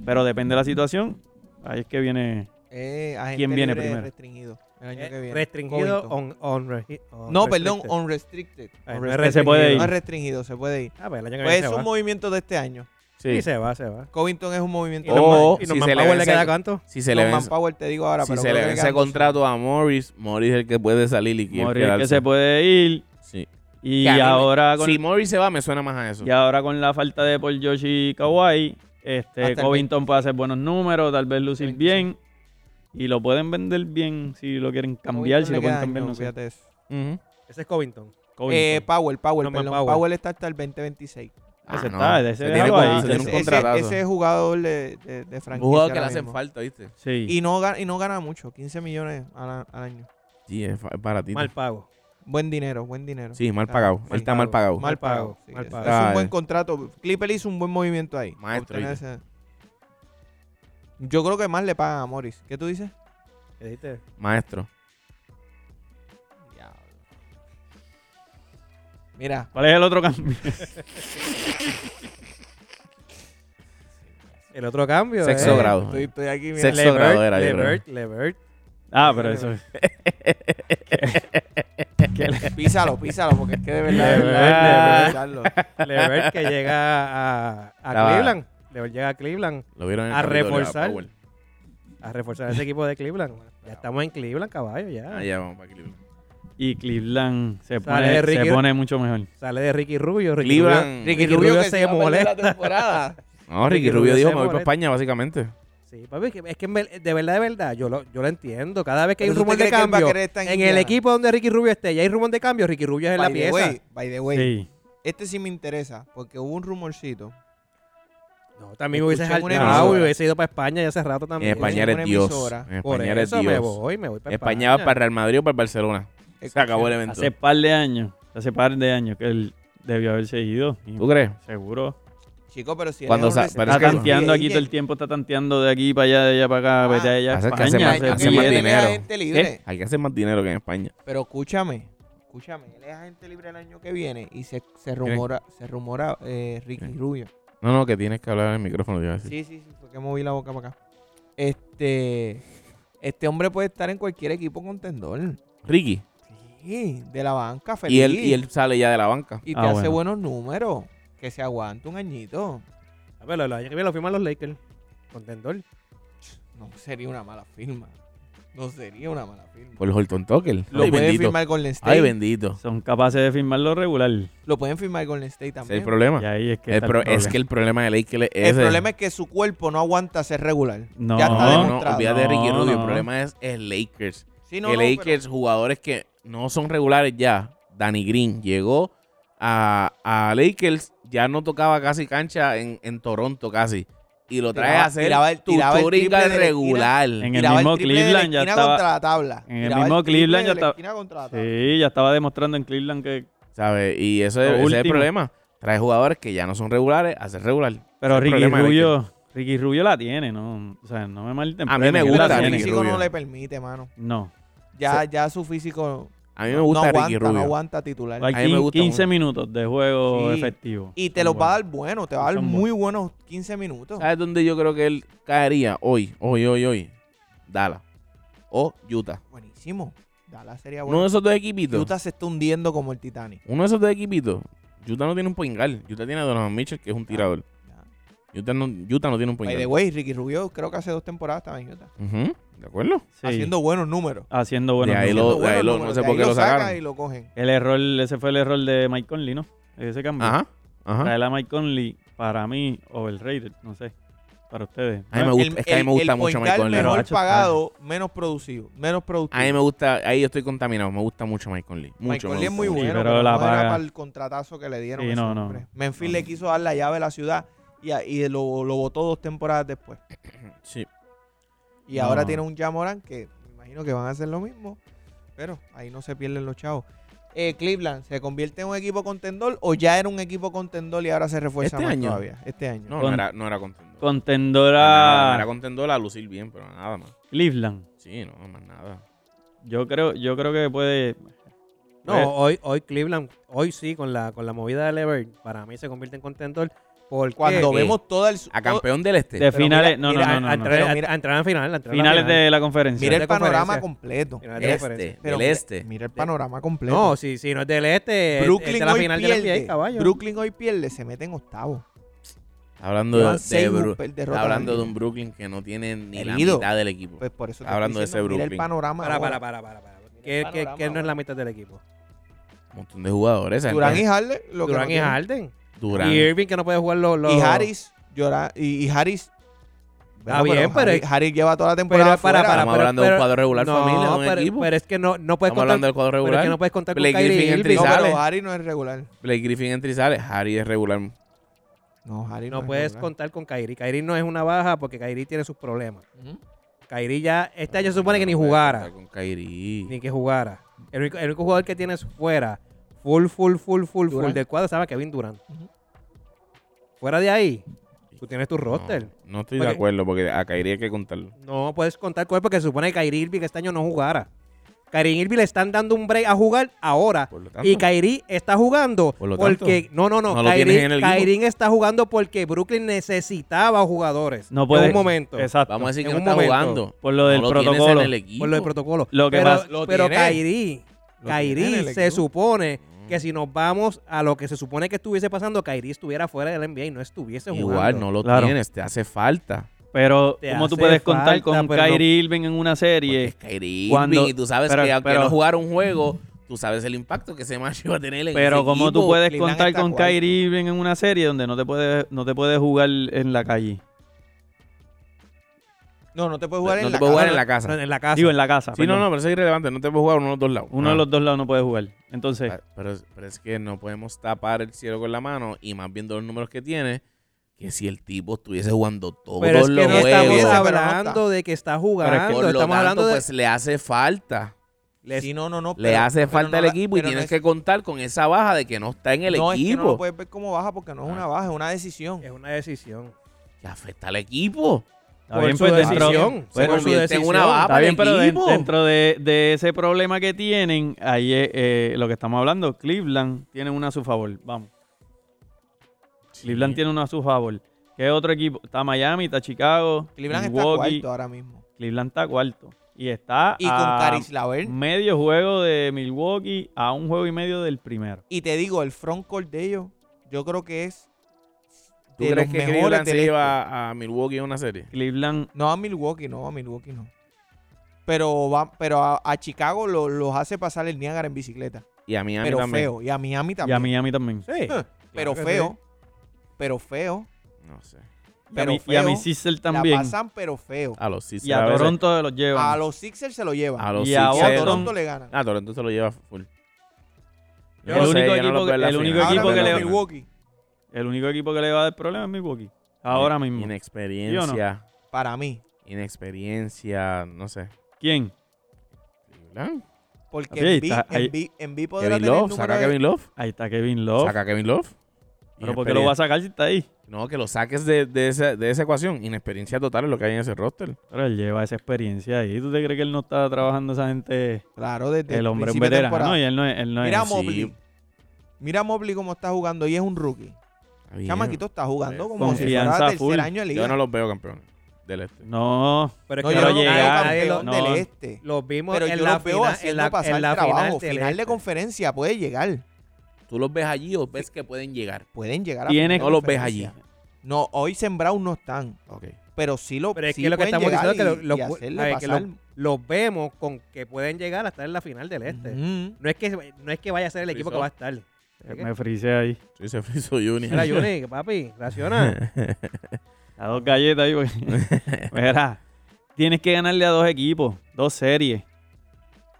Pero depende de la situación. Ahí es que viene.
Eh, agente
¿Quién viene
libre
primero?
Restringido. El año
Eh,
que viene.
Restringido
Covington.
on, on re- on
No, perdón,
restricted.
unrestricted.
Ah, no es
Unrestricted.
Que se puede
No
ir.
es restringido, se puede ir.
Ah, pues el año que
Pues
viene
es
se
un
va.
movimiento de este año.
Sí, se va, se va.
Covington es un
Y
movimiento.
O
Norman,
Oh,
y
si
Norman
se le
Powell le
vence-
queda cuánto?
Si se le
Norman
vence,
Powell, te digo ahora.
si
pero
se
creo
le
que
vence
quedan dos.
contrato a Morris, Morris es el que puede salir y quiere
Morir que
quedarse.
se puede ir.
Sí.
Y
Que a mí me-
ahora con
Si Morris se va, me suena más a eso.
Y ahora con la falta de Paul George y Kawhi, este,
Hasta el
Covington puede hacer buenos números, tal vez lucir
25.
bien. Y lo pueden vender bien si lo quieren cambiar,
Covington
si
le
lo pueden
queda
cambiar,
año,
no sé.
fíjate eso.
Ujú.
Ese es Covington.
Eh,
Covington.
Powell, Powell,
Norman
perdón.
Powell.
Powell está hasta el 2026.
Ah,
Ese
no.
está, ese
Se tiene
déjalo ahí.
con- se
Ese-
tiene un
ese,
contratazo.
ese jugador de, de, de franquicia.
Un jugador que le
ahora
hacen
mismo.
falta, ¿viste?
sí.
Y no, gana, y no gana mucho, 15 millones al, al año.
Sí, es fa- es baratito.
Mal pago.
Buen dinero, buen dinero.
Sí, mal
Está
pagado. Él
mal
está mal
pago.
pagado.
Mal pago.
pago,
sí,
mal
es-
pago.
Es
Ah,
un buen
eh.
contrato. Clipper hizo un buen movimiento ahí.
Maestro,
Obtener
¿viste?
ese- Yo creo que más le pagan a Morris. ¿Qué tú dices?
¿Qué dijiste?
Maestro.
Mira,
¿Cuál es el otro cambio?
El otro cambio. eh.
Sexto
es-
grado.
Eh, estoy, estoy aquí. Mira.
Sexto
Levert,
grado era, yo creo.
Levert, Levert.
Ah, pero eso es.
Písalo, písalo, porque es que de verdad. de
Levert,
verdad, de verdad,
Levert que llega a, a
La-
Cleveland. Levert llega a Cleveland
Lo vieron en el
A
capítulo,
reforzar.
Powell.
a reforzar ese equipo de Cleveland. Ya estamos en Cleveland, caballo, ya.
Ah, ya vamos para Cleveland.
Y Cleveland se
Sale
pone,
Ricky-
se pone mucho mejor.
Sale de Ricky Rubio. Ricky Rubio.
Cleveland.
Ricky
Rubio
Rubio
que
se
iba a perder
molesta.
la temporada.
No, Ricky,
Ricky
Rubio
Rubio
dijo,
se
me voy para
molesta.
España, básicamente.
Sí, papi, es que- es que en ver- de verdad, de verdad, yo lo, yo lo entiendo. Cada vez que hay
¿Pero tú
un
te
rumor de
crees que él va a
cambio,
querer estar
en
en
el
Indiana?
equipo donde Ricky Rubio esté, ya hay rumor de cambio, Ricky Rubio es en la
By the
pieza.
way, by the way,
Sí.
este sí me interesa, porque hubo un rumorcito.
No, también me hubiese
Escuché una
saltado y
emisora.
hubiese ido para España ya hace rato también.
En España eres
una
Dios.
emisora.
En
Por
España eres
eso me
Dios.
voy, me voy
Pues,
para
España va para el Real Madrid o para el Barcelona. Se acabó el evento.
Hace par de años, hace par de años que él debió haber seguido. Y
¿Tú crees?
Seguro.
Chico, pero si
Cuando
eres
sa-
un
pero
Está
es que-
receptor
tanteando
free
aquí todo el
agent,
tiempo, está tanteando de aquí para allá, de allá para acá,
Ah,
para allá, de allá.
hace que hace
España,
más-
se-
año
hace
que
se
más
viene
mantiene.
dinero.
es agente libre.
Hay que hacer más dinero que en España.
Pero escúchame, escúchame, él es agente libre el año que viene y se, se rumora, se rumora eh, Ricky
¿Quién?
Rubio.
No, no, que tienes que hablar en el micrófono. te iba a decir.
Sí, sí, sí, porque moví la boca para acá. Este, este hombre puede estar en cualquier equipo contendor.
Ricky.
Sí, de la banca, feliz.
Y él, y él sale ya de la banca.
Y te
Ah,
hace
bueno.
buenos números. Que se aguante un añito.
A ver, el año que viene lo firman los Lakers. Contendor.
No sería una mala firma. No sería una mala firma.
Por Horton Tucker.
Lo
Ay,
pueden
bendito.
firmar Golden State.
Ay, bendito. Ese
Son capaces de firmarlo regular.
Lo pueden firmar Golden State
es el
también.
problema.
Y ahí es que.
El
está el
pro- eh, es
problema.
que el problema de Lakers es
El
ese.
problema es que su cuerpo no aguanta ser regular.
No,
ya está
No, no,
demostrado.
olvídate de Ricky
No,
Rubio. El
no.
problema es el Lakers.
Sí, no,
que
no,
Lakers, jugadores que no son regulares ya. Danny Green llegó a, a Lakers, ya no tocaba casi cancha en, en Toronto casi. Y lo
Tiraba-
trae a hacer
tiraba el-
tu
tiraba el
turinga
triple de la
regular.
En
pero
el
tiraba
mismo
triple de la
Cleveland ya
esquina
estaba.
contra la tabla.
en el
Tiraba
mismo
triple de
Cleveland ya
la
estaba-
esquina contra la tabla.
Sí, ya estaba demostrando en Cleveland que.
¿Sabes? Y eso es,
Lo
ese es el
último.
problema. Trae jugadores que ya no son regulares a ser regular. Ese es
Pero
el
Ricky
problema de Lakers.
Rubio. Ricky Rubio la tiene, ¿no? O sea, no me malinterpreten.
A mí me
él
Pero
gusta
la
su
Ricky
tiene.
físico
Rubio.
no le permite, mano.
No.
Ya, ya su físico
A mí me
no-
gusta
no aguanta,
Ricky Rubio.
no aguanta titular.
Hay
A mí me gusta
15
mucho.
minutos de juego
Sí.
efectivo.
Y te los va a dar bueno, te va a dar
Son
muy buenos 15 minutos.
¿Sabes dónde yo creo que él caería hoy? Hoy, hoy, hoy. Dallas. O Utah.
Buenísimo. Dallas sería
Uno de
bueno.
esos dos equipitos.
Utah se está hundiendo como el Titanic.
Uno de esos dos equipitos. Utah no tiene un pingal. Utah tiene a Donovan Mitchell, que es un tirador.
Ya.
Utah no, Utah no tiene un
By
pingal.
the way, Ricky Rubio creo que hace dos temporadas estaba en Utah.
Ujú, ¿De acuerdo?
Sí,
Haciendo buenos números.
haciendo buenos
de ahí
números.
Haciendo
lo, de ahí
buenos
lo- no
números.
sé
De
por
ahí
qué lo
saca
sacaron.
y lo cogen.
El error, ese fue el error de Mike Conley, ¿no? Ese cambio.
Ajá, ajá.
Traer a Mike Conley, para mí, overrated, no sé. Para ustedes.
A mí me gusta, es que a mí me gusta mucho
point
Mike
guard
Conley.
mejor
Pero,
pagado, menos producido. Menos productivo.
A mí me gusta, ahí yo estoy contaminado. Me gusta mucho Mike Conley. Mucho,
Mike
me
Conley es
gusta
muy
mucho.
bueno,
Sí,
pero,
pero la
no era
paga.
para el contratazo que le dieron.
Sí,
ese
no, no.
hombre. Memphis
No.
le quiso dar la llave a la ciudad y, a- y lo, lo botó dos temporadas después.
Sí.
Y ahora
No.
tiene un Jamoran que me imagino que van a hacer lo mismo, pero ahí no se pierden los chavos. Eh, Cleveland, ¿se convierte en un equipo contendor o ya era un equipo contendor y ahora se refuerza
Este
más
año.
todavía? Este año.
No, no
Con-
era, no era contendor. No era
Contendora
contendor a lucir bien, pero nada más.
Cleveland.
Sí, no, más nada.
Yo creo, yo creo que puede.
No,
Pues
Eh.
hoy, hoy Cleveland, hoy sí, con la, con la movida de Lever, para mí se convierte en contendor. Porque
Cuando
Eh,
vemos todo el...
A
todo-
campeón del este.
Oh, De finales.
mira,
no, no,
mira,
no,
a,
no, no.
entrar,
Pero
a-
mira-
a entrar en final, a entrar en la
Finales
final.
de la conferencia.
mira
de
el panorama
conferencia.
completo.
Final de
este,
conferencia.
Pero
del
mira-
este.
Mira el panorama completo.
No, si, si no es del este, es- es de
Brooklyn
la
hoy
final de la
pierde.
NBA, caballo.
Brooklyn hoy pierde, se mete en octavo.
Hablando de,
Llevan seis
de Bru-
derrotas
está
al
hablando de
hilo.
un Brooklyn que no tiene ni la
Herido.
mitad del equipo.
Pues por eso te
Está hablando de
estoy diciendo, mira
ese
el
Brooklyn.
panorama.
Para,
ahora.
para, para, para. para. Que, que-
panorama
que no es
ahora.
la mitad del equipo.
un montón de jugadores. esa
Durán y
gente-
Harden, lo que
Durán
no
y
tienen.
Harden.
Durán.
Y Irving que no puede jugar los... los-
Y Harris, llora, y, y Harris.
Está bien, pero
Harris,
es-
Harris lleva toda la
Pero
temporada.
para,
fuera.
para,
Estamos
pero-
hablando de un
pero-
cuadro regular,
no,
familia, de un
pero,
equipo.
pero es que no, no puedes
Estamos
contar...
hablando del cuadro
pero es
regular.
que no puedes contar con
Blake Griffin
Kyrie
en
Irving.
No,
Trizales.
No,
pero Harris no es regular.
Blake Griffin en Trizales. Harry es regular.
No, Harris
no
es
puedes
regular.
contar con Kyrie. Kyrie no es una baja porque Kyrie tiene sus problemas. Kyrie ya... Este año se supone que ni
No puede
jugara.
contar Con Kyrie.
Ni que jugara. El único, el único jugador que tienes fuera, full, full, full, full,
Durant.
full del cuadro, estaba Kevin Durant.
Ujú.
Fuera de ahí, tú tienes tu
No,
roster.
No, estoy de
Porque-
acuerdo porque a Kyrie hay que contarlo.
No puedes contar con él porque se supone que Kyrie Irving este año no jugara. Kyrie Irving le están dando un break a jugar ahora.
Por lo tanto,
Y Kyrie está jugando
Por lo
porque... No, no, no.
no lo tienes
Kyrie,
en el
Kyrie está jugando porque Brooklyn necesitaba jugadores.
No puede-
En un momento.
Exacto.
vamos a decir que
en
no
un
está
momento,
jugando.
por lo del
no Lo
protocolo.
tienes en el equipo.
Por lo del protocolo.
Lo que
pero
pasa-
Lo
pero
tiene.
Kyrie...
Lo tiene en
Kyrie
el
se
equipo.
supone
Mm.
que si nos vamos a lo que se supone que estuviese pasando, Kyrie estuviera fuera del NBA y no estuviese jugando.
Igual no lo
Claro.
tienes. Te hace falta.
Pero,
Te
¿cómo tú
hace
puedes contar
falta,
con
pero no-
Kyrie Irving en una
Porque
serie?
es Kyrie
Cuando-
Irving y tú sabes
pero-
que aunque
pero-
no jugar un juego, tú sabes el impacto que ese match va a tener en
Pero
ese
como tú
equipo.
puedes
Cleveland
contar
está
con
cuarto.
Kyrie Irving en una serie donde no te puedes no te puedes jugar en la calle?
No, no te puedes jugar
no
en
te
la
puedes jugar
casa.
en la casa.
En la casa.
Digo, en la casa.
Sí, no,
perdón.
no, pero eso es irrelevante. No te puedes jugar uno de los dos lados.
Uno
Ah.
de los dos lados no puede jugar. Entonces,
Ah, Pero, es- pero es que no podemos tapar el cielo con la mano y más viendo los números que tiene, que si el tipo estuviese jugando todos
Pero es que
los
no
juegos,
estamos
Pero no
hablando
está.
de que está
por
jugando,
lo
estamos
tanto,
hablando de
pues le hace falta.
Sí, no, no, no,
le
pero-
hace
pero
falta
no
el
la-
equipo y
pero no
tienes
es-
que contar con esa baja de que no está en el
no, Es que no
equipo.
lo puedes ver como baja porque no es una
Ah.
baja, es una decisión.
es una decisión.
que afecta al equipo.
está
Por
bien,
su
pues, dentro-
decisión,
Se
por su
convierte en una
decisión.
baja
Está
para el
bien, pero de-
equipo.
dentro de, de ese problema que tienen, ahí es eh, lo que estamos hablando. Cleveland tiene una a su favor. Vamos. Cleveland tiene una a su favor. ¿Qué otro equipo? Está Miami, está Chicago.
Cleveland está
Milwaukee.
cuarto ahora mismo.
Cleveland está cuarto. Y está
Y con
Ah.
a
Caris Laver.
medio juego de Milwaukee a un juego y medio del primero.
Y te digo, el frontcourt de ellos, yo creo que es.
¿Tú
de
crees
los
que
mejores del
Cleveland se
este.
lleva a Milwaukee a una serie?
Cleveland
No a Milwaukee, no, a Milwaukee no. pero, va, pero a, a Chicago lo- los hace pasar el Niágara en bicicleta.
Y a Miami
pero
también.
feo. Y a Miami
Y a
también.
Miami también.
Sí.
Eh, pero
que
feo. Pero feo.
No sé.
Y a
Pero
mi-
feo.
y a mi Sizzle
La
también. Ah,
pasan, pero feo.
A los Sixers.
Y a
veces-
Toronto se los llevan.
A los Sixers se lo llevan.
A los
Y a
y a
Sixers.
Toronto le ganan.
Ah, Toronto se lo lleva full. no
Yo el
sé, yo
único
no
equipo
los veo en
que-
la
el único
final.
equipo
Ahora
que
mismo
le-
Milwaukee.
El único equipo que le va a dar problema es Milwaukee. Ahora mismo.
Inexperiencia.
Para mí.
Inexperiencia. No sé.
¿Quién?
Love,
Porque
Sí,
en B,
está ahí.
en B, en B podrá
Kevin
tener
Love.
número
Saca a
de-
Kevin Love.
Ahí está Kevin Love.
Saca a Kevin Love.
Pero ¿por qué lo va a sacar si está ahí?
No, que lo saques de, de esa, de esa ecuación. Inexperiencia total es lo que hay en ese roster.
Pero él lleva esa experiencia ahí. ¿Tú te crees que él no está trabajando esa gente?
Claro, desde
El hombre es un
principio de
veterano.
temporada.
No, y él no es. Él
Ah,
no es-
Mira a
sí.
Mobley. Mira a Mobley cómo está jugando y es un rookie.
Ah,
Está bien.
Chamaquito está jugando como
Confianza
si fuera tercer
full.
año de liga.
Yo no los veo campeones del este.
No.
Pero es
No,
que
yo
Pero
no
nadie-
veo
llegar,
nadie lo-
campeón
no.
del este.
los vimos
Pero
en
yo
la
los veo
fina-
haciendo
en la,
pasar
en la
trabajo.
del
Final, de
este.
conferencia puede llegar.
¿Tú los ves allí o ves que pueden llegar?
Pueden llegar a final
Tienes-
de
No los ves allí.
conferencia. No, hoy sembrados no están.
Ok.
Pero sí lo
Pero es
sí
que lo que
pueden
estamos
llegar
diciendo es que
y-
lo- lo-
y hacerle
a ver, que
pasar.
lo- los vemos con que pueden llegar a estar en la final del este.
Ujú.
No es que no es que vaya a ser el equipo que va a estar.
Me frisé ahí.
Sí, se friso Junior.
Mira, Juni, papi, raciona.
A dos galletas ahí. porque- Mira, tienes que ganarle a dos equipos, dos series.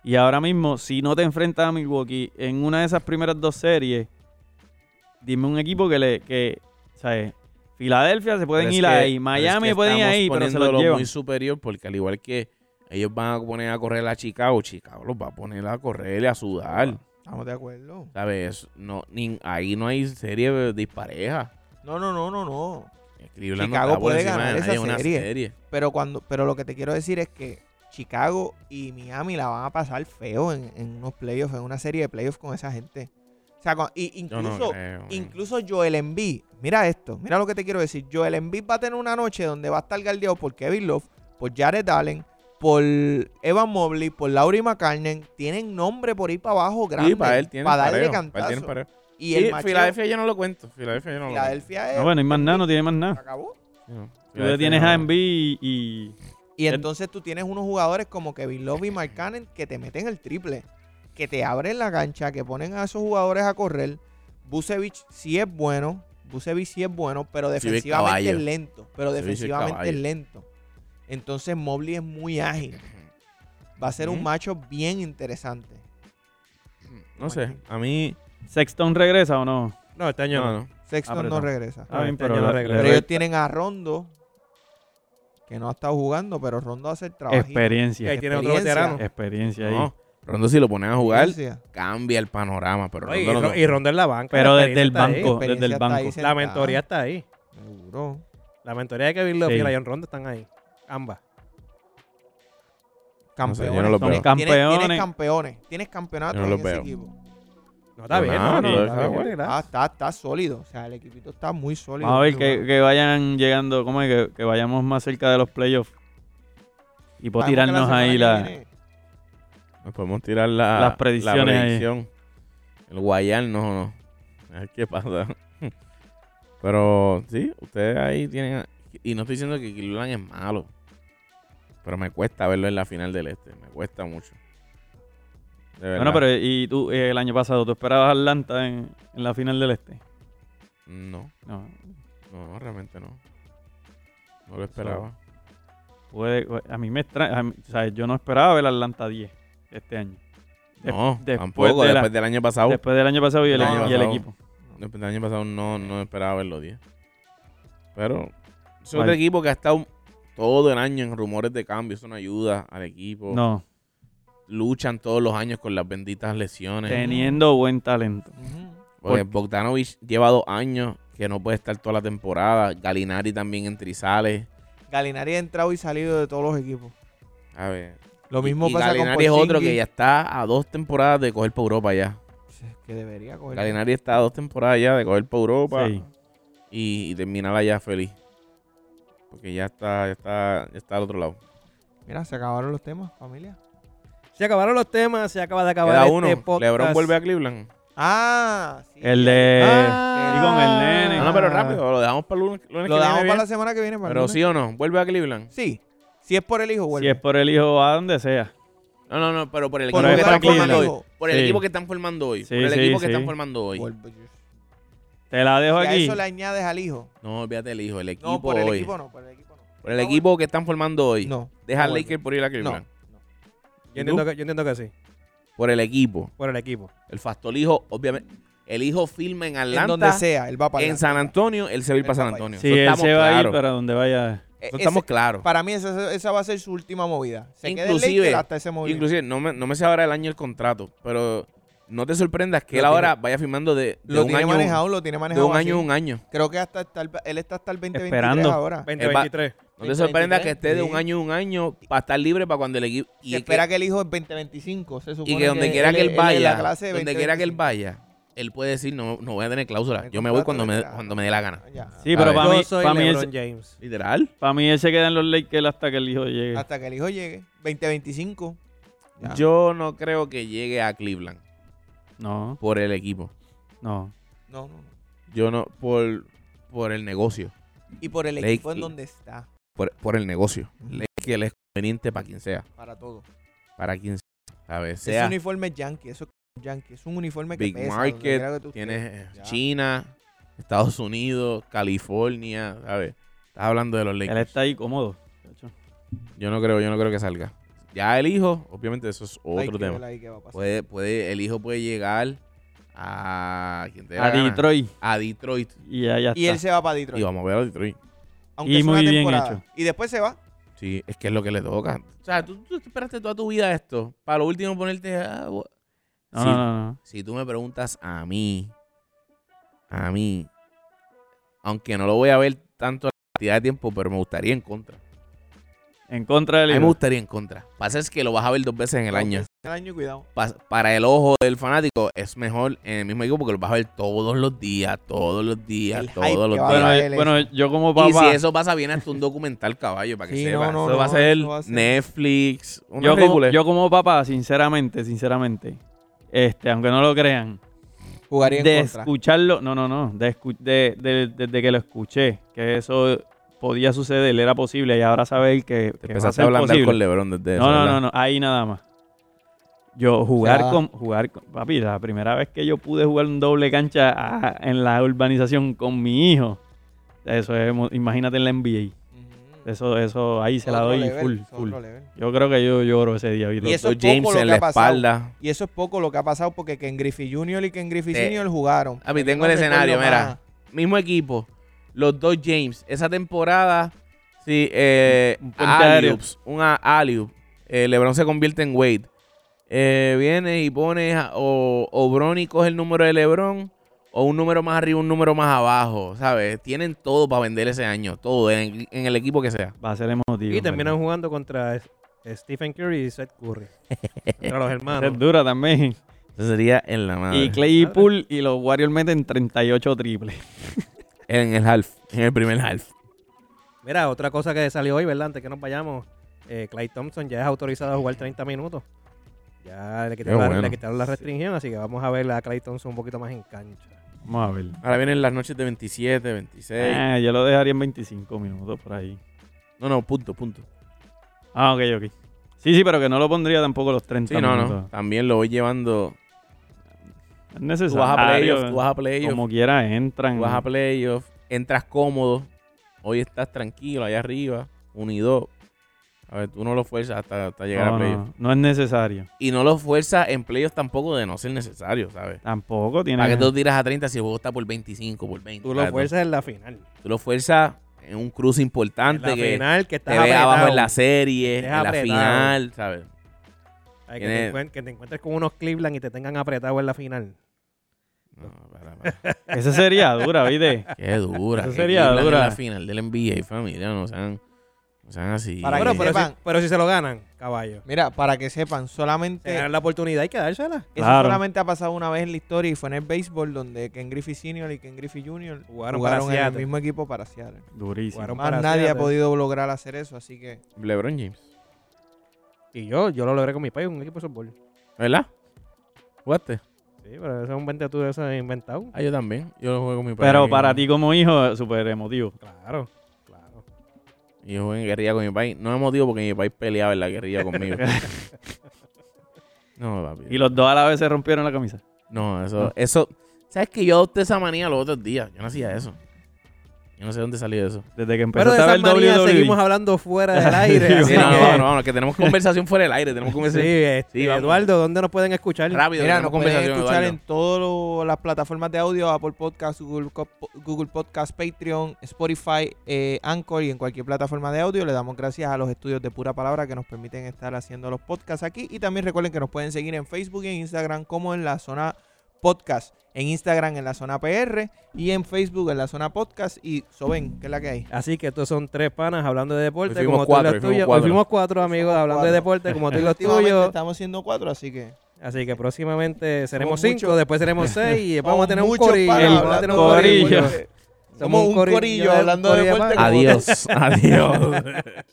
Y ahora mismo, si no te enfrentas a Milwaukee en una de esas primeras dos series, dime un equipo que le. Que, ¿sabes? Filadelfia se pueden
Pero es
ir
que-
ahí,
pero es
Miami
que
pueden ir
estamos
ahí, pero se los
poniéndolo
llevan.
muy superior porque al igual que ellos van a poner a correr a Chicago, Chicago los va a poner a correr y a sudar.
Estamos de acuerdo.
¿Sabes? No, ni, ahí no hay serie dispareja.
No, no, no, no, no.
Cleveland no
Chicago
está por
puede
encima de
ganar
nadie
esa
en una
serie.
serie.
Pero cuando, pero lo que te quiero decir es que Chicago y Miami la van a pasar feo en, en unos playoffs, en una serie de playoffs con esa gente. O sea, con- y
Yo no
incluso,
creo, man.
incluso Joel Embiid, mira esto, mira lo que te quiero decir. Joel Embiid va a tener una noche donde va a estar galdeado por Kevin Love, por Jared Allen, por Evan Mobley, por Laurie McCarnen. Tienen nombre por ir para abajo grande.
Sí, para él tiene
darle
parejo, para él
cantazo.
tiene parejo.
y el macheo-
Filadelfia yo no lo cuento. Filadelfia yo no lo cuento.
Filadelfia es-
No, bueno, no hay más
Eh,
nada, no tiene más
se
nada.
acabó.
Sí, no.
Tú le
Filadelfia yo Este
tienes
no
a
lo
Embiid y, y-
Y
El-
entonces tú tienes unos jugadores como Kevin Love y Mark Cannon que te meten el triple, que te abren la cancha, que ponen a esos jugadores a correr. Busevich sí es bueno, Busevich sí es bueno, pero
es
defensivamente
caballo.
es lento. Pero
Busevich es
defensivamente es
caballo.
lento. Entonces Mobley es muy ágil. Va a ser un
Ujú.
macho bien interesante.
No sé, a mí...
Sexton regresa o no.
No, este año
No,
no.
no.
Sexton
Ah, pero
no
no.
regresa.
Está bien,
este año no
le- le
regresa.
Pero
resta
ellos tienen a Rondo, que no ha estado jugando, pero Rondo hace el trabajo.
Que ahí
Experiencia.
tiene otro
Experiencia.
veterano.
Experiencia ahí.
No, Rondo si lo ponen a jugar, cambia el panorama, pero
Oye,
Rondo
y,
no
Ro-
lo-
y Rondo en la banca. la
Pero desde el
experiencia está
banco,
experiencia
desde el
está ahí
banco.
ahí. La
sentada.
mentoría está ahí.
Seguro.
La mentoría de Kevin Love
Sí.
y Rayon Rondo están ahí. Ambas.
No sé,
Campeones.
yo no lo
Son
veo.
Tienes- Tienes,
campeones.
campeones. Tienes campeonatos
Yo no
en
los
ese
veo.
equipo.
No, está
No,
bien.
no,
No, no,
no,
está
está
bien,
bueno.
relax.
Ah, está, está sólido. O sea, el equipito está muy sólido.
Vamos a ver que,
Pero
que vayan llegando, ¿cómo es? Que, que vayamos más cerca de los playoffs. Y puedo
sabemos que la
tirarnos
semana
ahí
que
la.
viene-
Nos podemos tirar la,
Las predicciones
la
ahí.
predicción. El guayarnos o no. A ver qué pasa. Pero sí, ustedes ahí tienen... Y no estoy diciendo que Cleveland es malo. Pero me cuesta verlo en la final del este. Me cuesta mucho. De verdad.
Bueno, pero y tú eh, el año pasado, ¿tú esperabas a Atlanta en, en la final del este?
No,
No.
no, no, realmente no. No lo esperaba.
Puede, a mí me extraña. O sea, yo no esperaba ver a Atlanta 10 este año. Des-
No,
después
tampoco.
de la-
después del año pasado.
Después del año pasado y el,
No,
año- y el
pasado.
equipo.
Después del año pasado no, no esperaba ver los 10. Pero es otro
Vale.
equipo que ha estado todo el año en rumores de cambio. Eso no ayuda al equipo.
No,
Luchan todos los años con las benditas lesiones.
teniendo buen talento.
Ujú.
Porque Bogdanovich lleva dos años que no puede estar toda la temporada. Galinari también en Trizales.
Galinari ha entrado y salido de todos los equipos.
A ver.
Lo mismo
y, y
pasa
Galinari
con
es otro que
Porzingis.
ya está a dos temporadas de coger para Europa ya.
Que debería coger.
Galinari está a dos temporadas ya de coger para Europa.
Sí.
y, y terminarla ya feliz. Porque ya está, ya está, ya está al otro lado.
Mira, se acabaron los temas, familia.
Se acabaron los temas, se acaba de acabar
Queda
este
uno.
podcast.
Lebron vuelve a Cleveland.
Ah, sí.
El de.
Ah.
Eh, y con el nene.
No, no, pero rápido, lo dejamos para el lunes. lunes
Lo
que
dejamos
viene,
para la
bien.
semana que viene. para el
Pero
lunes.
sí o no, vuelve a Cleveland.
Sí. Si es por el hijo,
Si
vuelve.
es por el hijo, va donde sea.
No, no, no, pero por el
Por
equipo que
jugar
están
con
formando
el
hoy.
hijo.
Por el
Sí.
equipo que están formando hoy.
Sí,
por el
sí,
equipo que
sí.
están formando hoy.
Vuelve.
Te la dejo
Si a
aquí.
eso le añades al hijo.
No, olvídate el hijo, el equipo
No, por el
hoy.
equipo no, por el equipo no.
Por el equipo que están formando hoy.
No.
Deja al
no
Laker por ir a
vuelve.
Cleveland.
No, no.
Yo entiendo, que, yo entiendo que sí,
Por el equipo.
por el equipo.
El factor hijo, obviamente. El hijo firma en Atlanta.
En donde sea, él va para
en
adelante.
San Antonio, él se va a ir
Él
para San
va para
Antonio.
Sí,
Eso
él
estamos
se va a ir
claros.
para donde vaya.
E-
Eso
ese-
estamos claros.
Para mí esa, esa va a ser su última movida. Se queda en
Inclusive-
Lakers hasta ese movimiento.
Inclusive, no me, no me sé ahora el año del contrato, pero no te sorprendas que
Lo
él
tiene-
ahora vaya firmando de, de
lo
un
tiene
año.
manejado, lo tiene
de
manejado
un año a
así.
un año.
Creo que hasta hasta el- él está hasta el 2023
Esperando.
ahora.
Él va-
2023.
No te sorprendas que esté de un
2023,
año a un año para estar libre para cuando el equipo.
Y espera que el hijo es 2025. Se supone
y que donde quiera que él
es de la
vaya,
clase de
donde quiera que él
20-25.
vaya, él puede decir, no, no voy a tener cláusula.
El
Yo me voy
contrato
cuando me,
está-
cuando me dé la gana.
Ya.
Sí,
A
pero
ver.
para
Yo
mí,
soy
para mí, él,
LeBron
se-
James.
Literal.
para mí él se queda en los Lakers hasta que el hijo llegue.
Hasta que el hijo llegue. 2025. Ya.
Yo no creo que llegue a Cleveland
No,
por el equipo.
no.
No, no, no.
Yo no, por, por el negocio.
Y por el
Lake-
equipo en donde está.
Por, por el negocio.
Ujú.
Es que él es conveniente para quien sea.
Para todo.
Para quien sea. ¿Sabes?
Ese
Sea,
uniforme es yankee. Eso es yankee. Es un uniforme que
Big
pesa.
market,
donde quiera que tú estés.
tienes eh,
Ya.
China, Estados Unidos, California, ¿sabes? Estás hablando de los
Él
Lakers.
está ahí cómodo. chacho.
Yo no creo, yo no creo que salga. Ya el hijo, obviamente eso es
Hay que
otro tema.
ver ahí qué va a pasar.
Puede, puede, el hijo puede llegar a quien te dé la
A
gana.
Detroit.
A Detroit.
Y allá
Y él
está.
se va para
Y
Detroit.
vamos a ver a Detroit.
Aunque
Y
es
muy
una
bien
temporada.
hecho.
Y después se va.
Sí, es que es lo que le toca. O sea, tú, tú esperaste toda tu vida esto. Para lo último ponerte. ah, bu-
No,
Sí.
no, no, no.
Si tú me preguntas a mí, a mí, aunque no lo voy a ver tanto la cantidad de tiempo, pero me gustaría en contra.
En contra
A
del
mí me
hijo.
gustaría en contra. Pasa es que lo vas a ver dos veces en el año.
El año, cuidado.
Pa- para el ojo del fanático es mejor en el mismo equipo porque lo vas a ver todos los días, todos los días,
El hype
todos los
que va a
días.
Bueno,
Para
eh,
él
bueno, yo como
Y si
papá,
eso pasa, viene hasta un documental, caballo, para que
Sí,
sepa.
no, no,
eso, va a
no,
ser
eso va a ser-
Netflix, una
yo como,
película.
yo como papá, sinceramente, sinceramente, este, aunque no lo crean,
Jugaría en
de
contra.
escucharlo, no, no, no, de escu- de- de- desde que lo escuché, que eso podía suceder, era posible y ahora saber
Te
que, que va a
empezaste a
ser
ablandar
posible.
con LeBron desde eso,
no, no,
¿verdad?
no, no, ahí nada más. Yo jugar
Ya.
con, jugar con, papi, la primera vez que yo pude jugar un doble cancha ah, en la urbanización con mi hijo, eso es, mo- imagínate en la NBA,
Ujú.
eso, eso, ahí se la
Otro
doy
level,
full,
otro
full.
level.
Yo creo que yo lloro ese día, Vito.
Y eso es
Los
poco
James
lo que
en la
ha pasado.
espalda.
Y eso es poco lo que ha pasado porque Ken Griffey Jr. y Ken Griffey
Te-
Sr. jugaron.
A mí tengo
No
el
recuerdo
escenario, mira.
más.
Mismo equipo. Los dos James. Esa temporada, sí, eh,
Un puente aéreo.
alley-oops, una alley-oop. Eh, LeBron se convierte en Wade. Eh, viene y pone a- o, o Bronny coge el número de LeBron o un número más arriba, un número más abajo, ¿sabes? Tienen todo para vender ese año, todo en, en el equipo que sea.
Va a ser emotivo.
Y
en verdad.
terminan jugando contra es- Stephen Curry y Seth Curry. Contra los
Esa es
hermanos.
dura también.
Eso sería en la madre.
Y Clay y
Madre.
Poole y los Warriors meten 38 triples.
En el half, en el primer half.
Mira, otra cosa que salió hoy, ¿verdad? Antes que nos vayamos, eh, Clay Thompson ya es autorizado a jugar 30 minutos. Ya le quitaron,
Qué
la,
bueno.
le quitaron la restricción, así que vamos a ver a Clay Thompson un poquito más en cancha.
Vamos a ver.
Ahora vienen las noches de 27, 26.
Ah, yo lo dejaría en 25 minutos por ahí.
No, no, punto, punto.
Ah, ok, ok. Sí, sí, pero que no lo pondría tampoco los 30
Sí, no, no.
minutos.
También lo voy llevando.
Es
Tú
necesario. Ah,
vas a playoff, tú vas a playoff,
Como quiera entran.
tú vas a playoff. Entras cómodo. Hoy estás tranquilo allá arriba, unido. A ver, tú no lo fuerzas hasta, hasta llegar
no,
a playoff.
no, no es necesario.
Y no lo fuerzas en playoff tampoco de no ser necesario, ¿sabes?
Tampoco tiene.
¿Para que tú tiras a 30 si el juego está por 25, por 20?
eh. Tú lo
¿sabes?
fuerzas en la final.
Tú lo fuerzas en un cruce
En la
importante que
final que estás
te ve abajo en
apretado.
la serie, en
Estés
la
apretado.
final, ¿sabes?
Ay, que,
Tiene-
te encuent- que te encuentres con unos Cleveland y te tengan apretado en la final.
No, para, para.
Esa sería dura, ¿viste?
Qué dura.
Eso
que
sería
Cleveland
dura.
en la final del NBA, familia. No sean, no sean así. eh,
Para
Bueno,
que
pero, si,
sepan.
pero si se lo ganan, caballo.
Mira, para que sepan, solamente.
Te ganan la oportunidad y quedársela.
Eso
Claro.
solamente ha pasado una vez en la historia y fue en el béisbol donde Ken Griffey Sr. y Ken Griffey Jr. jugaron,
Jugaron para
en el
Seattle.
mismo equipo para Seattle.
Durísimo.
Jugaron
Más
para
nadie ha
Seattle.
podido lograr hacer eso, así que
LeBron James.
Y yo, yo lo logré con mi país, un equipo de softball.
¿Verdad? ¿Jugaste?
Sí, pero ese es un 20 tú de esos inventado.
Ah, yo pues también. Yo lo juego con mi padre.
Pero para ti como hijo, súper emotivo.
Claro, claro.
Y yo jugué en guerrilla con mi país. No es motivo porque mi país peleaba en la guerrilla conmigo. no, papi.
Y los dos a la vez se rompieron la camisa.
No, eso, eso. ¿Sabes que yo adopté esa manía los otros días? Yo no hacía eso. Yo no sé dónde salió eso.
Desde que empezó
Pero de
a
esas
ver
manías
WWE.
seguimos hablando fuera del aire.
Sí,
así
Sí, no,
que-
no, no, no, que tenemos conversación fuera del aire. Tenemos
Sí,
conversación
este,
Sí, vamos.
Eduardo, ¿dónde nos pueden escuchar?
rápido.
Mira, nos pueden
tenemos conversación,
escuchar
Eduardo.
en todas las plataformas de audio, Apple Podcast, Google, Co- Google Podcast, Patreon, Spotify, eh, Anchor y en cualquier plataforma de audio. Le damos gracias a los estudios de Pura Palabra que nos permiten estar haciendo los podcasts aquí. Y también recuerden que nos pueden seguir en Facebook y en Instagram como en la zona podcast. En Instagram en la zona PR y en Facebook en la zona podcast. Y Soben, que es la que hay.
Así que estos son tres panas hablando de deporte.
Hoy fuimos
como
cuatro, hoy
tú y los
fuimos
tuyos. Hoy
cuatro.
fuimos cuatro amigos
fuimos
hablando de
cuatro.
deporte, como tú y los
Últimamente
tuyos.
estamos siendo cuatro, así que.
Así que próximamente seremos
mucho-
cinco, después seremos seis y después vamos a tener un
Mucho
corillo.
para
El
vamos a
hablar
tener un
todo el
corillo.
tiempo. Somos un corillo
de-
hablando de
corillo
deporte
pana.
como-
Adiós, adiós.